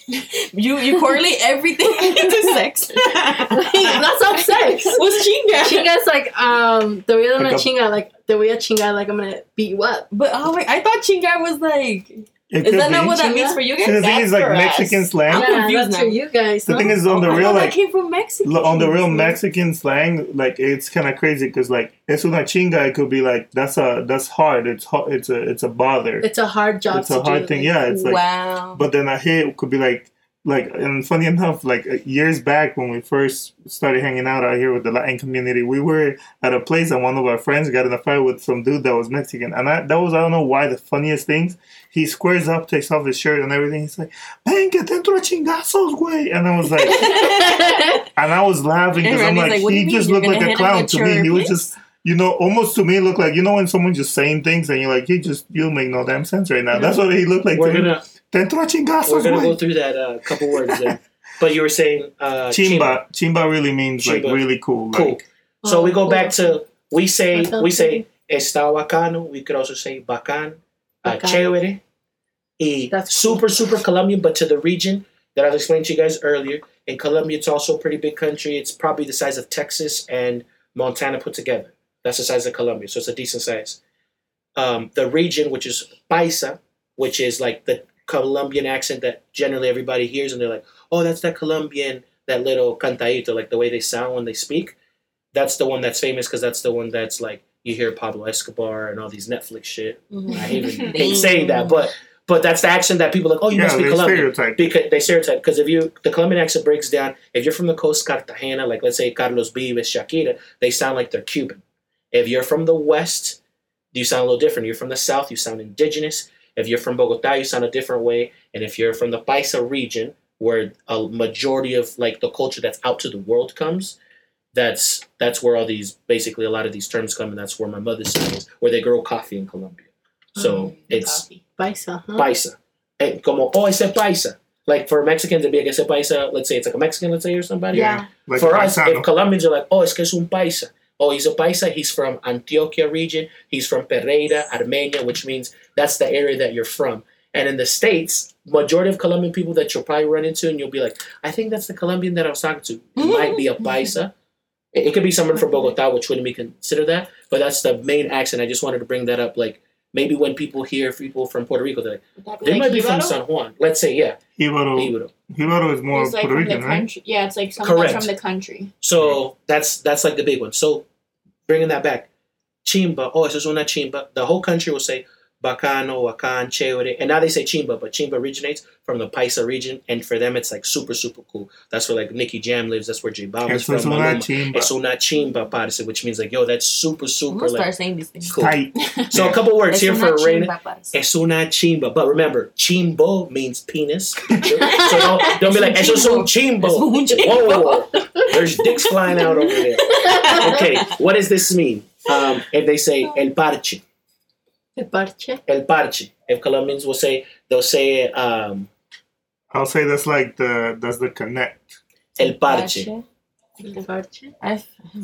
[SPEAKER 1] You you correlate everything into sex.
[SPEAKER 6] That's not sex.
[SPEAKER 1] What's chinga?
[SPEAKER 6] Chinga's like, um, te voy a dar una
[SPEAKER 3] Like a-
[SPEAKER 6] chinga, like, te voy a chinga, like, I'm gonna beat you up.
[SPEAKER 1] But oh wait, I thought chinga was like.
[SPEAKER 3] It
[SPEAKER 1] Is
[SPEAKER 3] could
[SPEAKER 1] that not
[SPEAKER 3] be.
[SPEAKER 1] what that
[SPEAKER 6] Chinga?
[SPEAKER 1] means for you
[SPEAKER 3] the
[SPEAKER 1] guys?
[SPEAKER 3] thing
[SPEAKER 5] That's
[SPEAKER 3] is like
[SPEAKER 5] for us.
[SPEAKER 3] Mexican slang.
[SPEAKER 1] I'm confused
[SPEAKER 6] that's
[SPEAKER 1] now.
[SPEAKER 6] for you guys.
[SPEAKER 3] The
[SPEAKER 6] no?
[SPEAKER 3] thing is on the
[SPEAKER 1] I
[SPEAKER 3] real
[SPEAKER 1] thought that
[SPEAKER 3] like
[SPEAKER 1] came from Mexico.
[SPEAKER 3] lo- on the real Mexican slang, like it's kind of crazy because like es una chinga, it could be like that's a that's hard. It's ho- it's a it's a bother.
[SPEAKER 6] it's a hard job.
[SPEAKER 3] It's
[SPEAKER 6] to
[SPEAKER 3] a hard
[SPEAKER 6] do,
[SPEAKER 3] thing.
[SPEAKER 6] like-
[SPEAKER 3] Yeah, it's like.
[SPEAKER 1] wow.
[SPEAKER 3] But then a hit could be like like and funny enough, like uh, years back when we first started hanging out out here with the Latin community, we were at a place and one of our friends got in a fight with some dude that was Mexican, and I, that was I don't know why the funniest things. He squares up, takes off his shirt and everything. He's like, "Ven que te entro a chingazos, güey," and I was like. And I was laughing
[SPEAKER 1] And
[SPEAKER 3] because I'm
[SPEAKER 1] Randy's
[SPEAKER 3] like,
[SPEAKER 1] like, "What do
[SPEAKER 3] he
[SPEAKER 1] you mean?
[SPEAKER 3] just
[SPEAKER 1] You're
[SPEAKER 3] looked
[SPEAKER 1] gonna
[SPEAKER 3] like a
[SPEAKER 1] hit him
[SPEAKER 3] clown
[SPEAKER 1] at
[SPEAKER 3] to me.
[SPEAKER 1] your
[SPEAKER 3] He was
[SPEAKER 1] place?"
[SPEAKER 3] just, you know, almost to me looked like, you know, when someone just saying things and you're like, you just, you make no damn sense right now. That's what he looked like
[SPEAKER 4] We're
[SPEAKER 3] to me.
[SPEAKER 4] gonna
[SPEAKER 3] Te entro a chingazos,
[SPEAKER 4] we're gonna go
[SPEAKER 3] güey.
[SPEAKER 4] through that uh, couple words there. But you were saying uh,
[SPEAKER 3] Chimba. Chimba really means like
[SPEAKER 4] Chimba.
[SPEAKER 3] really cool.
[SPEAKER 4] Cool.
[SPEAKER 3] Like,
[SPEAKER 4] So we go
[SPEAKER 6] Oh,
[SPEAKER 4] back to we say
[SPEAKER 6] That sounds
[SPEAKER 4] we say está bacano. We could also say bacan, uh,
[SPEAKER 6] Bacán.
[SPEAKER 4] chévere, y
[SPEAKER 6] That's cool.
[SPEAKER 4] super super Colombian. But to the region that I was explaining to you guys earlier, in Colombia, it's also a pretty big country. It's probably the size of Texas and Montana put together. That's the size of Colombia, so it's a decent size. Um, the region, which is Paisa, which is like the Colombian accent that generally everybody hears, and they're like, "Oh, that's that Colombian, that little cantadito, like the way they sound when they speak." That's the one that's famous because that's the one that's like you hear Pablo Escobar and all these Netflix shit.
[SPEAKER 1] Mm-hmm.
[SPEAKER 4] I hate, even, hate saying that, but but that's the accent that people are like. Oh, you
[SPEAKER 3] yeah,
[SPEAKER 4] must be
[SPEAKER 3] they
[SPEAKER 4] Colombian
[SPEAKER 3] stereotype.
[SPEAKER 4] because they stereotype because if you the Colombian accent breaks down if you're from the coast Cartagena like let's say Carlos Vives Shakira they sound like they're Cuban if you're from the west you sound a little different you're from the south you sound indigenous if you're from Bogota you sound a different way and if you're from the Paisa region where a majority of like the culture that's out to the world comes that's that's where all these basically a lot of these terms come and that's where my mother's side is where they grow coffee in Colombia so
[SPEAKER 5] Mm-hmm.
[SPEAKER 4] it's
[SPEAKER 6] Paisa, huh?
[SPEAKER 4] paisa. And como, oh, ese paisa. Like for Mexicans, it'd be like ese paisa. Let's say it's like a Mexican, let's say, or somebody.
[SPEAKER 6] Yeah.
[SPEAKER 3] Like
[SPEAKER 4] for us,
[SPEAKER 3] paisano.
[SPEAKER 4] if Colombians are like, oh, es que es un paisa. Oh, he's a paisa. He's from Antioquia region. He's from Pereira, Armenia, which means that's the area that you're from. And in the States, majority of Colombian people that you'll probably run into, and you'll be like, I think that's the Colombian that I was talking to. It might be a paisa. It, it could be someone from Bogota, which wouldn't be considered that. But that's the main accent. I just wanted to bring that up. Like, maybe when people hear people from Puerto Rico, they're like, they might be from San Juan. Let's say, yeah,
[SPEAKER 3] Hibaro,
[SPEAKER 4] Ibero.
[SPEAKER 3] Hibaro is more
[SPEAKER 5] It's like
[SPEAKER 3] Puerto
[SPEAKER 5] from the
[SPEAKER 3] Rican, right?
[SPEAKER 5] country. Yeah, it's like someone that's
[SPEAKER 4] Correct.
[SPEAKER 5] from the country.
[SPEAKER 4] So that's that's like the big one. So bringing that back, chimba. Oh, eso es una chimba. The whole country will say bacano, wakan, chévere, and now they say chimba, but chimba originates from the Paisa region, and for them it's like super super cool. That's where like Nicky Jam lives. That's where J Bob is
[SPEAKER 3] Eso
[SPEAKER 4] from.
[SPEAKER 3] es una
[SPEAKER 4] Maluma.
[SPEAKER 3] chimba.
[SPEAKER 4] It's una chimba, parce, which means like yo, that's super
[SPEAKER 1] I'm
[SPEAKER 4] super
[SPEAKER 1] gonna start
[SPEAKER 4] like
[SPEAKER 1] saying these things.
[SPEAKER 4] cool.
[SPEAKER 3] Tight.
[SPEAKER 4] So a couple words
[SPEAKER 1] It's
[SPEAKER 4] here for
[SPEAKER 1] not
[SPEAKER 4] Raina.
[SPEAKER 1] chimbapas.
[SPEAKER 4] Es una chimba. But remember, chimbo means penis. so don't, don't be like, eso es un chimbo.
[SPEAKER 1] Es un chimbo.
[SPEAKER 4] Whoa, there's dicks flying out over there. Okay, what does this mean? Um, if they say el parche,
[SPEAKER 6] El parche.
[SPEAKER 4] el parche. If Colombians will say, they'll say um,
[SPEAKER 3] I'll say that's like the that's the connect.
[SPEAKER 4] el parche.
[SPEAKER 6] El parche.
[SPEAKER 1] I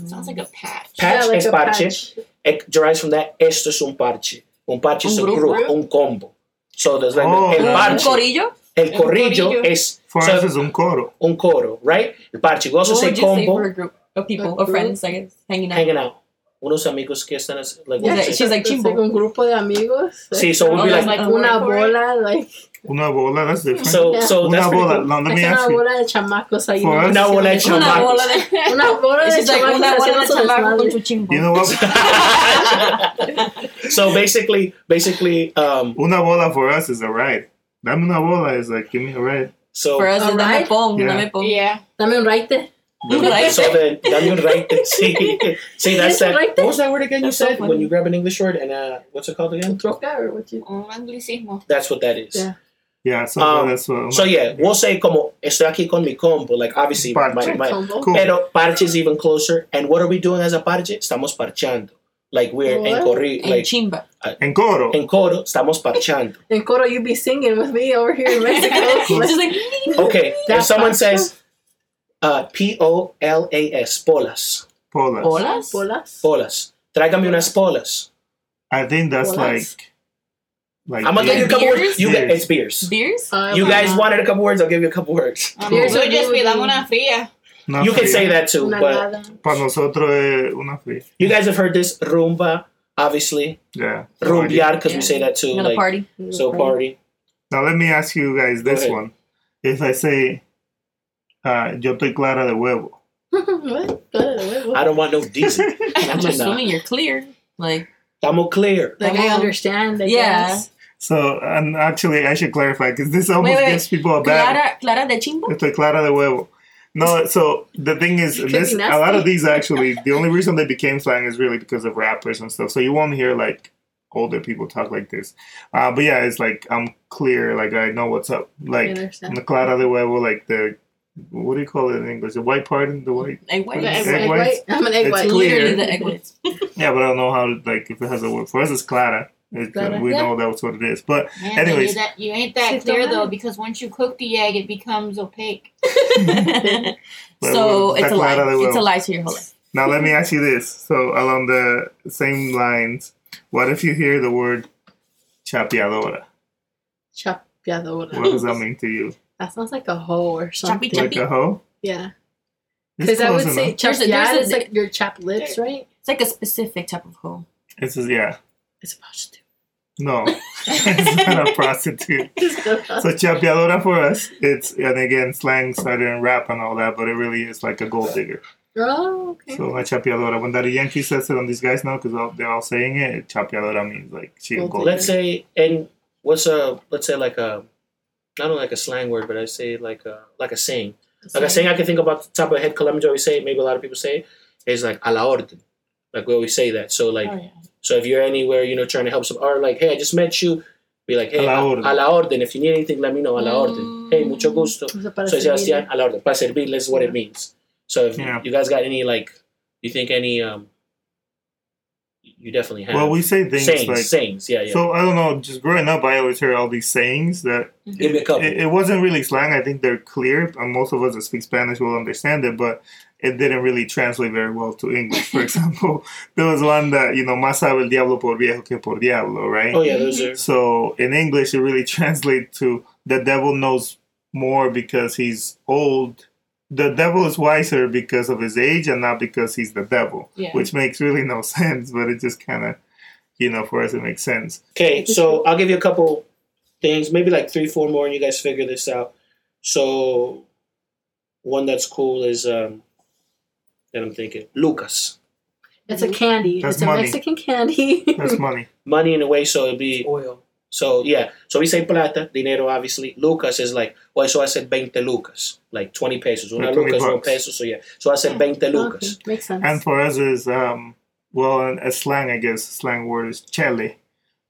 [SPEAKER 5] Sounds like a patch.
[SPEAKER 4] Patch
[SPEAKER 6] Yeah, like
[SPEAKER 4] es
[SPEAKER 6] a
[SPEAKER 4] parche.
[SPEAKER 6] patch.
[SPEAKER 4] It derives from that, esto es un parche. Un parche es
[SPEAKER 1] Un
[SPEAKER 4] un
[SPEAKER 1] grupo.
[SPEAKER 4] grupo, un combo. So there's like
[SPEAKER 3] Oh,
[SPEAKER 4] el
[SPEAKER 3] yeah.
[SPEAKER 4] parche,
[SPEAKER 1] Corillo?
[SPEAKER 4] el corrillo,
[SPEAKER 5] corillo.
[SPEAKER 4] es
[SPEAKER 3] For
[SPEAKER 4] So-
[SPEAKER 3] us, it's un coro.
[SPEAKER 4] un coro, right? El parche. We also
[SPEAKER 1] What
[SPEAKER 4] say
[SPEAKER 1] would you say
[SPEAKER 4] combo.
[SPEAKER 1] for a group of people,
[SPEAKER 6] A
[SPEAKER 1] of friends, I guess, hanging out?
[SPEAKER 4] hanging out. Unos amigos que están as- like
[SPEAKER 1] Yeah,
[SPEAKER 4] what
[SPEAKER 1] she's
[SPEAKER 4] is it?
[SPEAKER 1] like
[SPEAKER 6] It's
[SPEAKER 1] chimbo.
[SPEAKER 6] un grupo de amigos.
[SPEAKER 4] Sí, so we'll
[SPEAKER 1] Oh,
[SPEAKER 4] be
[SPEAKER 1] that's
[SPEAKER 4] like,
[SPEAKER 1] like a
[SPEAKER 6] una
[SPEAKER 1] word for it.
[SPEAKER 6] bola, like.
[SPEAKER 3] Una bola,
[SPEAKER 1] Hmm.
[SPEAKER 3] that's different.
[SPEAKER 4] so
[SPEAKER 6] Yeah.
[SPEAKER 4] so
[SPEAKER 3] una
[SPEAKER 4] that's pretty
[SPEAKER 3] bola.
[SPEAKER 4] cool.
[SPEAKER 3] Now, let me
[SPEAKER 6] es
[SPEAKER 3] ask
[SPEAKER 6] una
[SPEAKER 3] you.
[SPEAKER 6] bola de chamacos ahí.
[SPEAKER 3] For us-
[SPEAKER 4] Una bola de
[SPEAKER 1] Una
[SPEAKER 4] chamacos.
[SPEAKER 1] bola de-
[SPEAKER 6] Una bola de
[SPEAKER 1] She's like,
[SPEAKER 6] chamacos
[SPEAKER 1] una bola de
[SPEAKER 6] haciendo
[SPEAKER 1] chamaco con
[SPEAKER 6] desmadre.
[SPEAKER 1] tu chimbo.
[SPEAKER 3] You know what?
[SPEAKER 4] so basically basically um
[SPEAKER 3] Una bola for us is a ride. Dame una bola is like give me a ride.
[SPEAKER 4] so
[SPEAKER 1] For us, it's dame
[SPEAKER 6] Alright.
[SPEAKER 1] pong,
[SPEAKER 3] Yeah.
[SPEAKER 1] dame pong.
[SPEAKER 5] Yeah.
[SPEAKER 6] Dame un raite.
[SPEAKER 1] Right.
[SPEAKER 4] so then dame un raite. See, see that's that.
[SPEAKER 6] Raite.
[SPEAKER 4] What was that word again you
[SPEAKER 1] That's so
[SPEAKER 4] said
[SPEAKER 1] funny.
[SPEAKER 4] when you grab an English word and uh what's it called
[SPEAKER 6] Un
[SPEAKER 4] again?
[SPEAKER 6] troca, or what you.
[SPEAKER 5] Un anglicismo.
[SPEAKER 4] That's what that is.
[SPEAKER 6] Yeah.
[SPEAKER 3] Yeah, so
[SPEAKER 4] Um,
[SPEAKER 3] that's what.
[SPEAKER 4] So yeah, we'll say como estoy aquí con mi combo. Like obviously my,
[SPEAKER 3] Parche.
[SPEAKER 4] my,
[SPEAKER 6] Combo.
[SPEAKER 3] cool.
[SPEAKER 4] Pero parche is even closer. And what are we doing as a parche? Estamos parchando. Like we're en
[SPEAKER 6] What?
[SPEAKER 4] corri,
[SPEAKER 1] And
[SPEAKER 4] like
[SPEAKER 1] chimba.
[SPEAKER 3] En coro.
[SPEAKER 4] en coro, estamos parchando.
[SPEAKER 6] And Coro, you be singing with me over here in Mexico.
[SPEAKER 1] She's
[SPEAKER 6] Like,
[SPEAKER 1] like,
[SPEAKER 4] Okay, if
[SPEAKER 6] That's
[SPEAKER 4] someone
[SPEAKER 6] fine.
[SPEAKER 4] says uh, P O L A S, polas,
[SPEAKER 3] Polas.
[SPEAKER 1] bolas?
[SPEAKER 6] bolas.
[SPEAKER 4] polas, tráigame unas polas.
[SPEAKER 3] I think that's
[SPEAKER 6] Polas.
[SPEAKER 3] like Like
[SPEAKER 4] I'm gonna give you a couple
[SPEAKER 1] Beers?
[SPEAKER 4] words. You
[SPEAKER 3] Beers.
[SPEAKER 4] guys, it's beers.
[SPEAKER 1] Beers? Uh-huh.
[SPEAKER 6] Uh,
[SPEAKER 4] You
[SPEAKER 6] why
[SPEAKER 4] guys
[SPEAKER 6] not?
[SPEAKER 4] wanted a couple words. I'll give you a couple words.
[SPEAKER 5] Um,
[SPEAKER 1] Cool.
[SPEAKER 5] yo just me dame una fría.
[SPEAKER 3] una
[SPEAKER 4] You can
[SPEAKER 3] fría.
[SPEAKER 4] say that too,
[SPEAKER 6] Una
[SPEAKER 4] but
[SPEAKER 6] nada.
[SPEAKER 3] Para nosotros es una fría.
[SPEAKER 4] you guys have heard this rumba, obviously
[SPEAKER 3] Yeah.
[SPEAKER 4] rumbiar because we say that too.
[SPEAKER 1] Another
[SPEAKER 4] Like,
[SPEAKER 1] party.
[SPEAKER 4] so party.
[SPEAKER 3] Now let me ask you guys this
[SPEAKER 4] ahead.
[SPEAKER 3] one. If I say, uh, yo estoy clara de huevo.
[SPEAKER 6] what?
[SPEAKER 4] I don't want no diesel.
[SPEAKER 1] I'm
[SPEAKER 4] I'm just not.
[SPEAKER 1] assuming you're clear. Like,
[SPEAKER 4] I'm all clear.
[SPEAKER 6] Like I understand. I
[SPEAKER 1] Yeah.
[SPEAKER 6] guess.
[SPEAKER 3] So, and actually, I should clarify because this almost
[SPEAKER 1] wait.
[SPEAKER 3] gives people a bad.
[SPEAKER 1] Clara, Clara de Chimbo?
[SPEAKER 3] Estoy clara de huevo. No, so the thing is,
[SPEAKER 6] It could
[SPEAKER 3] this
[SPEAKER 6] be
[SPEAKER 3] a
[SPEAKER 6] nasty.
[SPEAKER 3] lot of these actually. The only reason they became slang is really because of rappers and stuff. So you won't hear like older people talk like this. Uh, but yeah, it's like I'm clear. Like I know what's up.
[SPEAKER 6] I
[SPEAKER 3] Like
[SPEAKER 6] understand.
[SPEAKER 3] the clara de huevo. Like the what do you call it in English? The white pardon. The white.
[SPEAKER 1] Egg white.
[SPEAKER 6] I'm an
[SPEAKER 3] egg
[SPEAKER 6] egg
[SPEAKER 3] whites?
[SPEAKER 6] white. I'm an egg
[SPEAKER 3] It's
[SPEAKER 6] white.
[SPEAKER 3] Mm. clear.
[SPEAKER 1] Literally the egg whites.
[SPEAKER 3] Yeah, but I don't know how. Like if it has a word for us, it's clara. It,
[SPEAKER 6] Clara,
[SPEAKER 3] we
[SPEAKER 1] yeah.
[SPEAKER 3] know that's what it is. But
[SPEAKER 5] Man,
[SPEAKER 3] Anyways.
[SPEAKER 5] you, that, you ain't
[SPEAKER 6] Sit
[SPEAKER 5] that
[SPEAKER 6] down.
[SPEAKER 5] clear though, because once you cook the egg, it becomes opaque.
[SPEAKER 1] so
[SPEAKER 3] Well,
[SPEAKER 1] it's a lie.
[SPEAKER 3] Clara de huevo.
[SPEAKER 1] It's a lie to your whole life.
[SPEAKER 3] Now let me ask you this. So along the same lines, what if you hear the word chapeadora? What
[SPEAKER 6] Chapeadora.
[SPEAKER 3] does that mean to you?
[SPEAKER 6] That sounds like a hoe or something.
[SPEAKER 1] Chapi,
[SPEAKER 3] Like a hoe?
[SPEAKER 6] Yeah.
[SPEAKER 3] It's
[SPEAKER 6] Because I would
[SPEAKER 3] close
[SPEAKER 6] say
[SPEAKER 3] enough.
[SPEAKER 6] chap
[SPEAKER 1] There's a-
[SPEAKER 6] yeah,
[SPEAKER 1] there's
[SPEAKER 6] it's
[SPEAKER 1] a-
[SPEAKER 6] like your chap lips, right?
[SPEAKER 1] It's like a specific type of hoe.
[SPEAKER 3] it's just, yeah.
[SPEAKER 6] It's supposed
[SPEAKER 3] No, it's not a prostitute.
[SPEAKER 6] to.
[SPEAKER 3] So chapeadora for us, it's and again slang started in rap and all that, but it really is like a gold digger.
[SPEAKER 6] oh, okay.
[SPEAKER 3] So a chapeadora. When Daddy Yankee says it on these guys now, because all, they're all saying it, chapeadora means like she a
[SPEAKER 6] Gold
[SPEAKER 3] gold.
[SPEAKER 4] Let's
[SPEAKER 3] digger.
[SPEAKER 4] say and what's a let's say like a not only like a slang word, but I say like a like a saying. Like a saying I can think about the top of my head. Colombia always say it. Maybe a lot of people say it, is like a la orden. Like we always say that. So like
[SPEAKER 5] oh, yeah.
[SPEAKER 4] so if you're anywhere, you know, trying to help some or like hey, I just met you. Be like hey,
[SPEAKER 3] A
[SPEAKER 4] a
[SPEAKER 3] la
[SPEAKER 4] a la
[SPEAKER 3] orden.
[SPEAKER 4] orden. If you need anything, let me know. A la orden. Hey, mucho gusto.
[SPEAKER 6] O sea, para
[SPEAKER 4] So Sebastián,
[SPEAKER 6] servirle.
[SPEAKER 4] a la orden. Para servirle is what it means. So if
[SPEAKER 3] Yeah.
[SPEAKER 4] you guys got any like, you think any um, you definitely have.
[SPEAKER 3] Well, we say things
[SPEAKER 4] sayings,
[SPEAKER 3] like.
[SPEAKER 4] sayings, yeah, yeah.
[SPEAKER 3] So I don't know. Just growing up, I always heard all these sayings that
[SPEAKER 4] Give me a couple.
[SPEAKER 3] it, it wasn't really slang. I think they're clear, and most of us that speak Spanish will understand it, but it didn't really translate very well to English. For example, there was one that, you know, más sabe el diablo por viejo que por diablo, right?
[SPEAKER 4] oh yeah, those are.
[SPEAKER 3] So in English, it really translates to the devil knows more because he's old. The devil is wiser because of his age and not because he's the devil,
[SPEAKER 5] Yeah.
[SPEAKER 3] which makes really no sense, but it just kind of, you know, for us, it makes sense.
[SPEAKER 4] Okay, so I'll give you a couple things, maybe like three, four more, and you guys figure this out. So, one that's cool is um, that I'm thinking Lucas
[SPEAKER 6] It's a candy.
[SPEAKER 3] That's
[SPEAKER 6] it's a
[SPEAKER 3] money.
[SPEAKER 6] Mexican candy.
[SPEAKER 3] That's
[SPEAKER 4] Hmm.
[SPEAKER 3] money.
[SPEAKER 4] money in a way. So it'd be
[SPEAKER 7] Oil.
[SPEAKER 4] so yeah. So we say plata, dinero, obviously. Lucas is like well, so I said 20 lucas, like 20 pesos. Una
[SPEAKER 3] Like 20
[SPEAKER 4] lucas, one
[SPEAKER 3] bucks.
[SPEAKER 4] peso. So yeah. So I said 20 lucas.
[SPEAKER 6] Okay, Makes sense.
[SPEAKER 3] And for us is um well an- a slang I guess slang word is chele,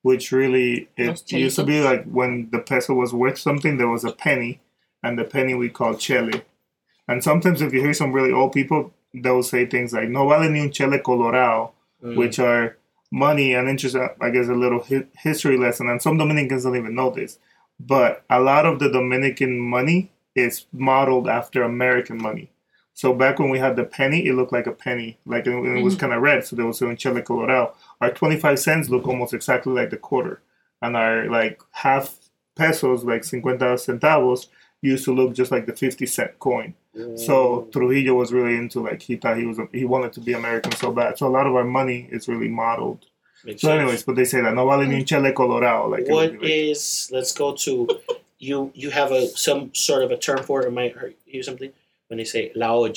[SPEAKER 3] which really it
[SPEAKER 1] Los
[SPEAKER 3] used to be
[SPEAKER 1] chelitos.
[SPEAKER 3] like when the peso was worth something there was a penny and the penny we called chele. And sometimes if you hear some really old people they'll say things like no vale ni un chele colorado,
[SPEAKER 4] Mm.
[SPEAKER 3] which are money and interest uh, I guess a little hi- history lesson and some Dominicans don't even know this. But a lot of the Dominican money is modeled after American money. So back when we had the penny, it looked like a penny, like it, it
[SPEAKER 1] Mm.
[SPEAKER 3] was kind of red. So they would say in Chile Colorado, our twenty-five cents look almost exactly like the quarter, and our like half pesos, like cincuenta centavos, used to look just like the fifty-cent coin. So
[SPEAKER 4] Mm.
[SPEAKER 3] Trujillo was really into like he thought he was he wanted to be American so bad. So a lot of our money is really modeled.
[SPEAKER 4] Makes
[SPEAKER 3] So
[SPEAKER 4] sense.
[SPEAKER 3] anyways, but they say that no vale ni un Chile Colorado. Like it
[SPEAKER 4] What
[SPEAKER 3] would be like-
[SPEAKER 4] is? Let's go to you. You have a some sort of a term for it. It might hurt you something when they say la olla.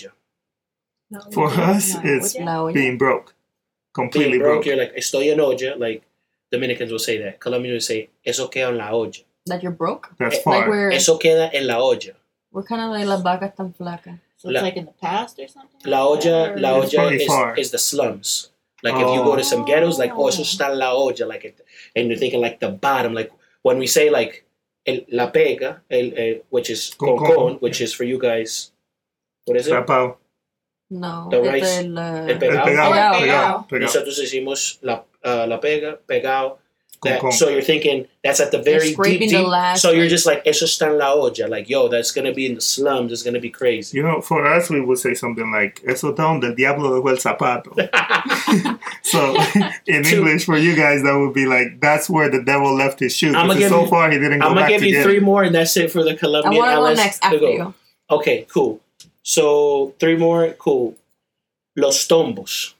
[SPEAKER 3] for us?
[SPEAKER 5] No,
[SPEAKER 3] It's
[SPEAKER 5] Yeah.
[SPEAKER 1] Lao, yeah.
[SPEAKER 3] being broke,
[SPEAKER 4] Being
[SPEAKER 3] completely
[SPEAKER 4] broke,
[SPEAKER 3] broke.
[SPEAKER 4] you're like estoy en olla. Like Dominicans will say that. Colombians will say eso queda en la olla.
[SPEAKER 1] That you're broke?
[SPEAKER 3] That's
[SPEAKER 4] Like
[SPEAKER 1] Eh, Like
[SPEAKER 3] far.
[SPEAKER 1] we're
[SPEAKER 4] Eso queda en la olla.
[SPEAKER 1] we're kind of like la vaca tan flaca.
[SPEAKER 5] So it's
[SPEAKER 4] La-
[SPEAKER 5] like in the past or something.
[SPEAKER 4] La olla, la
[SPEAKER 3] It's
[SPEAKER 4] olla
[SPEAKER 3] pretty
[SPEAKER 4] is,
[SPEAKER 3] far.
[SPEAKER 4] is the slums. Like if you go to some ghettos, like oh eso está en la olla. Like it, and you're thinking like the bottom. Like when we say like el, la pega, el, eh, which is
[SPEAKER 3] Con-
[SPEAKER 4] con,
[SPEAKER 3] con.
[SPEAKER 4] con, which is for you guys. What is it?
[SPEAKER 3] Tapao.
[SPEAKER 1] No.
[SPEAKER 4] The
[SPEAKER 1] it's
[SPEAKER 4] rice.
[SPEAKER 1] el, uh,
[SPEAKER 4] El pegao.
[SPEAKER 3] Pegao,
[SPEAKER 5] Oh,
[SPEAKER 3] pegao,
[SPEAKER 5] pegao.
[SPEAKER 3] pegao.
[SPEAKER 4] uh, Nosotros hicimos la, ah, la pega, pegado, That,
[SPEAKER 3] Con, con.
[SPEAKER 4] So you're thinking that's at the very deep,
[SPEAKER 1] scraping the
[SPEAKER 4] deep-
[SPEAKER 1] last,
[SPEAKER 4] So you're
[SPEAKER 1] like-
[SPEAKER 4] just like eso está en la olla. Like yo, that's gonna be in the slums. It's gonna be crazy.
[SPEAKER 3] You know, for us, we would say something like "Eso don del diablo dejó el zapato." So, in
[SPEAKER 4] Two.
[SPEAKER 3] English, for you guys, that would be like "That's where the devil left his shoe."
[SPEAKER 4] I'ma
[SPEAKER 3] Because
[SPEAKER 4] give
[SPEAKER 3] so
[SPEAKER 4] you-
[SPEAKER 3] far, he didn't go
[SPEAKER 4] I'm gonna
[SPEAKER 3] back
[SPEAKER 4] give
[SPEAKER 3] to
[SPEAKER 4] you
[SPEAKER 3] get
[SPEAKER 4] three
[SPEAKER 3] it.
[SPEAKER 4] more, and that's it for the
[SPEAKER 1] I
[SPEAKER 4] Colombian.
[SPEAKER 1] want to go
[SPEAKER 4] unless-
[SPEAKER 1] next
[SPEAKER 4] to
[SPEAKER 1] after
[SPEAKER 4] go.
[SPEAKER 1] you.
[SPEAKER 4] Okay, cool. So three more, cool. Los tombos.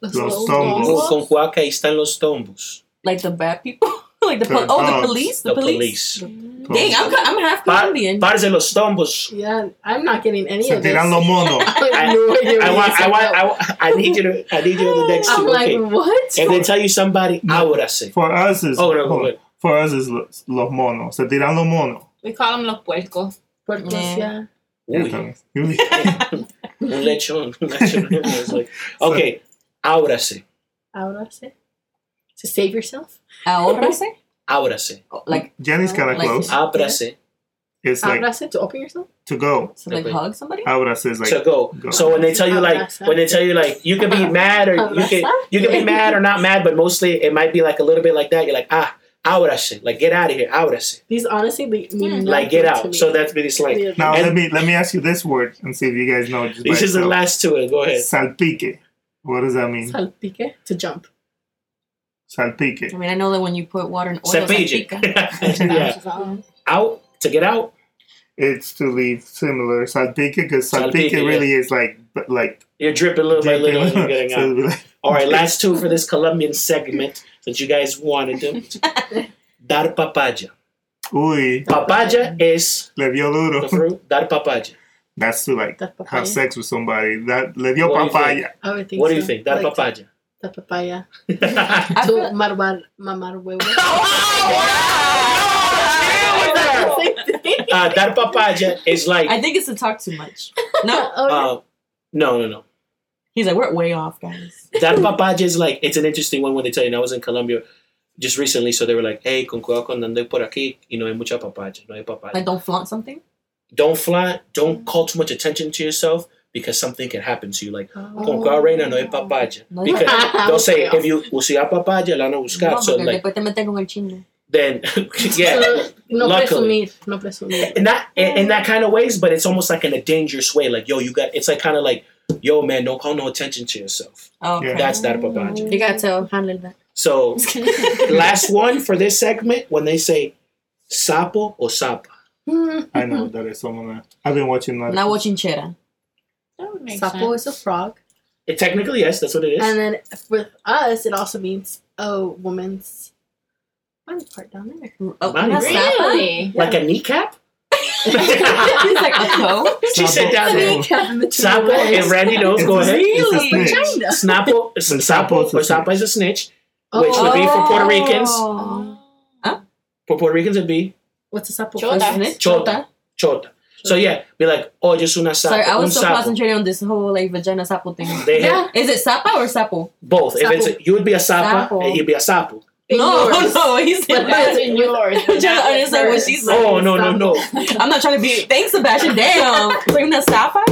[SPEAKER 3] Los
[SPEAKER 4] Con,
[SPEAKER 5] Tombos.
[SPEAKER 3] tombos.
[SPEAKER 4] con Juaca ahí están los tombos.
[SPEAKER 1] Like the bad people, like the pol-
[SPEAKER 3] The
[SPEAKER 1] oh the
[SPEAKER 3] dogs.
[SPEAKER 1] police, the,
[SPEAKER 4] The
[SPEAKER 1] police.
[SPEAKER 4] police.
[SPEAKER 1] Dang, I'm, I'm half
[SPEAKER 4] Par,
[SPEAKER 1] Colombian.
[SPEAKER 4] parce los tombos.
[SPEAKER 6] Yeah, I'm not getting any
[SPEAKER 3] Se
[SPEAKER 6] of this.
[SPEAKER 3] tiran los monos.
[SPEAKER 6] I, no idea
[SPEAKER 4] I
[SPEAKER 6] what
[SPEAKER 4] want,
[SPEAKER 6] it's
[SPEAKER 4] I want,
[SPEAKER 6] about.
[SPEAKER 4] I, want, I need you to, I need you to the next
[SPEAKER 6] I'm
[SPEAKER 4] two.
[SPEAKER 6] like,
[SPEAKER 4] Okay.
[SPEAKER 6] what?
[SPEAKER 4] If they tell you somebody, ábrase.
[SPEAKER 3] For us, is
[SPEAKER 4] Oh no, go
[SPEAKER 3] hold on.
[SPEAKER 4] ahead.
[SPEAKER 3] for us is los, los monos. Se tiran los monos.
[SPEAKER 5] We call them los puercos.
[SPEAKER 6] But
[SPEAKER 1] Nah.
[SPEAKER 6] yeah.
[SPEAKER 4] Uy,
[SPEAKER 3] Entonces, uy.
[SPEAKER 4] un lechón, un lechón. I was like, okay, ábrase,
[SPEAKER 6] Ahora se. To save yourself?
[SPEAKER 1] Ahora se?
[SPEAKER 4] ábrase,
[SPEAKER 1] Oh, like
[SPEAKER 3] Jenny's kind of
[SPEAKER 1] Like-
[SPEAKER 3] close.
[SPEAKER 4] ábrase.
[SPEAKER 3] It's like
[SPEAKER 6] Ahora se? To open yourself?
[SPEAKER 3] to go.
[SPEAKER 1] so like
[SPEAKER 4] Okay.
[SPEAKER 1] hug somebody.
[SPEAKER 3] Abras is like
[SPEAKER 4] to go.
[SPEAKER 3] go.
[SPEAKER 4] So when they tell you like, when they tell you like, you can be mad or you can, you can be mad or not mad, but mostly it might be like a little bit like that. You're like, ah, ábrase, like get out of here, ábrase,
[SPEAKER 6] These honestly le- mean nothing
[SPEAKER 4] like get
[SPEAKER 6] to me.
[SPEAKER 4] out. So that's really slang.
[SPEAKER 6] Really.
[SPEAKER 3] now.
[SPEAKER 4] And-
[SPEAKER 3] let me let me ask you this word and see if you guys know. it Just by
[SPEAKER 4] This is the
[SPEAKER 3] itself.
[SPEAKER 4] last two. Go ahead.
[SPEAKER 3] Salpique. What does that mean?
[SPEAKER 6] Salpique? To jump.
[SPEAKER 1] I
[SPEAKER 3] Salpique.
[SPEAKER 1] mean, I know that when you put water and oil,
[SPEAKER 4] Cepille.
[SPEAKER 1] salpica.
[SPEAKER 4] yeah,
[SPEAKER 6] uh,
[SPEAKER 4] out to get out.
[SPEAKER 3] It's to leave similar salpique because salpique,
[SPEAKER 4] Salpique,
[SPEAKER 3] really is like but like.
[SPEAKER 4] You're dripping little by little. and You're getting
[SPEAKER 3] So
[SPEAKER 4] out.
[SPEAKER 3] it'd be like-
[SPEAKER 4] All right, last two for this Colombian segment that you guys wanted them. Dar papaya.
[SPEAKER 3] Uy,
[SPEAKER 4] Papaya is
[SPEAKER 3] le dio
[SPEAKER 4] the
[SPEAKER 3] duro.
[SPEAKER 4] fruit. Dar papaya.
[SPEAKER 3] That's to like
[SPEAKER 6] That papaya.
[SPEAKER 3] have sex with somebody. That le dio
[SPEAKER 4] What do you think?
[SPEAKER 3] papaya.
[SPEAKER 6] I would think
[SPEAKER 4] What
[SPEAKER 6] so.
[SPEAKER 4] do you think? Dar
[SPEAKER 6] Like,
[SPEAKER 4] papaya.
[SPEAKER 6] The papaya.
[SPEAKER 1] I
[SPEAKER 6] To
[SPEAKER 1] feel- Oh,
[SPEAKER 6] marbar, mamar huevo.
[SPEAKER 4] uh, dar papaya is like
[SPEAKER 1] I think it's to talk too much. No,
[SPEAKER 4] uh, no, no, no.
[SPEAKER 1] he's like we're way off, guys.
[SPEAKER 4] Dar papaya is like it's an interesting one when they tell you. And I was in Colombia just recently, so they were like, "Hey, con cuidado cuando ande por aquí, you know, hay mucha papaya, no hay papaya."
[SPEAKER 1] Like don't flaunt something.
[SPEAKER 4] Don't fly. Don't call too much attention to yourself because something can happen to you. Like, Uh, con
[SPEAKER 6] Oh.
[SPEAKER 4] cuidado reina, no hay papaya.
[SPEAKER 1] No hay-
[SPEAKER 4] Because they'll say if you usted a papaya, la van a buscar.
[SPEAKER 1] No,
[SPEAKER 4] so
[SPEAKER 1] porque
[SPEAKER 4] like
[SPEAKER 1] después te meten con el chisme.
[SPEAKER 4] then, yeah.
[SPEAKER 6] No
[SPEAKER 4] Luckily.
[SPEAKER 6] presumir. No presumir.
[SPEAKER 4] in that in, in that kind of ways, but it's almost like in a dangerous way. Like, yo, you got. It's like kind of like, yo, man, don't call no attention to yourself.
[SPEAKER 1] Oh, okay.
[SPEAKER 3] Yeah.
[SPEAKER 4] That's that papaya.
[SPEAKER 1] you gotta tell handle that.
[SPEAKER 4] So, last one for this segment when they say sapo or sapa.
[SPEAKER 3] I know that is someone. that- I've been watching that.
[SPEAKER 1] Not watching Chera.
[SPEAKER 6] Sapo is a frog.
[SPEAKER 4] It, technically, yes, that's what it is.
[SPEAKER 6] And then with us, it also means a woman's body part down there.
[SPEAKER 1] Oh,
[SPEAKER 4] Not
[SPEAKER 1] not
[SPEAKER 4] really.
[SPEAKER 1] Sapa.
[SPEAKER 5] Really?
[SPEAKER 4] like a kneecap.
[SPEAKER 1] He's like a toe.
[SPEAKER 4] she said that.
[SPEAKER 3] Sapo.
[SPEAKER 4] Sapo and Randy knows. Go ahead.
[SPEAKER 3] It's a
[SPEAKER 1] Really?
[SPEAKER 3] snitch.
[SPEAKER 6] Vagina.
[SPEAKER 4] Snapo, sapo, or sapa is a snitch. Which would be for
[SPEAKER 1] Oh.
[SPEAKER 4] Puerto Ricans.
[SPEAKER 1] Huh?
[SPEAKER 4] For Puerto Ricans, it'd be
[SPEAKER 6] What's a sapo?
[SPEAKER 5] Chota.
[SPEAKER 6] Isn't it?
[SPEAKER 4] chota, chota. So yeah, be like, oh, just una sapo,
[SPEAKER 1] Sorry, I
[SPEAKER 4] un
[SPEAKER 1] was so
[SPEAKER 4] sapo.
[SPEAKER 1] concentrated on this whole like vagina sapo thing.
[SPEAKER 4] They hit
[SPEAKER 6] Yeah.
[SPEAKER 1] Is it sapa or sapo?
[SPEAKER 4] both. If it's a, you would be a sapa,
[SPEAKER 1] Sapo.
[SPEAKER 4] and he'd be a sapo.
[SPEAKER 1] No,
[SPEAKER 6] Yours.
[SPEAKER 1] no, he said that.
[SPEAKER 5] in yours.
[SPEAKER 1] I'm trying to understand what she's saying.
[SPEAKER 4] Oh no no no
[SPEAKER 1] I'm not trying to be. Thanks, Sebastian. Damn, bring that sapa.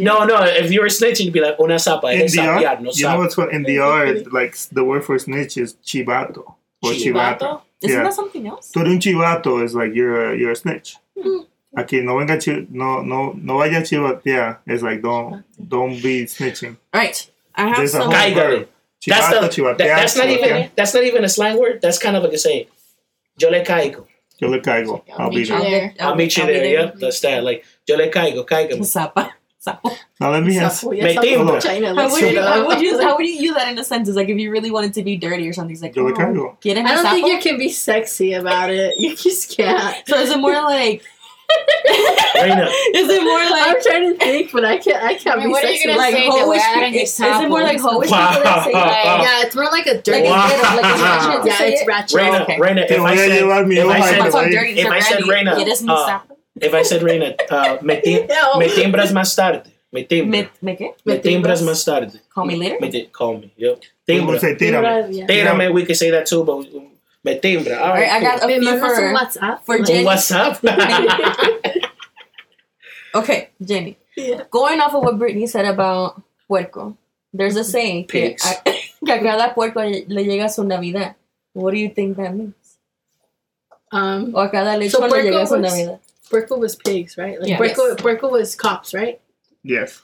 [SPEAKER 4] no no. If you were a snitch, you'd be like una sapa,
[SPEAKER 3] In
[SPEAKER 4] eres
[SPEAKER 3] the
[SPEAKER 4] sapiar,
[SPEAKER 3] art,
[SPEAKER 4] no
[SPEAKER 3] you know
[SPEAKER 4] sapo.
[SPEAKER 3] what's what in the art, like the word for snitch is chivato or chivato.
[SPEAKER 5] Chivato?
[SPEAKER 1] Isn't
[SPEAKER 3] Yeah.
[SPEAKER 1] that something else?
[SPEAKER 3] Tú eres un chivato is like you're a, you're a snitch.
[SPEAKER 1] Mm.
[SPEAKER 3] Aquí no venga chi- no no no vaya a chivatear is like don't don't be snitching.
[SPEAKER 1] All right, I have
[SPEAKER 3] There's a
[SPEAKER 1] some.
[SPEAKER 3] whole-
[SPEAKER 4] Cáigale.
[SPEAKER 3] word.
[SPEAKER 4] That's
[SPEAKER 3] Chivato,
[SPEAKER 4] the,
[SPEAKER 3] chivatear,
[SPEAKER 4] that, that's not
[SPEAKER 3] chivatear.
[SPEAKER 4] even that's not even a slang word. That's kind of like a saying. Yo le caigo.
[SPEAKER 3] Yo le caigo. I'll be
[SPEAKER 1] I'll
[SPEAKER 3] there.
[SPEAKER 1] get-
[SPEAKER 4] I'll, meet you
[SPEAKER 1] be
[SPEAKER 4] there. Yeah, that's that. Like yo le caigo, caigo.
[SPEAKER 1] Sapa. Sapa.
[SPEAKER 3] Now let me ask.
[SPEAKER 6] Sapo, yeah,
[SPEAKER 4] Me
[SPEAKER 6] sapo
[SPEAKER 4] timbra.
[SPEAKER 6] vagina,
[SPEAKER 1] How
[SPEAKER 6] like,
[SPEAKER 1] would you?
[SPEAKER 6] straight
[SPEAKER 1] How
[SPEAKER 6] up.
[SPEAKER 1] would you? How would you use that in a sentence? Like if you really wanted to be dirty or something, it's like
[SPEAKER 3] Yo le
[SPEAKER 1] oh,
[SPEAKER 3] caigo.
[SPEAKER 1] Get in
[SPEAKER 6] I
[SPEAKER 1] a
[SPEAKER 6] don't think
[SPEAKER 1] sapa.
[SPEAKER 6] you can be sexy about it. You just can't.
[SPEAKER 1] So is it more like?
[SPEAKER 4] Reina,
[SPEAKER 1] Is it more like?
[SPEAKER 6] I'm trying to think, but I can't. I can't
[SPEAKER 5] I mean,
[SPEAKER 6] be
[SPEAKER 5] what are you
[SPEAKER 6] sexy.
[SPEAKER 5] gonna
[SPEAKER 6] like,
[SPEAKER 1] like
[SPEAKER 5] say
[SPEAKER 1] hoe
[SPEAKER 5] that
[SPEAKER 1] ish
[SPEAKER 5] we're adding
[SPEAKER 1] people- Is it more like hoish
[SPEAKER 4] Wow.
[SPEAKER 1] people that say like?
[SPEAKER 4] Wow.
[SPEAKER 6] yeah, it's more like a
[SPEAKER 1] Like
[SPEAKER 6] dirty.
[SPEAKER 4] Wow.
[SPEAKER 1] it's ghetto, like it's ratchet.
[SPEAKER 6] yeah, it's
[SPEAKER 1] ratchet.
[SPEAKER 6] ratchet.
[SPEAKER 4] Reina,
[SPEAKER 1] Okay.
[SPEAKER 4] Reina. If
[SPEAKER 3] Te voy
[SPEAKER 4] I
[SPEAKER 3] a
[SPEAKER 4] said,
[SPEAKER 3] llevar mi
[SPEAKER 4] if I
[SPEAKER 3] hoja de
[SPEAKER 4] said,
[SPEAKER 1] Don't talk
[SPEAKER 3] Wait,
[SPEAKER 1] dirty to
[SPEAKER 4] if I said
[SPEAKER 1] Randy.
[SPEAKER 4] Reina,
[SPEAKER 1] It is me
[SPEAKER 4] uh,
[SPEAKER 1] sapa.
[SPEAKER 4] if I said Reina, uh, me, tim-
[SPEAKER 6] No.
[SPEAKER 4] me timbras más tarde. Me
[SPEAKER 1] Oh. Me,
[SPEAKER 4] timbra.
[SPEAKER 1] me qué?
[SPEAKER 4] Me timbras más tarde.
[SPEAKER 1] Call me later?
[SPEAKER 4] Me ti- call me. Yep.
[SPEAKER 3] We would
[SPEAKER 4] Timbra.
[SPEAKER 3] say tírame.
[SPEAKER 6] Yeah.
[SPEAKER 4] Tírame, we could say that too, but me timbra. Ah, All
[SPEAKER 1] All right,
[SPEAKER 4] right.
[SPEAKER 1] I got a
[SPEAKER 6] Me
[SPEAKER 1] few
[SPEAKER 6] mandas un
[SPEAKER 1] for.
[SPEAKER 6] WhatsApp.
[SPEAKER 1] for
[SPEAKER 6] Like,
[SPEAKER 1] Jen-
[SPEAKER 4] cool. What's up?
[SPEAKER 1] Okay, Jenny.
[SPEAKER 6] Yeah.
[SPEAKER 1] Going off of what Brittany said about puerco, there's a saying que
[SPEAKER 4] Pigs.
[SPEAKER 1] a- que a cada puerco le llega su Navidad. What do you think that means?
[SPEAKER 6] Um,
[SPEAKER 1] O a cada lechón
[SPEAKER 6] So,
[SPEAKER 1] le llega
[SPEAKER 6] puerco
[SPEAKER 1] su
[SPEAKER 6] was-
[SPEAKER 1] Navidad.
[SPEAKER 6] Puerco was pigs, right? Like
[SPEAKER 1] Yeah.
[SPEAKER 6] Puerco,
[SPEAKER 1] Yes.
[SPEAKER 6] Puerco was cops, right?
[SPEAKER 3] Yes,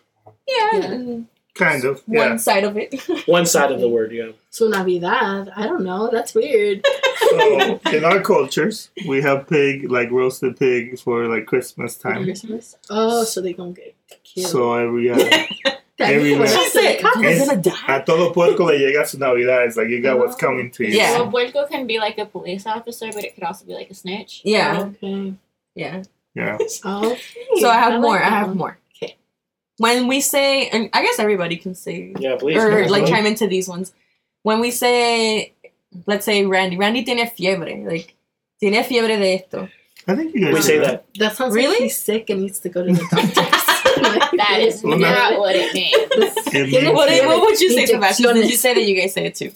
[SPEAKER 1] Yeah,
[SPEAKER 6] Yeah.
[SPEAKER 1] and
[SPEAKER 3] kind of.
[SPEAKER 1] one
[SPEAKER 3] Yeah.
[SPEAKER 1] side of it.
[SPEAKER 4] One side of the word, yeah.
[SPEAKER 6] So Navidad, I don't know. That's weird.
[SPEAKER 3] So in our cultures, we have pig, like roasted pig, for like Christmas time.
[SPEAKER 1] Christmas.
[SPEAKER 6] Oh, so they gonna get killed.
[SPEAKER 3] So every uh,
[SPEAKER 6] That
[SPEAKER 3] every
[SPEAKER 6] was-
[SPEAKER 3] man-
[SPEAKER 1] That's it.
[SPEAKER 6] cops.
[SPEAKER 1] We're gonna
[SPEAKER 3] a
[SPEAKER 1] die.
[SPEAKER 3] todo puerco le llega su Navidad. It's like you got what's coming to you.
[SPEAKER 1] Yeah.
[SPEAKER 5] Well, Puerco can be like a police officer, but it could also be like a snitch.
[SPEAKER 1] Yeah,
[SPEAKER 6] Okay.
[SPEAKER 1] yeah.
[SPEAKER 3] Yeah.
[SPEAKER 6] Oh,
[SPEAKER 1] So I have
[SPEAKER 6] I like
[SPEAKER 1] more. I
[SPEAKER 6] that
[SPEAKER 1] have
[SPEAKER 6] one.
[SPEAKER 1] more.
[SPEAKER 6] Okay.
[SPEAKER 1] When we say, and I guess everybody can say
[SPEAKER 4] Yeah, please.
[SPEAKER 1] or like
[SPEAKER 3] Absolutely.
[SPEAKER 1] chime into these ones. When we say, let's say Randy, Randy tiene fiebre, like tiene fiebre de esto.
[SPEAKER 3] I think you guys
[SPEAKER 4] we say that.
[SPEAKER 6] that sounds
[SPEAKER 1] Really?
[SPEAKER 6] like he's sick and needs to go to the doctor. Like,
[SPEAKER 5] That is
[SPEAKER 3] Well,
[SPEAKER 5] not what it means.
[SPEAKER 3] It
[SPEAKER 6] Tiene
[SPEAKER 3] means-
[SPEAKER 1] What, what would you say, Sebastian? Did you
[SPEAKER 6] Inyecciones.
[SPEAKER 1] say that you guys said it too?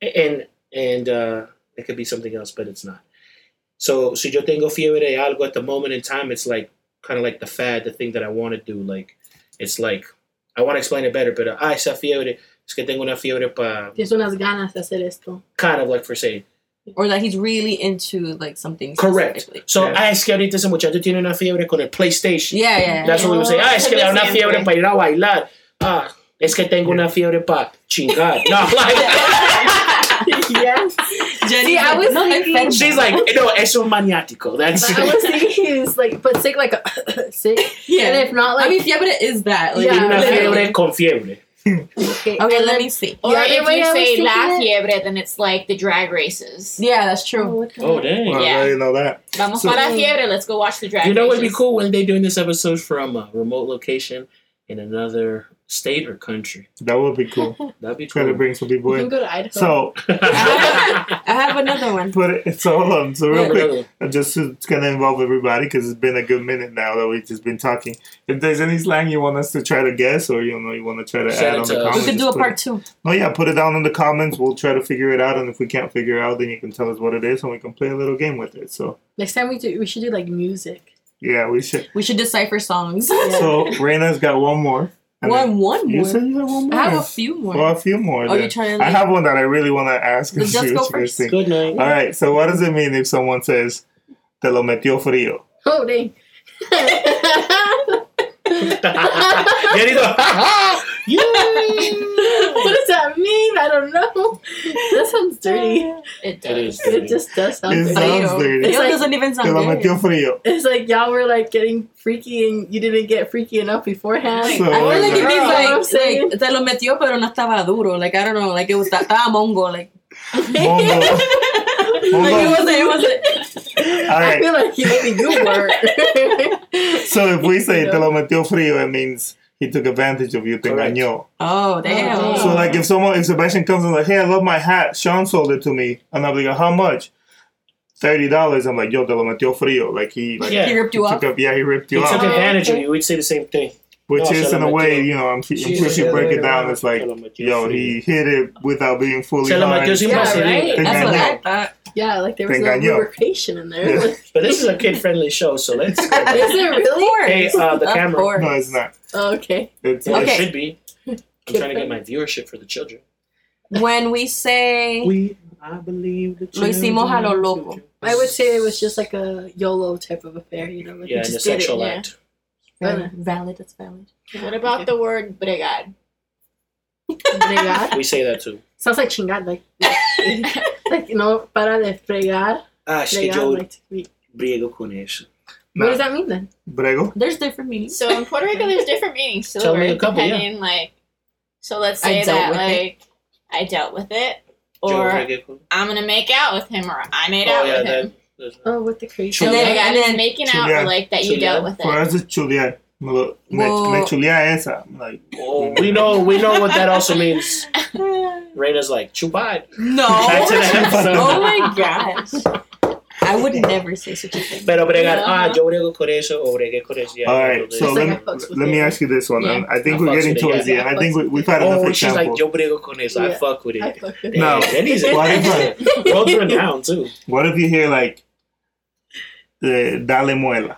[SPEAKER 4] And and uh, it could be something else, but it's not. So si yo tengo fiebre de algo at the moment in time, it's like kind of like the fad, the thing that I want to do. Like it's like I want to explain it better, but uh, ah, esa fiebre es que tengo una fiebre pa
[SPEAKER 6] Tienes unas ganas de hacer esto.
[SPEAKER 4] kind of like for saying.
[SPEAKER 1] Or that he's really into like something.
[SPEAKER 4] Correct.
[SPEAKER 1] specifically.
[SPEAKER 4] So
[SPEAKER 3] Yeah.
[SPEAKER 4] ah, es que ahorita ese muchacho tiene una fiebre con el PlayStation.
[SPEAKER 1] Yeah, yeah.
[SPEAKER 4] That's what we would say. Ah, es que le da una fiebre para ir a bailar. Ah, es que tengo una fiebre para chingar. No, I'm like,
[SPEAKER 6] yes.
[SPEAKER 1] Jenny,
[SPEAKER 6] See, I was
[SPEAKER 1] no,
[SPEAKER 6] thinking-
[SPEAKER 1] offense.
[SPEAKER 4] she's like, no, es un maniático. That's
[SPEAKER 6] But I was thinking he's like, but sick like a sick. And
[SPEAKER 1] yeah.
[SPEAKER 6] if not, like
[SPEAKER 1] I mean, fiebre is that. Like,
[SPEAKER 6] Yeah.
[SPEAKER 4] Tiene una
[SPEAKER 1] literally.
[SPEAKER 4] fiebre con fiebre.
[SPEAKER 6] okay,
[SPEAKER 1] Okay,
[SPEAKER 6] and
[SPEAKER 1] let
[SPEAKER 6] then-
[SPEAKER 1] me see.
[SPEAKER 5] Or
[SPEAKER 6] The other
[SPEAKER 5] if
[SPEAKER 6] way
[SPEAKER 5] you
[SPEAKER 6] I was
[SPEAKER 5] say
[SPEAKER 6] thinking
[SPEAKER 5] la
[SPEAKER 6] it-
[SPEAKER 5] fiebre, then it's like the drag races.
[SPEAKER 1] Yeah, that's
[SPEAKER 6] Oh,
[SPEAKER 1] true.
[SPEAKER 6] what kind
[SPEAKER 4] Oh,
[SPEAKER 6] of-
[SPEAKER 4] dang.
[SPEAKER 3] Well,
[SPEAKER 5] Yeah.
[SPEAKER 3] I didn't know that.
[SPEAKER 5] Vamos
[SPEAKER 3] So-
[SPEAKER 5] para la fiebre. Let's go watch the drag.
[SPEAKER 4] You know what'd be
[SPEAKER 5] races.
[SPEAKER 4] cool when they doing this episode from a remote location in another state or country?
[SPEAKER 3] That would be cool.
[SPEAKER 4] That'd be
[SPEAKER 3] Try to
[SPEAKER 4] cool.
[SPEAKER 3] bring some people
[SPEAKER 6] You can
[SPEAKER 3] in.
[SPEAKER 6] go to Idaho.
[SPEAKER 3] So,
[SPEAKER 1] I have another one.
[SPEAKER 3] but it- so hold on. So real
[SPEAKER 1] Yeah.
[SPEAKER 3] quick, I'm just it's gonna involve everybody because it's been a good minute now that we've just been talking. If there's any slang you want us to try to guess, or you know you want to try to
[SPEAKER 4] Shout
[SPEAKER 3] add
[SPEAKER 4] out
[SPEAKER 3] on
[SPEAKER 4] to
[SPEAKER 3] the
[SPEAKER 4] us.
[SPEAKER 3] comments,
[SPEAKER 1] We could do a
[SPEAKER 3] just put
[SPEAKER 1] part
[SPEAKER 3] it-
[SPEAKER 1] two.
[SPEAKER 3] No, yeah, put it down in the comments. We'll try to figure it out, and if we can't figure it out, then you can tell us what it is, and we can play a little game with it. So
[SPEAKER 6] Next time we do, we should do like music.
[SPEAKER 3] yeah, we should.
[SPEAKER 1] We should decipher songs.
[SPEAKER 6] Yeah.
[SPEAKER 3] So Reina's got one more. and
[SPEAKER 1] One,
[SPEAKER 3] then-
[SPEAKER 1] one
[SPEAKER 3] You
[SPEAKER 1] more.
[SPEAKER 3] said you have one more.
[SPEAKER 1] I have a few more.
[SPEAKER 3] well, a few more.
[SPEAKER 1] Are you
[SPEAKER 3] Then.
[SPEAKER 1] trying to?
[SPEAKER 3] I
[SPEAKER 1] Like,
[SPEAKER 3] have one that I really want to ask. and
[SPEAKER 1] Then just
[SPEAKER 3] see
[SPEAKER 1] go
[SPEAKER 3] what you guys
[SPEAKER 1] first.
[SPEAKER 3] think.
[SPEAKER 4] Good night.
[SPEAKER 3] All right. So, what does it mean if someone says "te lo metió frío"?
[SPEAKER 6] Oh dang. what
[SPEAKER 4] Jenny's like, "Ha, ha, yeah."
[SPEAKER 6] does that mean? I don't know. That sounds dirty.
[SPEAKER 5] It
[SPEAKER 4] It is.
[SPEAKER 5] does.
[SPEAKER 6] It just does sound
[SPEAKER 3] It
[SPEAKER 6] dirty.
[SPEAKER 3] sounds
[SPEAKER 1] Frío.
[SPEAKER 3] dirty.
[SPEAKER 1] Frío
[SPEAKER 6] It's like-
[SPEAKER 1] doesn't even
[SPEAKER 3] Te lo
[SPEAKER 1] sound good.
[SPEAKER 3] metió frío.
[SPEAKER 6] It's like y'all were like getting freaky and you didn't get freaky enough beforehand.
[SPEAKER 3] So,
[SPEAKER 1] I feel like it
[SPEAKER 3] like,
[SPEAKER 6] Girl, I'm
[SPEAKER 1] means like,
[SPEAKER 6] saying-
[SPEAKER 1] like te lo metió pero no estaba duro. Like I don't know. Like it was estaba mongo. Like,
[SPEAKER 3] Mongo.
[SPEAKER 1] like it
[SPEAKER 3] Mongo.
[SPEAKER 1] wasn't. It wasn't.
[SPEAKER 3] All
[SPEAKER 6] I
[SPEAKER 3] right.
[SPEAKER 6] feel like you maybe you were.
[SPEAKER 3] So if we say "te lo metió frío," it means he took advantage of you. Te
[SPEAKER 4] Correct.
[SPEAKER 3] engañó.
[SPEAKER 1] Oh damn.
[SPEAKER 6] Oh.
[SPEAKER 3] So like if someone, if Sebastian comes and like, "Hey, I love my hat. Sean sold it to me," and I'm like, "How much?" Thirty dollars. I'm like, "Yo, te lo metió frío." Like he, like,
[SPEAKER 4] Yeah.
[SPEAKER 1] he ripped
[SPEAKER 3] he
[SPEAKER 1] you off.
[SPEAKER 3] took up. Yeah, he ripped
[SPEAKER 4] He
[SPEAKER 3] you
[SPEAKER 4] took
[SPEAKER 3] off.
[SPEAKER 4] advantage of you. We'd say the same thing.
[SPEAKER 3] Which
[SPEAKER 4] No,
[SPEAKER 3] is
[SPEAKER 4] se
[SPEAKER 3] in
[SPEAKER 4] lo
[SPEAKER 3] a way,
[SPEAKER 4] metió.
[SPEAKER 3] you know, I'm, I'm
[SPEAKER 4] She's
[SPEAKER 3] sure
[SPEAKER 4] the
[SPEAKER 3] you
[SPEAKER 4] other
[SPEAKER 3] break
[SPEAKER 4] way
[SPEAKER 3] it down.
[SPEAKER 4] around.
[SPEAKER 3] It's like,
[SPEAKER 4] Se lo metió
[SPEAKER 3] yo,
[SPEAKER 4] frío.
[SPEAKER 3] he hit it without being fully.
[SPEAKER 4] Se lo
[SPEAKER 3] hard.
[SPEAKER 4] metió sin
[SPEAKER 6] Yeah,
[SPEAKER 4] vaselina.
[SPEAKER 6] right?
[SPEAKER 1] That's what I
[SPEAKER 3] Engañó.
[SPEAKER 1] thought.
[SPEAKER 6] yeah, like there was
[SPEAKER 3] Te
[SPEAKER 6] no
[SPEAKER 3] engañó.
[SPEAKER 6] lubrication in there.
[SPEAKER 3] Yeah.
[SPEAKER 6] Is
[SPEAKER 4] But this is a kid-friendly show, so let's.
[SPEAKER 6] it really?
[SPEAKER 4] Hey, uh, the
[SPEAKER 1] Of
[SPEAKER 4] camera.
[SPEAKER 1] course.
[SPEAKER 3] No, it's not.
[SPEAKER 6] Oh, okay.
[SPEAKER 3] It's
[SPEAKER 4] Well,
[SPEAKER 1] Okay.
[SPEAKER 4] It should be. I'm trying to get my viewership for the children.
[SPEAKER 1] When we say
[SPEAKER 4] We, I believe the
[SPEAKER 1] Lo hicimos a lo loco.
[SPEAKER 6] I would say it was just like a YOLO type of affair, you know? Like
[SPEAKER 4] Yeah,
[SPEAKER 6] you
[SPEAKER 4] in the
[SPEAKER 6] just did it.
[SPEAKER 4] sexual
[SPEAKER 6] yeah.
[SPEAKER 4] act.
[SPEAKER 1] valid, valid, it's valid.
[SPEAKER 5] What about the word brigad?
[SPEAKER 6] Bregar.
[SPEAKER 4] We say that too.
[SPEAKER 6] Sounds like chingad, like, like you know, para de fregar.
[SPEAKER 4] Ah,
[SPEAKER 6] fregar like, to be-
[SPEAKER 4] briego con eso.
[SPEAKER 6] what does
[SPEAKER 3] Nah.
[SPEAKER 6] that mean then?
[SPEAKER 3] Brego.
[SPEAKER 1] There's different meanings.
[SPEAKER 5] So in Puerto Rico, there's different meanings to the
[SPEAKER 4] Tell me a
[SPEAKER 5] word
[SPEAKER 4] couple, yeah.
[SPEAKER 5] depending, like. So let's
[SPEAKER 1] I
[SPEAKER 5] say
[SPEAKER 1] dealt
[SPEAKER 5] that
[SPEAKER 1] with it.
[SPEAKER 5] like I dealt with it,
[SPEAKER 4] Yo
[SPEAKER 5] or
[SPEAKER 4] bregué con-
[SPEAKER 5] I'm gonna make out with him, or I made
[SPEAKER 4] Oh
[SPEAKER 5] out
[SPEAKER 4] yeah,
[SPEAKER 5] with him.
[SPEAKER 4] that. that's-
[SPEAKER 6] Oh, what the crazy.
[SPEAKER 4] Chul-
[SPEAKER 5] And
[SPEAKER 1] And
[SPEAKER 5] then,
[SPEAKER 1] then- and then-
[SPEAKER 5] making out
[SPEAKER 3] Chulear.
[SPEAKER 5] or like that you
[SPEAKER 4] Chulear.
[SPEAKER 5] dealt with
[SPEAKER 3] For
[SPEAKER 5] it.
[SPEAKER 3] us, it's chulear. Me, lo- me,
[SPEAKER 1] Well-
[SPEAKER 3] me chulea esa. I'm Like,
[SPEAKER 4] Oh, we know, we know what that also means. Reina's like chupad.
[SPEAKER 1] No.
[SPEAKER 4] Back to the episode.
[SPEAKER 1] oh my gosh. I would never say such a thing.
[SPEAKER 4] Pero bregar, ah,
[SPEAKER 5] Uh-huh.
[SPEAKER 4] yo brego con eso, o bregué con eso. Yeah,
[SPEAKER 3] all
[SPEAKER 4] I know
[SPEAKER 3] right,
[SPEAKER 4] this.
[SPEAKER 3] so
[SPEAKER 6] It's
[SPEAKER 3] let,
[SPEAKER 6] like
[SPEAKER 3] me,
[SPEAKER 6] a fucks with
[SPEAKER 3] let me
[SPEAKER 6] you.
[SPEAKER 3] ask you this one.
[SPEAKER 5] Yeah.
[SPEAKER 3] and I think
[SPEAKER 4] I
[SPEAKER 3] we're
[SPEAKER 4] fucks
[SPEAKER 3] getting
[SPEAKER 4] with it,
[SPEAKER 3] towards
[SPEAKER 4] yeah.
[SPEAKER 3] the end. I
[SPEAKER 6] I
[SPEAKER 3] think
[SPEAKER 6] fucks
[SPEAKER 3] we, we've had enough
[SPEAKER 4] Oh, she's like,
[SPEAKER 3] examples.
[SPEAKER 4] yo brego con eso. I
[SPEAKER 6] Yeah.
[SPEAKER 4] fuck with
[SPEAKER 6] I
[SPEAKER 4] it.
[SPEAKER 6] fuck with it.
[SPEAKER 3] No.
[SPEAKER 4] Damn, Jenny's
[SPEAKER 3] What if,
[SPEAKER 4] Well through now too.
[SPEAKER 3] what if you hear, like, the dale muela?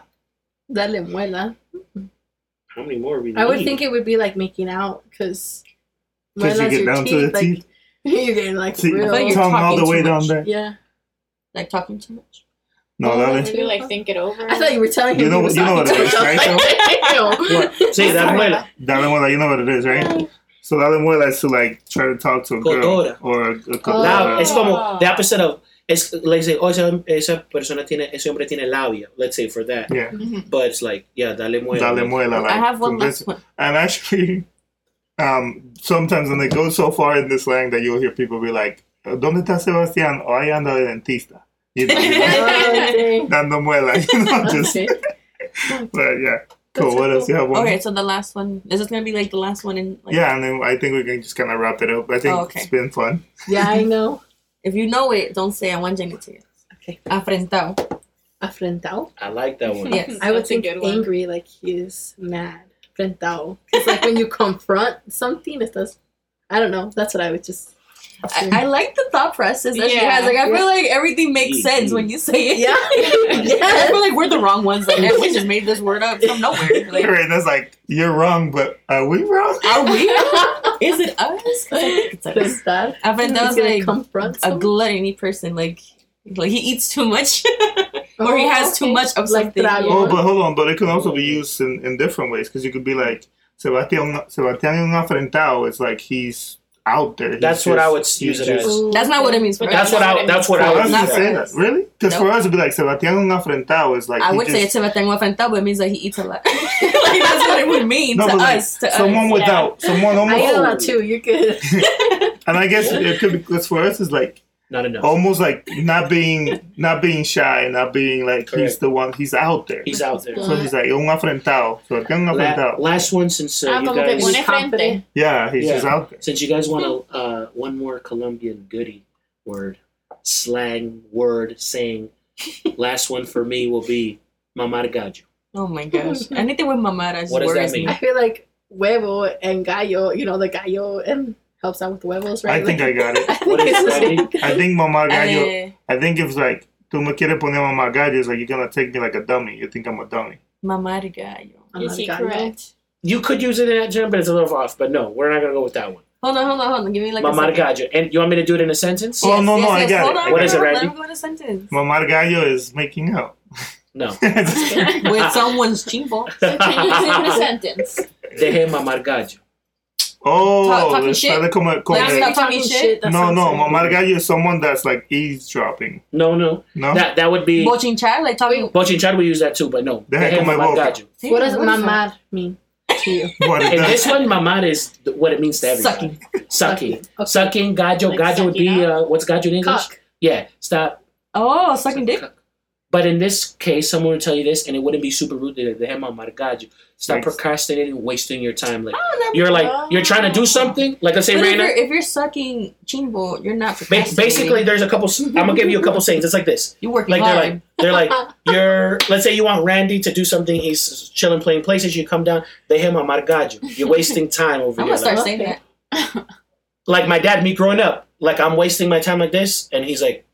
[SPEAKER 6] Dale muela.
[SPEAKER 4] How many more we need?
[SPEAKER 6] I would think it would be like making out because
[SPEAKER 3] Because you get down to the teeth.
[SPEAKER 6] You're getting like
[SPEAKER 3] See,
[SPEAKER 1] But
[SPEAKER 6] real.
[SPEAKER 3] tongue
[SPEAKER 1] you're
[SPEAKER 3] all
[SPEAKER 1] talking
[SPEAKER 3] the
[SPEAKER 1] too
[SPEAKER 3] way down
[SPEAKER 1] much.
[SPEAKER 3] there.
[SPEAKER 6] yeah.
[SPEAKER 1] Like talking too much.
[SPEAKER 3] No, that
[SPEAKER 5] Did you like think it over?
[SPEAKER 6] I thought you were telling him.
[SPEAKER 3] You know what-
[SPEAKER 6] he was
[SPEAKER 3] you know
[SPEAKER 6] talking
[SPEAKER 3] what
[SPEAKER 6] to
[SPEAKER 3] it
[SPEAKER 6] him. I was like,
[SPEAKER 4] What? Sí, la muela.
[SPEAKER 3] Dale muela, you know what it is, right? So dale muela is to like try to talk to a girl
[SPEAKER 4] Cotora.
[SPEAKER 3] or a, a
[SPEAKER 4] Lab-
[SPEAKER 3] cotora.
[SPEAKER 4] Es como the opposite of. Es, like say, oh, esa, esa persona tiene, ese hombre tiene labia. Let's say for that.
[SPEAKER 3] Yeah,
[SPEAKER 6] Mm-hmm.
[SPEAKER 4] But it's like, yeah, dale muela.
[SPEAKER 3] dale muela. Like,
[SPEAKER 1] I have one
[SPEAKER 3] convince-
[SPEAKER 1] last one.
[SPEAKER 3] And actually, um, sometimes when they go so far in this slang that you'll hear people be like, ¿Dónde está Sebastián? O ahí anda de dentista. You know, you know,
[SPEAKER 6] oh, dang.
[SPEAKER 3] dando muela. You know, just,
[SPEAKER 1] Okay.
[SPEAKER 3] but yeah. Cool. What else? You have one?
[SPEAKER 1] okay, so the last one. This is gonna be like the last one in like
[SPEAKER 3] Yeah, and then I think we can just kind of wrap it up. I think
[SPEAKER 1] Oh, okay.
[SPEAKER 3] it's been fun.
[SPEAKER 6] Yeah, I know.
[SPEAKER 1] if you know it, don't say I want Jenny to you.
[SPEAKER 6] Okay.
[SPEAKER 1] Afrentado.
[SPEAKER 6] Afrentao.
[SPEAKER 4] I like that one.
[SPEAKER 1] Yes.
[SPEAKER 6] I would
[SPEAKER 5] That's a
[SPEAKER 6] think
[SPEAKER 5] good one.
[SPEAKER 6] angry, like he's mad. Afrentao. It's like when you confront something, it does. I don't know. That's what I would just.
[SPEAKER 1] I, I like the thought process that she
[SPEAKER 5] Yeah.
[SPEAKER 1] has. Like I feel like everything makes
[SPEAKER 4] Yeah.
[SPEAKER 1] sense when you say it.
[SPEAKER 6] yeah.
[SPEAKER 1] I
[SPEAKER 6] yeah.
[SPEAKER 1] feel like we're the wrong ones. Like we just made this word up from nowhere. Like,
[SPEAKER 3] Right, and it's like, you're wrong, but are we wrong?
[SPEAKER 1] are we? Is it us? 'Cause I think it's us.
[SPEAKER 6] Afrentao.
[SPEAKER 1] Afrentado's
[SPEAKER 6] He's gonna
[SPEAKER 1] like
[SPEAKER 6] confront
[SPEAKER 1] a
[SPEAKER 6] someone.
[SPEAKER 1] gluttony person. Like like he eats too much or he
[SPEAKER 6] Oh,
[SPEAKER 1] has too
[SPEAKER 6] okay.
[SPEAKER 1] much of
[SPEAKER 6] Like
[SPEAKER 1] something.
[SPEAKER 6] trago.
[SPEAKER 3] Oh, but hold on, but it can also be used in, in different ways because you could be like, Sebastián, Sebastián un afrentado. It's like he's out there. He's
[SPEAKER 4] That's what I would
[SPEAKER 3] just-
[SPEAKER 4] use
[SPEAKER 3] he's
[SPEAKER 4] it
[SPEAKER 3] just-
[SPEAKER 4] as.
[SPEAKER 1] That's not what it means for
[SPEAKER 4] That's
[SPEAKER 1] us.
[SPEAKER 4] what I. That's what
[SPEAKER 3] For
[SPEAKER 4] I
[SPEAKER 3] us,
[SPEAKER 4] would.
[SPEAKER 1] Not
[SPEAKER 3] you
[SPEAKER 4] Use
[SPEAKER 1] for
[SPEAKER 3] say
[SPEAKER 4] it
[SPEAKER 3] that.
[SPEAKER 1] us.
[SPEAKER 3] Really? Because for us, it'd be like, Sebastián un afrentado. It's like,
[SPEAKER 1] I
[SPEAKER 3] he
[SPEAKER 1] would say it's
[SPEAKER 3] just-
[SPEAKER 1] a tengo afrentado, but it means that he eats a lot. like, that's what it would mean
[SPEAKER 3] No,
[SPEAKER 1] to
[SPEAKER 3] but like,
[SPEAKER 1] us. To
[SPEAKER 3] someone
[SPEAKER 1] us.
[SPEAKER 3] without, someone
[SPEAKER 6] I
[SPEAKER 3] almost.
[SPEAKER 6] got a lot too. You're good.
[SPEAKER 3] And I guess it could be, because for us, it's like,
[SPEAKER 4] Not enough.
[SPEAKER 3] almost like not being not being shy, not being like he's
[SPEAKER 4] Correct.
[SPEAKER 3] the one he's out there.
[SPEAKER 4] He's out there.
[SPEAKER 3] so he's like un afrentado. So tengo un
[SPEAKER 4] La-
[SPEAKER 3] afrentado.
[SPEAKER 4] last one since uh,
[SPEAKER 5] Ah,
[SPEAKER 4] you
[SPEAKER 5] como que
[SPEAKER 4] guys.
[SPEAKER 5] pone frente.
[SPEAKER 6] Confident.
[SPEAKER 3] yeah, he's
[SPEAKER 4] Yeah.
[SPEAKER 3] just out there.
[SPEAKER 4] Since you guys want
[SPEAKER 5] Hmm.
[SPEAKER 4] a, uh, one more Colombian goody word, slang word, saying, last one for me will be mamar gallo.
[SPEAKER 1] Oh my gosh. Anything with mamadas
[SPEAKER 4] What does that
[SPEAKER 1] worries
[SPEAKER 4] mean?
[SPEAKER 1] me.
[SPEAKER 6] I feel like huevo and gallo. You know the gallo and helps out with huevos, right?
[SPEAKER 3] I think I got it.
[SPEAKER 6] I think
[SPEAKER 4] What is
[SPEAKER 6] it's the
[SPEAKER 4] that
[SPEAKER 6] same
[SPEAKER 4] mean?
[SPEAKER 6] thing.
[SPEAKER 3] I think Mama Gallo.
[SPEAKER 1] Eh,
[SPEAKER 3] I think it's like tú me quieres poner Mama Gallo. It's like you're gonna take me like a dummy. You think I'm a dummy.
[SPEAKER 1] mamar gallo.
[SPEAKER 6] I'm
[SPEAKER 5] Is
[SPEAKER 6] not
[SPEAKER 5] he
[SPEAKER 6] a gallo.
[SPEAKER 5] correct?
[SPEAKER 4] You could use it in that term, but it's a little off. But no, we're not gonna go with that one.
[SPEAKER 1] Hold on, hold on, hold on. Give me like a second.
[SPEAKER 4] mamar gallo. And you want me to do it in a sentence?
[SPEAKER 3] Oh, no, no, I got
[SPEAKER 1] Hold
[SPEAKER 3] it.
[SPEAKER 1] on,
[SPEAKER 4] What is it,
[SPEAKER 1] hold on,
[SPEAKER 4] Randy?
[SPEAKER 1] Let me go in a sentence.
[SPEAKER 3] Mamar Gallo is making out.
[SPEAKER 4] No. Ah.
[SPEAKER 1] With someone's chimbo.
[SPEAKER 5] So can you say it in a sentence?
[SPEAKER 4] Deje mamar gallo.
[SPEAKER 1] Talk-
[SPEAKER 3] oh,
[SPEAKER 1] talking
[SPEAKER 3] let's try
[SPEAKER 1] shit.
[SPEAKER 3] to come at- come
[SPEAKER 1] Like, stop
[SPEAKER 3] at-
[SPEAKER 1] talking shit.
[SPEAKER 6] that
[SPEAKER 3] No,
[SPEAKER 6] sounds
[SPEAKER 3] no,
[SPEAKER 6] like-
[SPEAKER 3] Mamar Gallo is someone that's like eavesdropping.
[SPEAKER 4] No, no.
[SPEAKER 3] No,
[SPEAKER 4] That that would be.
[SPEAKER 1] Bochinchar, like talking.
[SPEAKER 4] Bochinchar, we use that too, but no.
[SPEAKER 3] Deje
[SPEAKER 4] Deje
[SPEAKER 3] comer
[SPEAKER 4] mamar
[SPEAKER 3] boca.
[SPEAKER 4] gallo.
[SPEAKER 6] What does
[SPEAKER 1] is that?
[SPEAKER 6] mamar mean to you?
[SPEAKER 3] what it
[SPEAKER 4] And
[SPEAKER 3] does.
[SPEAKER 4] this one, mamar is th- what it means to everybody.
[SPEAKER 1] Sucking.
[SPEAKER 4] Sucking.
[SPEAKER 6] Okay.
[SPEAKER 4] Sucking, gallo.
[SPEAKER 5] Like
[SPEAKER 4] gallo would
[SPEAKER 5] sucking
[SPEAKER 4] be, uh, what's gallo in English?
[SPEAKER 6] Oh, Cock.
[SPEAKER 4] Yeah, stop.
[SPEAKER 1] Oh, sucking dick.
[SPEAKER 4] But in this case, someone would tell you this, and it wouldn't be super rude to deje mamar gallo. Stop
[SPEAKER 3] Nice.
[SPEAKER 4] procrastinating and wasting your time. Like You're like, you're trying to do something. Like I say,
[SPEAKER 1] Oh, But if you're,
[SPEAKER 4] Raina.
[SPEAKER 1] if you're sucking chimbo, you're not.
[SPEAKER 4] ba-
[SPEAKER 1] procrastinating.
[SPEAKER 4] Basically, there's a couple. I'm gonna give you a couple sayings. It's like this.
[SPEAKER 1] you working
[SPEAKER 4] Like they're
[SPEAKER 1] hard.
[SPEAKER 4] like they're like you're. Let's say you want Randy to do something. He's chilling, playing places. You come down. They him amargallo. You're wasting time over
[SPEAKER 1] I'm
[SPEAKER 4] here.
[SPEAKER 1] gonna start
[SPEAKER 4] Like,
[SPEAKER 1] saying that.
[SPEAKER 4] like my dad, me growing up. Like I'm wasting my time like this, and he's like,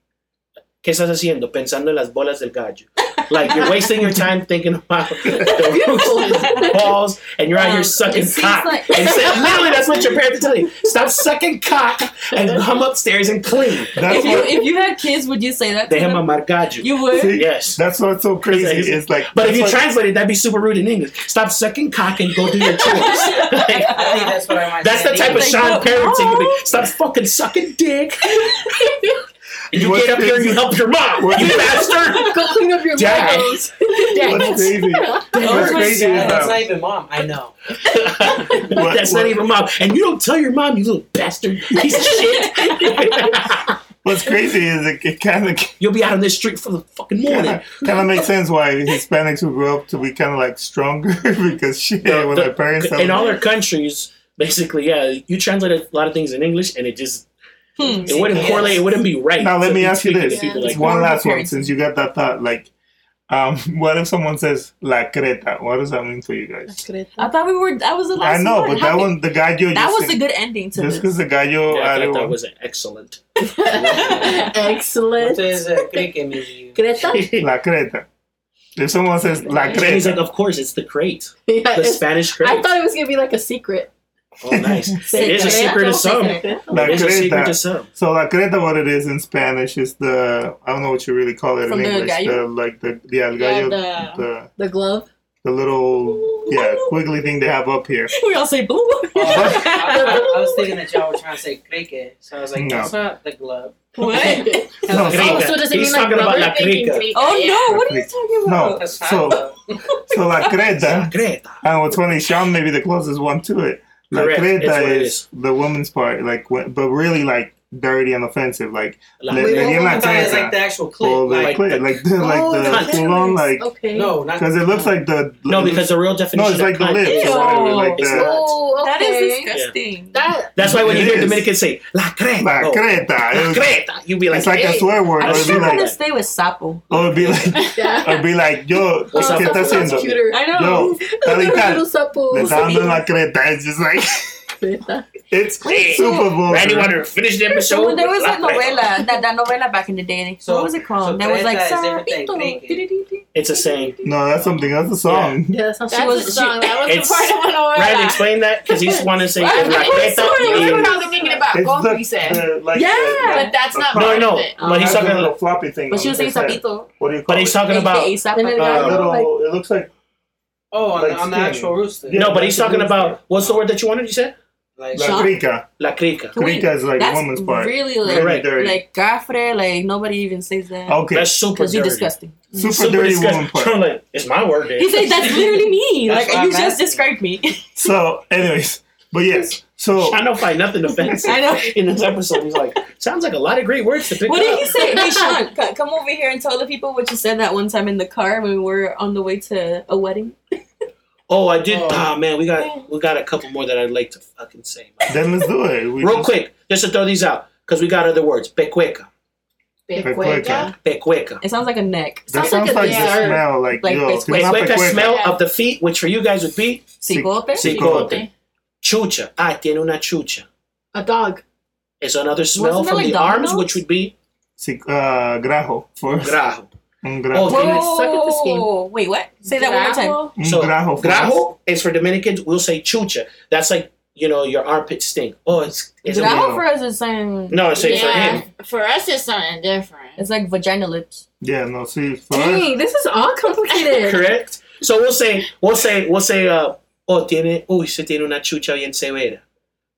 [SPEAKER 4] "¿Qué estás haciendo? Pensando en las bolas del gallo." Like you're wasting your time thinking about the balls, and you're out
[SPEAKER 1] Um,
[SPEAKER 4] here
[SPEAKER 1] it
[SPEAKER 4] sucking
[SPEAKER 1] seems
[SPEAKER 4] cock.
[SPEAKER 1] like-
[SPEAKER 4] And say, literally, that's what your parents are telling you. Stop sucking cock and come upstairs and clean.
[SPEAKER 1] If
[SPEAKER 3] That's
[SPEAKER 1] you,
[SPEAKER 3] what,
[SPEAKER 1] if you had kids, would you say that? To
[SPEAKER 4] Deje
[SPEAKER 1] them?
[SPEAKER 4] mamar gallo.
[SPEAKER 1] You would.
[SPEAKER 3] See?
[SPEAKER 4] Yes.
[SPEAKER 3] that's what's so crazy. It's like,
[SPEAKER 4] But if
[SPEAKER 3] that's
[SPEAKER 4] you
[SPEAKER 3] what-
[SPEAKER 4] translate it, that'd be super rude in English. Stop sucking cock and go do your chores. Like,
[SPEAKER 7] I think that's what I want.
[SPEAKER 4] that's the type of
[SPEAKER 1] Like,
[SPEAKER 4] Sean
[SPEAKER 1] but-
[SPEAKER 4] parenting. You'd be, Stop fucking sucking dick. you
[SPEAKER 3] What's
[SPEAKER 4] get up here and you help your mom.
[SPEAKER 3] What-
[SPEAKER 4] You bastard.
[SPEAKER 6] Go clean up your
[SPEAKER 4] Dad.
[SPEAKER 3] What's
[SPEAKER 6] Legos.
[SPEAKER 3] crazy? What's
[SPEAKER 1] my
[SPEAKER 3] crazy
[SPEAKER 7] Yeah,
[SPEAKER 3] is
[SPEAKER 7] that's
[SPEAKER 3] um,
[SPEAKER 7] not even mom. I know.
[SPEAKER 3] What-
[SPEAKER 4] That's
[SPEAKER 3] what-
[SPEAKER 4] not even mom. And you don't tell your mom, you little bastard piece of shit.
[SPEAKER 3] what's crazy is it, it kind of
[SPEAKER 4] You'll be out on this street for the fucking morning.
[SPEAKER 3] kind of makes sense why Hispanics who grew up to be kind of like stronger because shit
[SPEAKER 4] The-
[SPEAKER 3] when
[SPEAKER 4] the-
[SPEAKER 3] their parents tell
[SPEAKER 4] in
[SPEAKER 3] them-
[SPEAKER 4] all our countries, basically, yeah, you translate a lot of things in English, and it just
[SPEAKER 1] Hmm.
[SPEAKER 4] it wouldn't
[SPEAKER 7] Yes.
[SPEAKER 4] correlate. It wouldn't be right.
[SPEAKER 3] Now, let
[SPEAKER 4] to
[SPEAKER 3] me
[SPEAKER 4] be
[SPEAKER 3] ask you
[SPEAKER 4] speaking
[SPEAKER 3] this.
[SPEAKER 4] to people like
[SPEAKER 1] Yeah.
[SPEAKER 3] one
[SPEAKER 1] Horrible
[SPEAKER 3] last one
[SPEAKER 1] parents.
[SPEAKER 3] since you got that thought like um, what if someone says la creta what does that mean for you guys
[SPEAKER 1] I thought we were. That was the
[SPEAKER 3] I
[SPEAKER 1] last.
[SPEAKER 3] know
[SPEAKER 1] one.
[SPEAKER 3] but
[SPEAKER 1] How
[SPEAKER 3] that
[SPEAKER 1] could-
[SPEAKER 3] one the gallo
[SPEAKER 1] That
[SPEAKER 3] just
[SPEAKER 1] was a good ending to this.
[SPEAKER 3] just because the
[SPEAKER 4] Yeah,
[SPEAKER 3] gallo
[SPEAKER 4] I
[SPEAKER 3] added
[SPEAKER 4] thought that
[SPEAKER 3] one.
[SPEAKER 4] was an excellent.
[SPEAKER 6] Excellent.
[SPEAKER 7] Entonces, eh, cree que me digo.
[SPEAKER 6] Greta?
[SPEAKER 3] la creta if someone says la
[SPEAKER 4] Jenny's like,
[SPEAKER 3] creta
[SPEAKER 4] of course, it's the crate,
[SPEAKER 6] Yeah,
[SPEAKER 4] the
[SPEAKER 6] it's-
[SPEAKER 4] Spanish crate.
[SPEAKER 6] I thought it was gonna be like a secret.
[SPEAKER 4] Oh, nice.
[SPEAKER 6] Say
[SPEAKER 4] is a
[SPEAKER 6] that.
[SPEAKER 4] secret to some.
[SPEAKER 6] Say that.
[SPEAKER 3] La
[SPEAKER 4] It's a secret to
[SPEAKER 3] creta.
[SPEAKER 4] some.
[SPEAKER 3] So la creta, what it is in Spanish is the I don't know what you really call it
[SPEAKER 1] From
[SPEAKER 3] in
[SPEAKER 1] the
[SPEAKER 3] English.
[SPEAKER 1] gallo?
[SPEAKER 3] The like the yeah, el
[SPEAKER 5] Yeah,
[SPEAKER 3] gallo,
[SPEAKER 5] the-
[SPEAKER 3] the
[SPEAKER 1] The glove.
[SPEAKER 3] the little yeah wiggly thing they have up here.
[SPEAKER 1] We all say blue.
[SPEAKER 7] Oh, I, I was thinking that y'all were trying to say cricket, so I was like,
[SPEAKER 3] No.
[SPEAKER 7] that's not the glove.
[SPEAKER 1] what?
[SPEAKER 3] No,
[SPEAKER 7] That's
[SPEAKER 4] Crica.
[SPEAKER 6] Oh,
[SPEAKER 7] not-
[SPEAKER 6] so does it
[SPEAKER 4] He's
[SPEAKER 6] mean like
[SPEAKER 4] talking about
[SPEAKER 6] rubber?
[SPEAKER 4] la crica.
[SPEAKER 1] Oh no!
[SPEAKER 3] Yeah.
[SPEAKER 1] What are you talking about?
[SPEAKER 7] That's not
[SPEAKER 3] So-
[SPEAKER 7] the-
[SPEAKER 3] So la creta,
[SPEAKER 4] Creta.
[SPEAKER 3] and what's funny, Sean may be the closest one to it. La
[SPEAKER 4] Correct. It's
[SPEAKER 3] creta
[SPEAKER 4] what it
[SPEAKER 3] is,
[SPEAKER 4] is.
[SPEAKER 3] the woman's part, like wh- but really like dirty and offensive, like
[SPEAKER 4] La
[SPEAKER 3] Le-
[SPEAKER 7] Wait,
[SPEAKER 3] le
[SPEAKER 7] what-
[SPEAKER 3] di en la
[SPEAKER 7] what about is, like
[SPEAKER 3] teta.
[SPEAKER 7] the actual clip.
[SPEAKER 3] or like
[SPEAKER 7] like,
[SPEAKER 3] clit, like the, like
[SPEAKER 6] Oh,
[SPEAKER 3] the
[SPEAKER 6] that's
[SPEAKER 3] full-on,
[SPEAKER 6] nice.
[SPEAKER 3] like
[SPEAKER 6] okay.
[SPEAKER 7] no, not
[SPEAKER 3] because it looks like the
[SPEAKER 4] No, because the real
[SPEAKER 3] no,
[SPEAKER 4] definition
[SPEAKER 3] it's
[SPEAKER 4] of
[SPEAKER 3] like the
[SPEAKER 4] cunt
[SPEAKER 3] lips
[SPEAKER 4] is-
[SPEAKER 1] Ew.
[SPEAKER 3] or whatever, like
[SPEAKER 4] It's
[SPEAKER 3] the.
[SPEAKER 6] Oh, okay.
[SPEAKER 1] That is disgusting.
[SPEAKER 6] That
[SPEAKER 4] That's why when you
[SPEAKER 3] It
[SPEAKER 4] hear
[SPEAKER 3] is.
[SPEAKER 4] Dominicans say la creta,
[SPEAKER 3] La
[SPEAKER 4] oh,
[SPEAKER 3] creta.
[SPEAKER 4] la
[SPEAKER 3] It's-
[SPEAKER 4] creta, you be like,
[SPEAKER 3] it's like
[SPEAKER 4] hey.
[SPEAKER 3] a swear word.
[SPEAKER 1] I
[SPEAKER 3] Or
[SPEAKER 4] I'd
[SPEAKER 1] just
[SPEAKER 3] it'd
[SPEAKER 4] be
[SPEAKER 1] don't
[SPEAKER 4] like
[SPEAKER 1] want to
[SPEAKER 4] that.
[SPEAKER 1] stay with sapo.
[SPEAKER 3] or it'd be like,
[SPEAKER 6] yeah.
[SPEAKER 3] or it'd be like, yo,
[SPEAKER 4] What's
[SPEAKER 3] ¿qué
[SPEAKER 4] up?
[SPEAKER 3] estás
[SPEAKER 6] That's
[SPEAKER 3] haciendo?
[SPEAKER 6] oh, cuter.
[SPEAKER 1] I
[SPEAKER 3] Yo,
[SPEAKER 1] know.
[SPEAKER 3] dale
[SPEAKER 6] Little
[SPEAKER 3] tal.
[SPEAKER 6] supple.
[SPEAKER 3] Le está dando en la creta. It's just like, it's
[SPEAKER 4] Wait,
[SPEAKER 3] Super Bowl.
[SPEAKER 4] Randy wanted to finish the
[SPEAKER 1] So
[SPEAKER 4] episode.
[SPEAKER 1] when there was
[SPEAKER 4] with
[SPEAKER 1] a
[SPEAKER 4] La Creta.
[SPEAKER 1] novela, that, that novela back in the day,
[SPEAKER 7] So-
[SPEAKER 1] what was it called?
[SPEAKER 7] so
[SPEAKER 1] that was like
[SPEAKER 7] Creta is different than
[SPEAKER 1] sapito.
[SPEAKER 7] Cricket.
[SPEAKER 1] Di-di-di-di.
[SPEAKER 4] It's a saying.
[SPEAKER 3] No, that's something. That's a song.
[SPEAKER 6] Yeah, that's not
[SPEAKER 5] That's
[SPEAKER 1] was-
[SPEAKER 5] a song. that was
[SPEAKER 4] it's-
[SPEAKER 5] the part of an
[SPEAKER 4] Randy,
[SPEAKER 5] novela.
[SPEAKER 4] explain that because you just want to say
[SPEAKER 5] I
[SPEAKER 4] es La Creta.
[SPEAKER 5] sorry,
[SPEAKER 4] y-
[SPEAKER 5] what I was thinking about.
[SPEAKER 3] It's
[SPEAKER 5] Gone
[SPEAKER 3] the-
[SPEAKER 5] Free said.
[SPEAKER 3] the- like,
[SPEAKER 1] Yeah,
[SPEAKER 3] the-
[SPEAKER 5] But that's not
[SPEAKER 4] Uh, No,
[SPEAKER 5] part
[SPEAKER 4] no,
[SPEAKER 5] of it.
[SPEAKER 4] but he's
[SPEAKER 3] Has a
[SPEAKER 4] talking.
[SPEAKER 3] little floppy thing.
[SPEAKER 1] But
[SPEAKER 3] on
[SPEAKER 1] she was
[SPEAKER 3] the
[SPEAKER 1] saying
[SPEAKER 3] head.
[SPEAKER 1] sapito.
[SPEAKER 3] What do you call
[SPEAKER 4] But he's
[SPEAKER 3] it?
[SPEAKER 4] talking about.
[SPEAKER 1] AKA
[SPEAKER 6] And
[SPEAKER 1] sapo.
[SPEAKER 6] then the
[SPEAKER 3] A
[SPEAKER 6] guy-
[SPEAKER 4] uh,
[SPEAKER 3] little.
[SPEAKER 6] like-
[SPEAKER 3] it looks like
[SPEAKER 7] Oh, on,
[SPEAKER 3] Like
[SPEAKER 7] the, on the
[SPEAKER 3] skin.
[SPEAKER 7] actual rooster.
[SPEAKER 3] Yeah.
[SPEAKER 4] No, but he's talking about what's the word that you wanted? You said
[SPEAKER 7] Like,
[SPEAKER 3] la
[SPEAKER 1] Sean?
[SPEAKER 3] crica.
[SPEAKER 4] la crica.
[SPEAKER 1] Can we-
[SPEAKER 3] Crica is like a
[SPEAKER 1] That's
[SPEAKER 3] woman's part.
[SPEAKER 1] really like,
[SPEAKER 3] Really
[SPEAKER 4] Correct.
[SPEAKER 3] dirty.
[SPEAKER 1] like gafre, like nobody even says that.
[SPEAKER 3] okay,
[SPEAKER 4] That's super
[SPEAKER 1] Because
[SPEAKER 4] dirty.
[SPEAKER 1] you're disgusting.
[SPEAKER 3] super,
[SPEAKER 4] Super
[SPEAKER 3] dirty
[SPEAKER 4] disgust-
[SPEAKER 3] woman part.
[SPEAKER 4] I'm like, it's my word. dude.
[SPEAKER 1] He said, that's literally me.
[SPEAKER 7] That's
[SPEAKER 1] like,
[SPEAKER 7] why
[SPEAKER 1] you
[SPEAKER 7] I'm
[SPEAKER 1] just
[SPEAKER 7] asking.
[SPEAKER 1] described me.
[SPEAKER 3] So, anyways, but yes. So
[SPEAKER 4] I don't find nothing offensive
[SPEAKER 1] I know.
[SPEAKER 4] in this episode. He's like, sounds like a lot of great words to pick
[SPEAKER 1] What
[SPEAKER 4] up.
[SPEAKER 1] did he say? Hey, Sean, co- come over here and tell the people what you said that one time in the car when we were on the way to a wedding.
[SPEAKER 4] Oh, I did.
[SPEAKER 7] Oh.
[SPEAKER 4] Ah, man, we got we got a couple more that I'd like to fucking say.
[SPEAKER 3] then let's do it. We
[SPEAKER 4] Real
[SPEAKER 3] just-
[SPEAKER 4] quick, just to throw these out because we got other words. Pecueca,
[SPEAKER 3] Pecueca.
[SPEAKER 4] pecueca.
[SPEAKER 1] It sounds like a neck.
[SPEAKER 3] That
[SPEAKER 6] Sounds
[SPEAKER 3] sounds
[SPEAKER 6] like a
[SPEAKER 3] like the
[SPEAKER 6] dessert.
[SPEAKER 3] smell, like,
[SPEAKER 1] Like
[SPEAKER 3] yo,
[SPEAKER 1] this
[SPEAKER 3] it's not
[SPEAKER 4] Pecueca
[SPEAKER 3] pecueca.
[SPEAKER 4] smell
[SPEAKER 5] Yeah.
[SPEAKER 4] of the feet, which for you guys would be
[SPEAKER 1] Cicote?
[SPEAKER 4] cicote. Chucha. Ah, tiene una chucha.
[SPEAKER 6] a dog.
[SPEAKER 4] It's another smell
[SPEAKER 1] Wasn't it
[SPEAKER 4] from
[SPEAKER 1] like
[SPEAKER 4] the arms,
[SPEAKER 1] dominoes?
[SPEAKER 4] which would be
[SPEAKER 3] Cic- uh, grajo. For
[SPEAKER 4] grajo.
[SPEAKER 3] un grajo.
[SPEAKER 4] Oh, dude,
[SPEAKER 6] I suck at this game.
[SPEAKER 1] Whoa. Wait, what? Say that one more time.
[SPEAKER 6] Gravel.
[SPEAKER 3] un
[SPEAKER 4] So
[SPEAKER 3] Mm, grajo. for us.
[SPEAKER 4] grajo is for Dominicans. We'll say chucha. That's like you know your armpit stink. Oh, it's, it's
[SPEAKER 3] Gra-
[SPEAKER 1] Gravel for us is saying
[SPEAKER 4] no. It's like for
[SPEAKER 5] yeah.
[SPEAKER 4] him.
[SPEAKER 5] For us, it's something different.
[SPEAKER 1] it's like vagina lips.
[SPEAKER 3] Yeah, no, see, for us,
[SPEAKER 6] Dang, this is all complicated.
[SPEAKER 4] Correct. So we'll say we'll say we'll say uh oh tiene uy se tiene una chucha bien severa.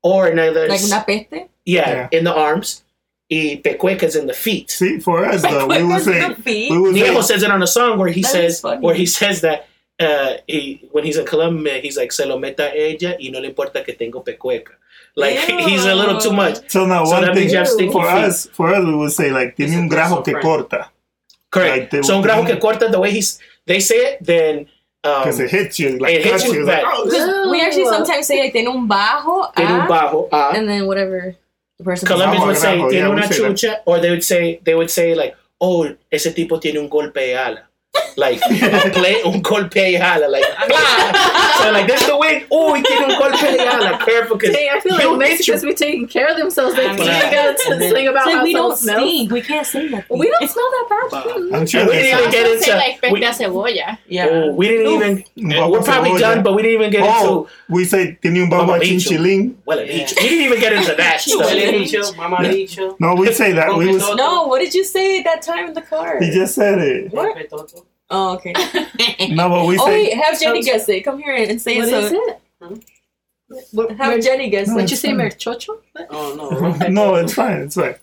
[SPEAKER 4] Or another
[SPEAKER 1] Like una peste.
[SPEAKER 4] yeah, in the arms. Y pecueca's in the feet.
[SPEAKER 3] see, for us though, we would say,
[SPEAKER 1] The feet.
[SPEAKER 3] we would
[SPEAKER 4] Diego
[SPEAKER 3] say,
[SPEAKER 4] says it on a song where he
[SPEAKER 1] That is
[SPEAKER 4] says
[SPEAKER 1] funny.
[SPEAKER 4] where he says that uh, he when he's in Colombia he's like se lo meta ella y no le importa que tengo pecueca. Like
[SPEAKER 1] Ew.
[SPEAKER 4] he's a little too much.
[SPEAKER 3] so now
[SPEAKER 4] So
[SPEAKER 3] one
[SPEAKER 4] that
[SPEAKER 3] thing
[SPEAKER 4] means you have stinky
[SPEAKER 3] for
[SPEAKER 4] feet.
[SPEAKER 3] us, for us, we would say like tiene
[SPEAKER 7] Is it
[SPEAKER 3] un grajo que
[SPEAKER 7] French?
[SPEAKER 3] corta Like,
[SPEAKER 4] Correct.
[SPEAKER 3] they
[SPEAKER 4] so un
[SPEAKER 3] will-
[SPEAKER 4] grajo que corta the way he's they say it then um,
[SPEAKER 3] because it hits you, like
[SPEAKER 4] it hits
[SPEAKER 3] cuts
[SPEAKER 4] you
[SPEAKER 3] you, like,
[SPEAKER 4] back.
[SPEAKER 3] oh,
[SPEAKER 1] Because we actually sometimes say like tiene un bajo,
[SPEAKER 4] tiene un
[SPEAKER 1] ah,
[SPEAKER 4] bajo ah.
[SPEAKER 1] and then whatever the person.
[SPEAKER 4] Colombians
[SPEAKER 3] Vamos,
[SPEAKER 4] would say
[SPEAKER 3] grajo,
[SPEAKER 4] tiene
[SPEAKER 3] yeah, we
[SPEAKER 4] una
[SPEAKER 3] say that.
[SPEAKER 4] chucha, or they would say they would say like, oh, ese tipo tiene un golpe de ala, like play un golpe de ala, like ah. so like that's the way. Oh, he tiene un golpe de ala. Careful, because
[SPEAKER 6] Dang, I feel
[SPEAKER 4] You
[SPEAKER 6] like
[SPEAKER 4] hate
[SPEAKER 6] Mexicans be taking care of themselves. They
[SPEAKER 7] I'm
[SPEAKER 6] think
[SPEAKER 4] glad.
[SPEAKER 6] they got to
[SPEAKER 7] Mhm.
[SPEAKER 6] sing about
[SPEAKER 1] It's like
[SPEAKER 6] how
[SPEAKER 1] we don't
[SPEAKER 6] someone smells.
[SPEAKER 1] stink. We can't say that.
[SPEAKER 6] We don't smell that bad. Hmm.
[SPEAKER 4] Wow.
[SPEAKER 3] I'm sure
[SPEAKER 4] And we
[SPEAKER 3] they
[SPEAKER 4] didn't
[SPEAKER 5] I
[SPEAKER 4] even
[SPEAKER 3] say,
[SPEAKER 4] get
[SPEAKER 5] also say
[SPEAKER 4] into.
[SPEAKER 5] like
[SPEAKER 4] we,
[SPEAKER 5] frita cebolla.
[SPEAKER 1] Yeah.
[SPEAKER 4] oh, we didn't even.
[SPEAKER 3] "Bajo
[SPEAKER 4] We're probably
[SPEAKER 3] cebolla."
[SPEAKER 4] done, but we didn't even get
[SPEAKER 3] Oh,
[SPEAKER 4] into.
[SPEAKER 3] we say tiene un
[SPEAKER 4] Mama
[SPEAKER 3] baba
[SPEAKER 4] bicho.
[SPEAKER 3] chinchilín.
[SPEAKER 4] Well,
[SPEAKER 7] Yeah.
[SPEAKER 4] bicho. we didn't even get into that
[SPEAKER 7] Huele
[SPEAKER 4] stuff.
[SPEAKER 7] bicho, mamá
[SPEAKER 3] Yeah.
[SPEAKER 7] bicho.
[SPEAKER 3] No, we say that. We would.
[SPEAKER 7] Rompe
[SPEAKER 1] no, what did you say that time in the car?
[SPEAKER 3] He just said it.
[SPEAKER 1] What?
[SPEAKER 7] Rompe toto.
[SPEAKER 1] Oh, okay.
[SPEAKER 3] No, but we
[SPEAKER 1] Oh
[SPEAKER 3] say.
[SPEAKER 1] wait, have Jenny guess it. Come here and say
[SPEAKER 6] What
[SPEAKER 1] it.
[SPEAKER 6] is
[SPEAKER 1] so-
[SPEAKER 6] it? What,
[SPEAKER 1] Have
[SPEAKER 6] what,
[SPEAKER 1] Jenny guess.
[SPEAKER 3] No,
[SPEAKER 1] it.
[SPEAKER 6] would you say, merchocho?
[SPEAKER 7] Oh, no. rompe
[SPEAKER 3] no,
[SPEAKER 7] toto.
[SPEAKER 3] it's fine. It's fine.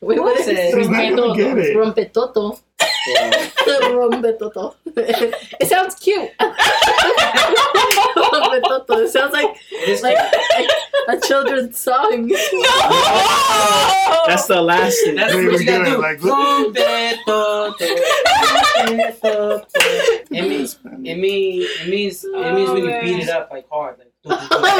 [SPEAKER 6] Wait, what is it?
[SPEAKER 3] He's not gonna get it.
[SPEAKER 6] Rompetoto.
[SPEAKER 7] Yeah.
[SPEAKER 6] Rompetoto. it sounds cute. Rompetoto. It sounds like
[SPEAKER 7] It is
[SPEAKER 6] like
[SPEAKER 7] cute.
[SPEAKER 6] a, a children's song.
[SPEAKER 1] No.
[SPEAKER 4] That's the last thing.
[SPEAKER 7] That's
[SPEAKER 3] They
[SPEAKER 7] what
[SPEAKER 3] would
[SPEAKER 7] you
[SPEAKER 3] get
[SPEAKER 7] gotta
[SPEAKER 3] it
[SPEAKER 7] do.
[SPEAKER 3] like-
[SPEAKER 7] Rompe toto. Rompe toto. It means, it means, it means, it means when you
[SPEAKER 5] Oh,
[SPEAKER 7] beat
[SPEAKER 5] man.
[SPEAKER 7] it up like hard. Like,
[SPEAKER 3] Toto,
[SPEAKER 6] I'm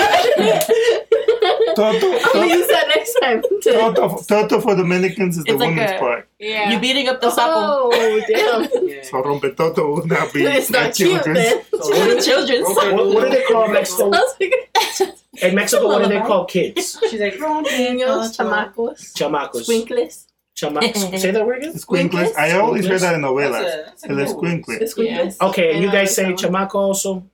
[SPEAKER 6] gonna
[SPEAKER 3] toto,
[SPEAKER 6] use that next time. To,
[SPEAKER 3] toto, toto for Dominicans is the
[SPEAKER 1] It's like
[SPEAKER 3] woman's
[SPEAKER 1] a-
[SPEAKER 3] part.
[SPEAKER 5] yeah.
[SPEAKER 1] You beating up the sapo.
[SPEAKER 6] oh damn!
[SPEAKER 7] yeah.
[SPEAKER 3] So rompe toto would not be
[SPEAKER 6] It's not cute,
[SPEAKER 3] children's.
[SPEAKER 6] man.
[SPEAKER 7] So,
[SPEAKER 1] For the
[SPEAKER 7] rompe-
[SPEAKER 1] children.
[SPEAKER 7] rompe
[SPEAKER 4] What, what do they call Mexico?
[SPEAKER 6] I was like,
[SPEAKER 4] In Mexico, what do they call kids?
[SPEAKER 7] She's like, rompe
[SPEAKER 6] niños,
[SPEAKER 7] toto.
[SPEAKER 6] chamacos,
[SPEAKER 4] Chamacos.
[SPEAKER 6] squinkles,
[SPEAKER 4] Chamacos. Say that word again.
[SPEAKER 3] Squinkles. I always hear that in
[SPEAKER 7] That's
[SPEAKER 3] novelas.
[SPEAKER 7] a- that's a
[SPEAKER 3] El
[SPEAKER 7] good one.
[SPEAKER 3] escuincle.
[SPEAKER 6] squinkles.
[SPEAKER 4] Okay, and you
[SPEAKER 6] I
[SPEAKER 4] guys say
[SPEAKER 6] like that one.
[SPEAKER 4] chamaco also,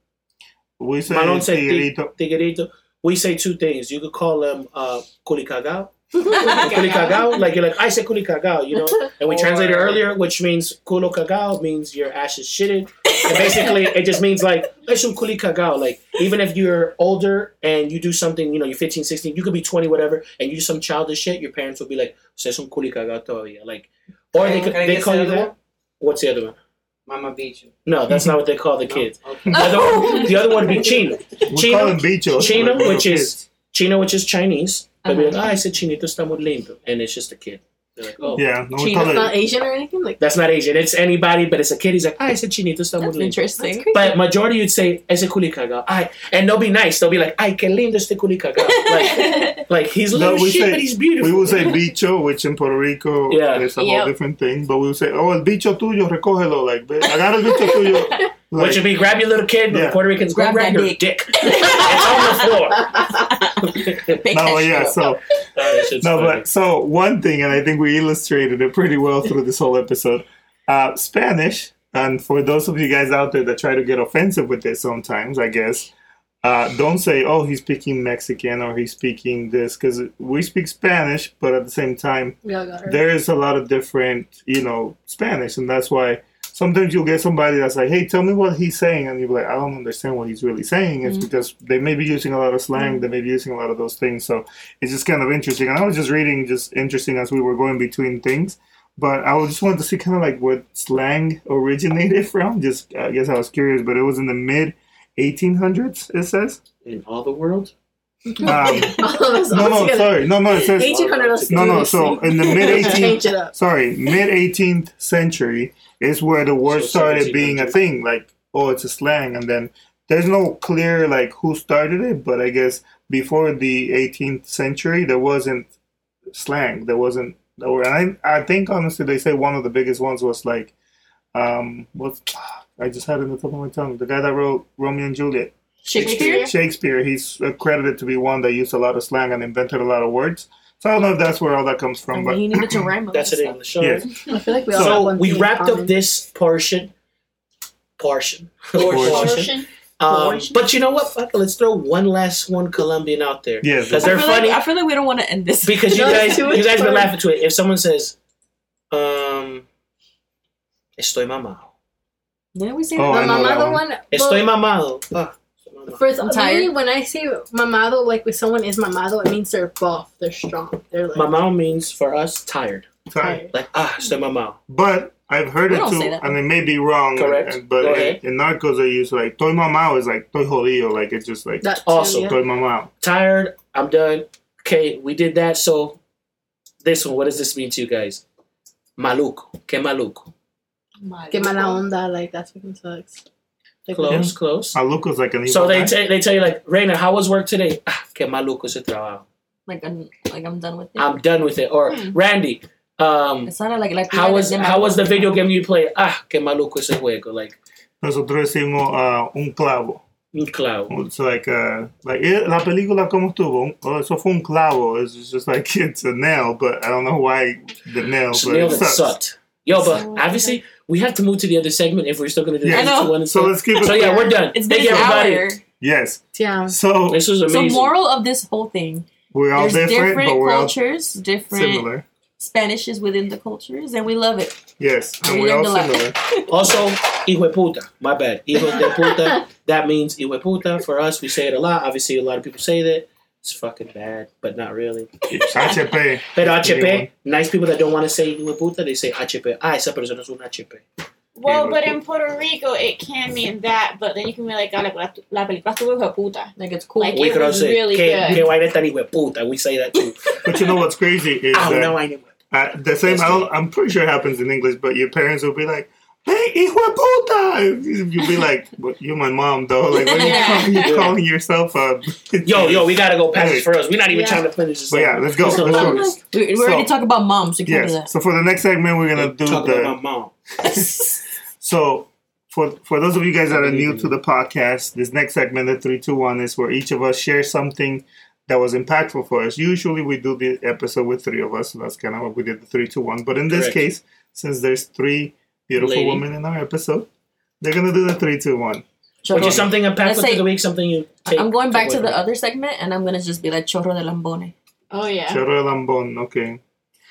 [SPEAKER 3] We say
[SPEAKER 4] Manon said
[SPEAKER 3] tigrito.
[SPEAKER 4] tiguerito. we say two things. You could call them uh, kulikagao. kulikagao, like you're like, I say kulikagao, you know? And we
[SPEAKER 7] Or-
[SPEAKER 4] translated earlier, which means kulo kagao means your ash is shitted. And basically, it just means like, it's un kulikagao. Like, even if you're older and you do something, you know, you're 15, 16, you could be 20, whatever, and you do some childish shit, your parents will be like, "Ustedes son kulikagao todavía. Like, or they,
[SPEAKER 7] Can I-
[SPEAKER 4] could,
[SPEAKER 7] can I
[SPEAKER 4] they
[SPEAKER 7] guess
[SPEAKER 4] call
[SPEAKER 7] the
[SPEAKER 4] you
[SPEAKER 7] other
[SPEAKER 4] that.
[SPEAKER 7] one?
[SPEAKER 4] What's the other one?
[SPEAKER 7] Mama beat you.
[SPEAKER 4] No, that's not what they call the
[SPEAKER 7] No?
[SPEAKER 4] kids.
[SPEAKER 7] Okay.
[SPEAKER 4] The other one, the other one would be chino.
[SPEAKER 3] We
[SPEAKER 4] Chino-
[SPEAKER 3] call them bichos.
[SPEAKER 4] chino,
[SPEAKER 3] like
[SPEAKER 4] which
[SPEAKER 3] little
[SPEAKER 4] is- Chino, which is Chinese. They'll be
[SPEAKER 1] Uh-huh.
[SPEAKER 4] like, ah, ese chinito está muy lindo. And it's just a kid. They're like, oh.
[SPEAKER 3] kids. Yeah, no, we
[SPEAKER 1] Chino,
[SPEAKER 3] call
[SPEAKER 6] It's
[SPEAKER 3] it.
[SPEAKER 6] not Asian or anything like.
[SPEAKER 4] That's not Asian. It's anybody, but it's a kid. He's like, ah, ese chinito está muy
[SPEAKER 1] That's
[SPEAKER 4] lindo.
[SPEAKER 1] interesting.
[SPEAKER 4] But majority you'd say, ese culicaga. Ay, and they'll be nice. They'll be like, ay, que lindo este culicaga. Like, like he's
[SPEAKER 3] No,
[SPEAKER 4] little
[SPEAKER 3] we
[SPEAKER 4] shit,
[SPEAKER 3] say-
[SPEAKER 4] but he's beautiful.
[SPEAKER 3] We will say bicho, which in Puerto Rico
[SPEAKER 4] Yeah.
[SPEAKER 3] is a whole
[SPEAKER 5] Yep.
[SPEAKER 3] different thing. But we will say, oh, el bicho tuyo, recógelo. Like, "Ve, agarra el bicho tuyo. Like,
[SPEAKER 4] Which would be grab your little kid, but
[SPEAKER 3] Yeah.
[SPEAKER 4] the Puerto Ricans grab,
[SPEAKER 1] Grab
[SPEAKER 4] grab
[SPEAKER 1] that
[SPEAKER 4] your dick.
[SPEAKER 1] dick.
[SPEAKER 4] it's on the floor.
[SPEAKER 1] Pick that
[SPEAKER 3] no,
[SPEAKER 1] shit
[SPEAKER 3] yeah,
[SPEAKER 1] up.
[SPEAKER 3] so
[SPEAKER 4] That shit's
[SPEAKER 3] no,
[SPEAKER 4] funny.
[SPEAKER 3] but so one thing, and I think we illustrated it pretty well through this whole episode. Uh, Spanish, and for those of you guys out there that try to get offensive with this, sometimes I guess, uh, don't say, "Oh, he's speaking Mexican" or "He's speaking this," because we speak Spanish, but at the same time,
[SPEAKER 6] We all got her.
[SPEAKER 3] there is a lot of different, you know, Spanish, and that's why sometimes you'll get somebody that's like, "Hey, tell me what he's saying," and you're like, "I don't understand what he's really saying." It's because they may be using a lot of slang, they may be using a lot of those things, so it's just kind of interesting. And I was just reading, just interesting as we were going between things, but I was just wanted to see kind of like what slang originated from. Just I guess I was curious, but it was in the mid 1800s. It says.
[SPEAKER 4] in all the world.
[SPEAKER 3] Um,
[SPEAKER 6] All of us
[SPEAKER 3] no,
[SPEAKER 6] all
[SPEAKER 3] no,
[SPEAKER 6] together.
[SPEAKER 3] sorry, no, no. It says
[SPEAKER 6] 1800 us
[SPEAKER 3] no,
[SPEAKER 6] do
[SPEAKER 3] no.
[SPEAKER 6] this
[SPEAKER 3] So uh,
[SPEAKER 6] thing.
[SPEAKER 3] in the mid 18th
[SPEAKER 6] change it up.
[SPEAKER 3] sorry, mid 18th century is where the word
[SPEAKER 4] So
[SPEAKER 3] started
[SPEAKER 4] 1700s.
[SPEAKER 3] being a thing. Like, oh, it's a slang, and then there's no clear like who started it, but I guess before the 18th century, there wasn't slang. There wasn't. There were, and I, I think honestly, they say one of the biggest ones was like, um, what's I just had it in the top of my tongue. The guy that wrote Romeo and Juliet.
[SPEAKER 1] Shakespeare.
[SPEAKER 3] Shakespeare. He's credited to be one that used a lot of slang and invented a lot of words. So I don't know if that's where all that comes
[SPEAKER 1] I
[SPEAKER 3] from,
[SPEAKER 1] mean,
[SPEAKER 3] but
[SPEAKER 1] you needed to rhyme.
[SPEAKER 4] That's it
[SPEAKER 1] it.
[SPEAKER 4] in the show.
[SPEAKER 3] Yes.
[SPEAKER 6] I feel like we all have
[SPEAKER 4] So
[SPEAKER 6] one
[SPEAKER 4] we
[SPEAKER 6] thing in
[SPEAKER 4] wrapped up
[SPEAKER 6] common.
[SPEAKER 4] this portion. Portion.
[SPEAKER 3] Portion.
[SPEAKER 5] Portion.
[SPEAKER 4] Um,
[SPEAKER 6] Portion.
[SPEAKER 4] but you know what? Fuck it. Let's throw one last one Colombian out there.
[SPEAKER 3] Yes.
[SPEAKER 4] Because
[SPEAKER 1] I
[SPEAKER 4] they're
[SPEAKER 1] feel like-
[SPEAKER 4] funny.
[SPEAKER 1] I feel like we don't want to end this.
[SPEAKER 4] because you
[SPEAKER 6] No,
[SPEAKER 4] guys,
[SPEAKER 6] it's too much
[SPEAKER 4] you guys been
[SPEAKER 6] fun.
[SPEAKER 4] laughing to it. If someone says, um, estoy mamado.
[SPEAKER 1] Didn't we say
[SPEAKER 3] Oh,
[SPEAKER 1] that?
[SPEAKER 6] The
[SPEAKER 3] I know that
[SPEAKER 6] mamado
[SPEAKER 3] one.
[SPEAKER 6] one.
[SPEAKER 4] Estoy mamado. Ah, estoy mamado.
[SPEAKER 6] First,
[SPEAKER 1] I'm
[SPEAKER 6] me,
[SPEAKER 1] tired.
[SPEAKER 6] when I say mamado, like when someone is mamado, it means they're buff, they're strong, they're like
[SPEAKER 4] Mamado means for us tired.
[SPEAKER 3] Sorry.
[SPEAKER 6] tired.
[SPEAKER 4] Like ah, estoy mamado.
[SPEAKER 3] But I've heard
[SPEAKER 1] We
[SPEAKER 3] it
[SPEAKER 1] don't say
[SPEAKER 3] too,
[SPEAKER 1] that.
[SPEAKER 3] and it may be wrong.
[SPEAKER 4] Correct.
[SPEAKER 3] and- but
[SPEAKER 4] Go
[SPEAKER 3] in,
[SPEAKER 4] ahead.
[SPEAKER 3] in Narcos, they use like "toy mamao" is like "toy jodido," like it's just like
[SPEAKER 6] That too,
[SPEAKER 4] Also,
[SPEAKER 6] yeah.
[SPEAKER 3] "toy mamao."
[SPEAKER 4] Tired. I'm done. Okay, we did that. So this one, what does this mean to you guys? Maluco. Que maluco.
[SPEAKER 5] Oh
[SPEAKER 6] Que mala onda, like that's fucking sucks. Like,
[SPEAKER 4] Close, close.
[SPEAKER 3] Maluco's like an evil
[SPEAKER 4] So they
[SPEAKER 3] guy.
[SPEAKER 4] t- they tell you like, Raina, how was work today? Ah, que maluco ese trabajo.
[SPEAKER 1] Like I'm, like I'm done with it.
[SPEAKER 4] I'm done with it. Or
[SPEAKER 1] Hmm.
[SPEAKER 4] Randy, um,
[SPEAKER 1] it sounded like like
[SPEAKER 4] how was how was the video game you played? Ah, que maluco ese juego. Like,
[SPEAKER 3] Nosotros decimos uh, un clavo.
[SPEAKER 4] un clavo.
[SPEAKER 3] It's like uh, like eh, la película como estuvo. Un- Oh, eso fue un clavo. It's just, just like it's a nail, but I don't know why the nail.
[SPEAKER 4] It's a
[SPEAKER 3] but
[SPEAKER 4] nail
[SPEAKER 3] it
[SPEAKER 4] that
[SPEAKER 3] sucks.
[SPEAKER 4] sucked. Yo, but
[SPEAKER 1] So-
[SPEAKER 4] obviously we have to move to the other segment if we're still gonna do
[SPEAKER 3] Yeah.
[SPEAKER 4] the
[SPEAKER 3] I
[SPEAKER 1] know.
[SPEAKER 4] two one and
[SPEAKER 3] So
[SPEAKER 4] so.
[SPEAKER 3] let's keep it.
[SPEAKER 4] So yeah, we're done.
[SPEAKER 1] It's been
[SPEAKER 4] Thank you
[SPEAKER 1] an
[SPEAKER 4] everybody.
[SPEAKER 1] hour.
[SPEAKER 3] Yes.
[SPEAKER 6] Yeah.
[SPEAKER 3] So
[SPEAKER 4] This was
[SPEAKER 1] So
[SPEAKER 4] amazing.
[SPEAKER 1] moral of this whole thing:
[SPEAKER 3] we're all
[SPEAKER 1] there's
[SPEAKER 3] different,
[SPEAKER 1] different
[SPEAKER 3] but we're all
[SPEAKER 1] cultures, different
[SPEAKER 3] similar.
[SPEAKER 1] Spanishes within the cultures, and we love it.
[SPEAKER 3] Yes, and
[SPEAKER 1] We
[SPEAKER 3] we're all
[SPEAKER 1] learned a lot.
[SPEAKER 3] similar.
[SPEAKER 4] also, hijo de puta. My bad. Hijo de puta. That means hijo de puta. For us, we say it a lot. Obviously, a lot of people say that. It's fucking bad, but not really.
[SPEAKER 3] HP.
[SPEAKER 4] Pero HP,
[SPEAKER 3] Anyone?
[SPEAKER 4] nice people that don't want to say hijo de puta, they say HP. Ah, esa persona es un HP.
[SPEAKER 5] Well, but in Puerto Rico, it can mean that, but then you can be like, "Ah, la, la, la película estuvo hijo de puta.
[SPEAKER 1] Like it's cool.
[SPEAKER 5] Like-
[SPEAKER 4] We
[SPEAKER 5] It
[SPEAKER 4] could
[SPEAKER 5] was
[SPEAKER 4] also say,
[SPEAKER 5] really
[SPEAKER 4] que,
[SPEAKER 5] good.
[SPEAKER 4] que vaina tan hijo de puta. We say that too.
[SPEAKER 3] But you know what's crazy is
[SPEAKER 4] Ah,
[SPEAKER 3] that-
[SPEAKER 4] no, I knew
[SPEAKER 3] Uh, the same, I don't, I'm pretty sure it happens in English, but your parents will be like, hey, hijo de puta! You'll be like, well, you're my mom, though. Like, what are you, calling, you calling yourself up?
[SPEAKER 4] Yo, yo, we gotta go past
[SPEAKER 3] Hey.
[SPEAKER 4] this for us. We're not even
[SPEAKER 6] Yeah.
[SPEAKER 4] trying to finish this.
[SPEAKER 3] But yeah, let's go.
[SPEAKER 4] Let's go.
[SPEAKER 3] Let's go.
[SPEAKER 1] we, we
[SPEAKER 3] So-
[SPEAKER 1] already talked about moms. We can do
[SPEAKER 3] Yes. So for the next segment, we're going to do
[SPEAKER 4] Talk
[SPEAKER 3] the...
[SPEAKER 4] about my mom.
[SPEAKER 3] So, for for those of you guys that are new to the podcast, this next segment, the three, two, one, is where each of us shares something that was impactful for us. Usually, we do the episode with three of us, so that's kind of what we did the three, two, one. But in this
[SPEAKER 4] Correct.
[SPEAKER 3] case, since there's three beautiful
[SPEAKER 4] Lady.
[SPEAKER 3] women in our episode, they're gonna do the three, two, one.
[SPEAKER 4] Which
[SPEAKER 1] Chorro.
[SPEAKER 4] is something I'm
[SPEAKER 1] Let's
[SPEAKER 4] packed
[SPEAKER 1] say-
[SPEAKER 4] for the week, something you take.
[SPEAKER 1] I'm going back
[SPEAKER 4] take
[SPEAKER 1] to
[SPEAKER 4] away
[SPEAKER 1] the
[SPEAKER 4] from
[SPEAKER 1] other segment, and I'm gonna just be like chorro de lambone.
[SPEAKER 5] Oh yeah.
[SPEAKER 3] Chorro de lambón, okay.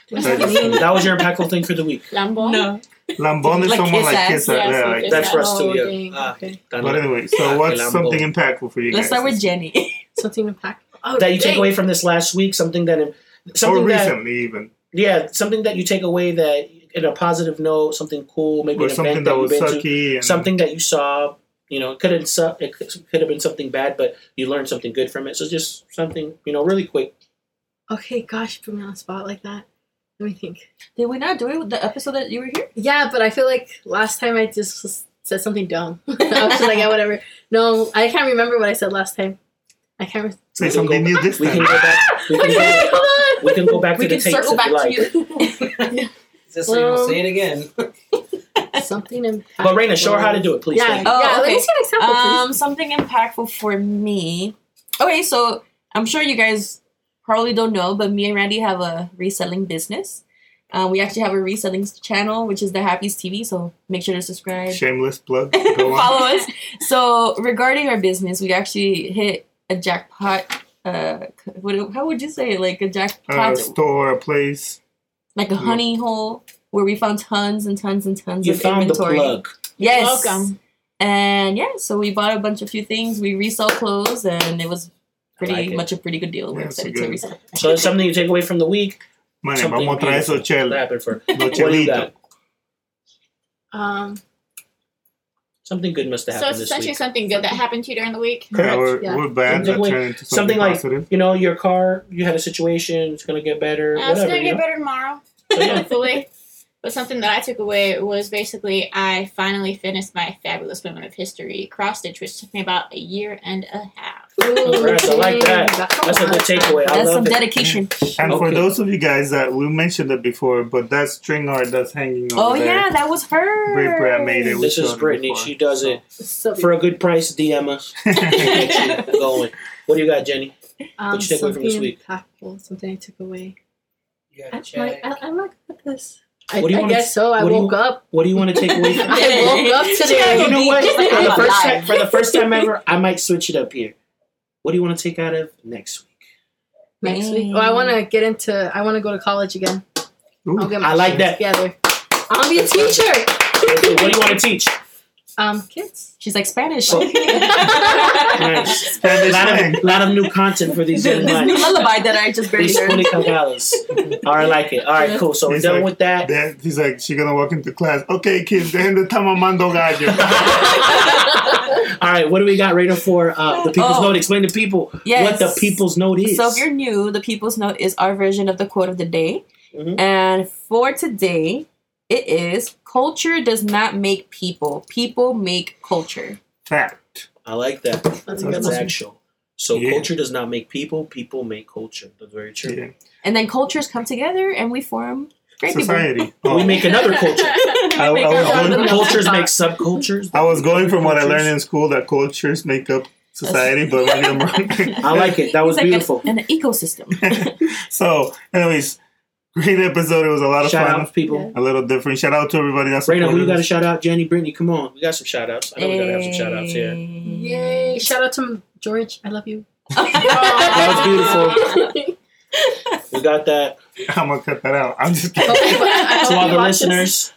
[SPEAKER 4] it. That was your impactful thing for the week.
[SPEAKER 5] Lambo.
[SPEAKER 3] Lambón is
[SPEAKER 1] Like
[SPEAKER 3] someone
[SPEAKER 1] kiss
[SPEAKER 3] like
[SPEAKER 1] ass,
[SPEAKER 3] kiss ass,
[SPEAKER 5] yeah,
[SPEAKER 3] yeah,
[SPEAKER 5] so
[SPEAKER 3] like
[SPEAKER 5] kiss
[SPEAKER 3] that.
[SPEAKER 4] That's for us too,
[SPEAKER 6] Oh, dang,
[SPEAKER 4] yeah. Ah,
[SPEAKER 6] okay.
[SPEAKER 4] got
[SPEAKER 3] But
[SPEAKER 4] it.
[SPEAKER 3] anyway, so
[SPEAKER 4] Ah,
[SPEAKER 3] what's
[SPEAKER 4] Lambón.
[SPEAKER 3] something impactful for you
[SPEAKER 1] Let's
[SPEAKER 3] guys?
[SPEAKER 1] start with Jenny.
[SPEAKER 6] Something to pack. Oh,
[SPEAKER 4] That you take
[SPEAKER 6] dang.
[SPEAKER 4] away from this last week, something that,
[SPEAKER 3] or
[SPEAKER 4] something that,
[SPEAKER 3] recently, even
[SPEAKER 4] yeah, something that you take away that in a positive note, something cool, maybe
[SPEAKER 3] or
[SPEAKER 4] an
[SPEAKER 3] something
[SPEAKER 4] event
[SPEAKER 3] that
[SPEAKER 4] that you've
[SPEAKER 3] was
[SPEAKER 4] been to.
[SPEAKER 3] sucky and
[SPEAKER 4] something that you saw you know it could have su- it could have been something bad but you learned something good from it so just something you know really quick
[SPEAKER 6] Okay, gosh, put me on a spot like that. Let me think.
[SPEAKER 1] Did we not do it with the episode that you were here?
[SPEAKER 6] Yeah, but I feel like last time I just was- said something dumb. I was just like, yeah, whatever. No, I can't remember what I said last time. I can't. Re-
[SPEAKER 3] say
[SPEAKER 4] We can
[SPEAKER 3] something
[SPEAKER 4] go-
[SPEAKER 3] new this
[SPEAKER 4] we
[SPEAKER 3] time.
[SPEAKER 4] can go back we can
[SPEAKER 6] okay,
[SPEAKER 4] go,
[SPEAKER 6] hold on.
[SPEAKER 4] we can go back
[SPEAKER 1] We
[SPEAKER 4] to
[SPEAKER 1] can
[SPEAKER 4] the tapes
[SPEAKER 1] circle
[SPEAKER 4] if
[SPEAKER 1] back
[SPEAKER 4] you like
[SPEAKER 1] to you.
[SPEAKER 7] Just so you
[SPEAKER 6] Well-
[SPEAKER 7] don't say it again.
[SPEAKER 6] Something impactful.
[SPEAKER 4] but Raina show her how to do it please
[SPEAKER 6] Yeah,
[SPEAKER 4] thank you.
[SPEAKER 1] Oh,
[SPEAKER 6] yeah. Let
[SPEAKER 1] okay.
[SPEAKER 6] me see an example, please.
[SPEAKER 1] um, something impactful for me. Okay, so I'm sure you guys probably don't know, but me and Randy have a reselling business. Um, we actually have a reselling channel, which is the Happies TV. So make sure to subscribe.
[SPEAKER 3] Shameless plug. Go on.
[SPEAKER 1] follow us. So regarding our business, we actually hit a jackpot. Uh, what, how would you say it? like a
[SPEAKER 3] Uh,
[SPEAKER 1] jackpot,
[SPEAKER 3] store a place.
[SPEAKER 1] like a honey hole where we found tons and tons and tons
[SPEAKER 4] you
[SPEAKER 1] of
[SPEAKER 4] found the
[SPEAKER 1] oh, inventory.
[SPEAKER 4] plug
[SPEAKER 1] Yes,
[SPEAKER 5] Welcome.
[SPEAKER 1] And yeah, so we bought a bunch of few things. We resell clothes, and it was pretty
[SPEAKER 4] like it.
[SPEAKER 1] much a pretty good deal. We're
[SPEAKER 3] Yeah, it's
[SPEAKER 1] excited
[SPEAKER 3] a
[SPEAKER 1] to
[SPEAKER 3] good-
[SPEAKER 1] resell.
[SPEAKER 4] so it's something you take away from the week
[SPEAKER 3] Man,
[SPEAKER 4] something
[SPEAKER 3] vamos a traer
[SPEAKER 4] beautiful
[SPEAKER 3] esos chelos.
[SPEAKER 4] that happened for
[SPEAKER 3] Los
[SPEAKER 4] what do you
[SPEAKER 3] chelitos.
[SPEAKER 4] got
[SPEAKER 6] Um,
[SPEAKER 4] something good must have
[SPEAKER 5] So
[SPEAKER 4] happened
[SPEAKER 5] it's
[SPEAKER 4] this
[SPEAKER 5] essentially
[SPEAKER 4] week
[SPEAKER 5] something good that happened to you during the week.
[SPEAKER 3] Yeah,
[SPEAKER 4] correct
[SPEAKER 3] we're,
[SPEAKER 6] yeah.
[SPEAKER 3] we're bad.
[SPEAKER 4] Something
[SPEAKER 3] that
[SPEAKER 4] like-
[SPEAKER 3] turned into something,
[SPEAKER 4] something like-
[SPEAKER 3] positive.
[SPEAKER 4] you know your car you had a situation it's gonna get better
[SPEAKER 5] Uh, it's
[SPEAKER 4] whatever
[SPEAKER 5] gonna
[SPEAKER 4] you
[SPEAKER 5] get
[SPEAKER 4] know?
[SPEAKER 5] better tomorrow,
[SPEAKER 4] So, yeah.
[SPEAKER 5] hopefully. But something that I took away was basically I finally finished my fabulous women of history cross stitch, which took me about a year and a half.
[SPEAKER 4] Congrats, I like that. that's a good takeaway I
[SPEAKER 1] That's
[SPEAKER 4] love
[SPEAKER 1] some
[SPEAKER 4] it Oh.
[SPEAKER 1] dedication.
[SPEAKER 3] And for
[SPEAKER 4] Okay.
[SPEAKER 3] those of you guys that we mentioned it before, but that string art that's hanging over
[SPEAKER 1] Oh
[SPEAKER 3] there.
[SPEAKER 1] yeah, that was her.
[SPEAKER 3] Brit Brat made it. We
[SPEAKER 4] this is
[SPEAKER 3] showed it
[SPEAKER 4] Brittany
[SPEAKER 3] before,
[SPEAKER 4] she does
[SPEAKER 3] so.
[SPEAKER 4] it for a good price DM us get you going. What do you got, Jenny?
[SPEAKER 6] um,
[SPEAKER 4] What'd you take away from this
[SPEAKER 6] something
[SPEAKER 4] week?
[SPEAKER 6] Impactful. Something I took away.
[SPEAKER 7] You
[SPEAKER 6] I,
[SPEAKER 7] gotta
[SPEAKER 6] I,
[SPEAKER 7] check.
[SPEAKER 6] I, I'm not good at this. I,
[SPEAKER 4] What do you
[SPEAKER 6] I
[SPEAKER 4] wanna-
[SPEAKER 6] guess so. I
[SPEAKER 4] what do you-
[SPEAKER 6] woke up.
[SPEAKER 4] What do you want to take away? From-
[SPEAKER 6] I woke up today.
[SPEAKER 4] you know what?
[SPEAKER 1] Just like
[SPEAKER 4] for,
[SPEAKER 1] I'm
[SPEAKER 4] the first
[SPEAKER 1] alive.
[SPEAKER 4] time, for the first time ever, I might switch it up here. What do you want to take out of next week?
[SPEAKER 6] Next week. Oh, I want to get into. I want to go to college again.
[SPEAKER 3] Ooh.
[SPEAKER 6] I'll get my
[SPEAKER 4] I like
[SPEAKER 6] shit
[SPEAKER 4] that.
[SPEAKER 6] together. I'll be a teacher.
[SPEAKER 4] what do you want to teach?
[SPEAKER 6] Um, kids.
[SPEAKER 1] She's like Spanish.
[SPEAKER 4] Oh.
[SPEAKER 1] this
[SPEAKER 4] Nice.
[SPEAKER 3] Spanish
[SPEAKER 4] A lot
[SPEAKER 3] slang.
[SPEAKER 4] of, lot of new content for these
[SPEAKER 1] this
[SPEAKER 4] young
[SPEAKER 1] new
[SPEAKER 4] minds.
[SPEAKER 1] lullaby that I just barely
[SPEAKER 4] These
[SPEAKER 1] learned.
[SPEAKER 4] cagadas. All right, I like it. All right, cool. So we're
[SPEAKER 3] He's
[SPEAKER 4] done
[SPEAKER 3] like-
[SPEAKER 4] with that.
[SPEAKER 3] Then he's like, she's gonna walk into class. Okay, kids, dejen de estar mamando gallo.
[SPEAKER 4] All right, what do we got rated for uh, the People's
[SPEAKER 1] Oh.
[SPEAKER 4] Note? Explain to people
[SPEAKER 1] Yes.
[SPEAKER 4] what the People's Note is.
[SPEAKER 1] So if you're new, the People's Note is our version of the quote of the day.
[SPEAKER 4] Mhm.
[SPEAKER 1] And for today, it is culture does not make people. People make culture.
[SPEAKER 3] Fact.
[SPEAKER 4] I like that.
[SPEAKER 6] That's a good
[SPEAKER 4] That's
[SPEAKER 6] one.
[SPEAKER 4] actual. So
[SPEAKER 3] Yeah.
[SPEAKER 4] culture does not make people; people make culture. That's very true.
[SPEAKER 3] Yeah.
[SPEAKER 1] And then cultures come together and we form great
[SPEAKER 3] Society.
[SPEAKER 4] But we
[SPEAKER 3] Oh,
[SPEAKER 4] make another culture.
[SPEAKER 3] I, I was
[SPEAKER 1] our
[SPEAKER 3] going,
[SPEAKER 1] own.
[SPEAKER 4] Cultures make subcultures.
[SPEAKER 3] I was going from what I learned in school that cultures make up society, but maybe I'm wrong.
[SPEAKER 1] people.
[SPEAKER 4] I like it. That was
[SPEAKER 1] It's like
[SPEAKER 4] beautiful.
[SPEAKER 1] An, an ecosystem.
[SPEAKER 3] so, anyways, great episode. It was a lot of
[SPEAKER 4] Shout
[SPEAKER 3] fun.
[SPEAKER 4] out to people.
[SPEAKER 3] A little different. Shout out to everybody that's
[SPEAKER 4] Raina, who you got to
[SPEAKER 3] us.
[SPEAKER 4] shout out? Jenny, Brittany, come on. We got some shout outs. I know we got to have some shout outs here.
[SPEAKER 6] Yay! Shout out to George. I love you.
[SPEAKER 4] That was beautiful.
[SPEAKER 6] to
[SPEAKER 4] We got that.
[SPEAKER 3] I'm gonna cut that out. I'm
[SPEAKER 4] Oh,
[SPEAKER 3] just kidding.
[SPEAKER 4] To all
[SPEAKER 6] all
[SPEAKER 4] the listeners,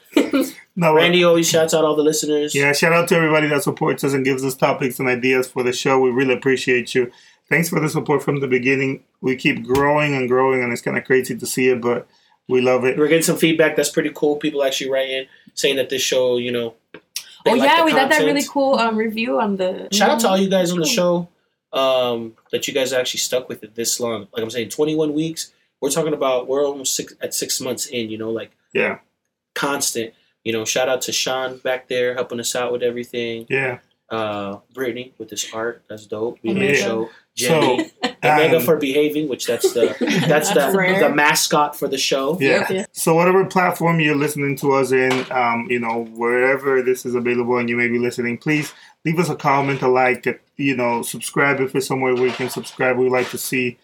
[SPEAKER 3] No, but-
[SPEAKER 4] Randy always shouts out all the listeners.
[SPEAKER 3] Yeah, shout out to everybody that supports us and gives us topics and ideas for the show. We really appreciate you. Thanks for the support from the beginning. We keep growing and growing, and it's kind of crazy to see it, but we love it.
[SPEAKER 4] We're getting some feedback that's pretty cool. People actually write in saying that this show, you know. they
[SPEAKER 1] Oh
[SPEAKER 4] like
[SPEAKER 1] yeah,
[SPEAKER 4] the
[SPEAKER 1] we got that
[SPEAKER 4] content.
[SPEAKER 1] really cool um, review on the
[SPEAKER 4] Shout out to all you guys on the show um, that you guys actually stuck with it this long. Like I'm saying, 21 weeks. We're talking about we're almost six, at six months in. You know, like
[SPEAKER 3] Yeah.
[SPEAKER 4] constant. You know, shout out to Sean back there helping us out with everything.
[SPEAKER 3] Yeah.
[SPEAKER 4] Uh, Brittany with this art, that's dope. We
[SPEAKER 3] Yeah.
[SPEAKER 4] made the show.
[SPEAKER 3] So,
[SPEAKER 4] Jenny, Omega
[SPEAKER 3] um,
[SPEAKER 4] for behaving, which that's the that's the
[SPEAKER 5] That's rare.
[SPEAKER 4] the mascot for the show.
[SPEAKER 3] yeah.
[SPEAKER 6] Yeah.
[SPEAKER 3] So, whatever platform you're listening to us in, um, you know, wherever this is available and you may be listening, please leave us a comment, a like, uh, you know, subscribe if it's somewhere we can subscribe. We like to see,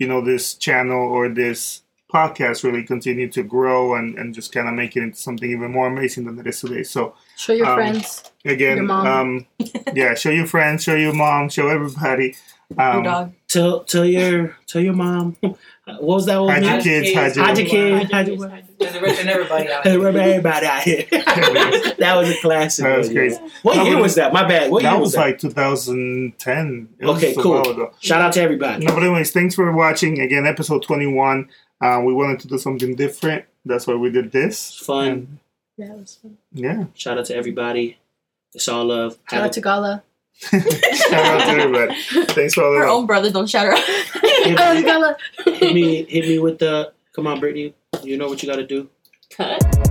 [SPEAKER 3] you know, this channel or this podcast really continue to grow and, and just kind of make it into something even more amazing than it is today. So
[SPEAKER 6] Show your
[SPEAKER 3] Um,
[SPEAKER 6] friends. Your
[SPEAKER 3] again,
[SPEAKER 6] mom.
[SPEAKER 3] um, yeah, show your friends, show your mom, show everybody.
[SPEAKER 1] Your
[SPEAKER 3] Um,
[SPEAKER 1] dog.
[SPEAKER 4] Tell tell your tell your mom. What was that
[SPEAKER 3] hide
[SPEAKER 4] one?
[SPEAKER 3] your
[SPEAKER 7] Hide your
[SPEAKER 3] kids, hide
[SPEAKER 7] kids.
[SPEAKER 3] your
[SPEAKER 4] Hide your kids. Hide your
[SPEAKER 7] There's a rich and everybody out
[SPEAKER 4] Hey,
[SPEAKER 7] here.
[SPEAKER 4] remember everybody out here. that was a classic.
[SPEAKER 3] That was
[SPEAKER 4] one,
[SPEAKER 3] crazy.
[SPEAKER 4] yeah. What
[SPEAKER 3] That
[SPEAKER 4] year
[SPEAKER 3] was-
[SPEAKER 4] was that? My bad. What year
[SPEAKER 3] that
[SPEAKER 4] was
[SPEAKER 3] was
[SPEAKER 4] that?
[SPEAKER 3] like 2010. It was
[SPEAKER 4] Okay,
[SPEAKER 3] a
[SPEAKER 4] cool.
[SPEAKER 3] while ago.
[SPEAKER 4] Shout out to everybody.
[SPEAKER 3] No, but anyways, thanks for watching. Again, episode 21. Uh, we wanted to do something different. That's why we did
[SPEAKER 4] It's
[SPEAKER 3] this.
[SPEAKER 4] fun.
[SPEAKER 6] Yeah, that was fun.
[SPEAKER 3] Yeah.
[SPEAKER 4] Shout out to everybody. It's all love.
[SPEAKER 6] Shout out to Gala.
[SPEAKER 3] Shout out to everybody. Thanks for all the
[SPEAKER 1] Her
[SPEAKER 3] love.
[SPEAKER 1] own brother, don't shout her out.
[SPEAKER 6] Oh, Gala.
[SPEAKER 4] hit me hit me with the come on, Brittany. You know what you gotta do.
[SPEAKER 5] Cut.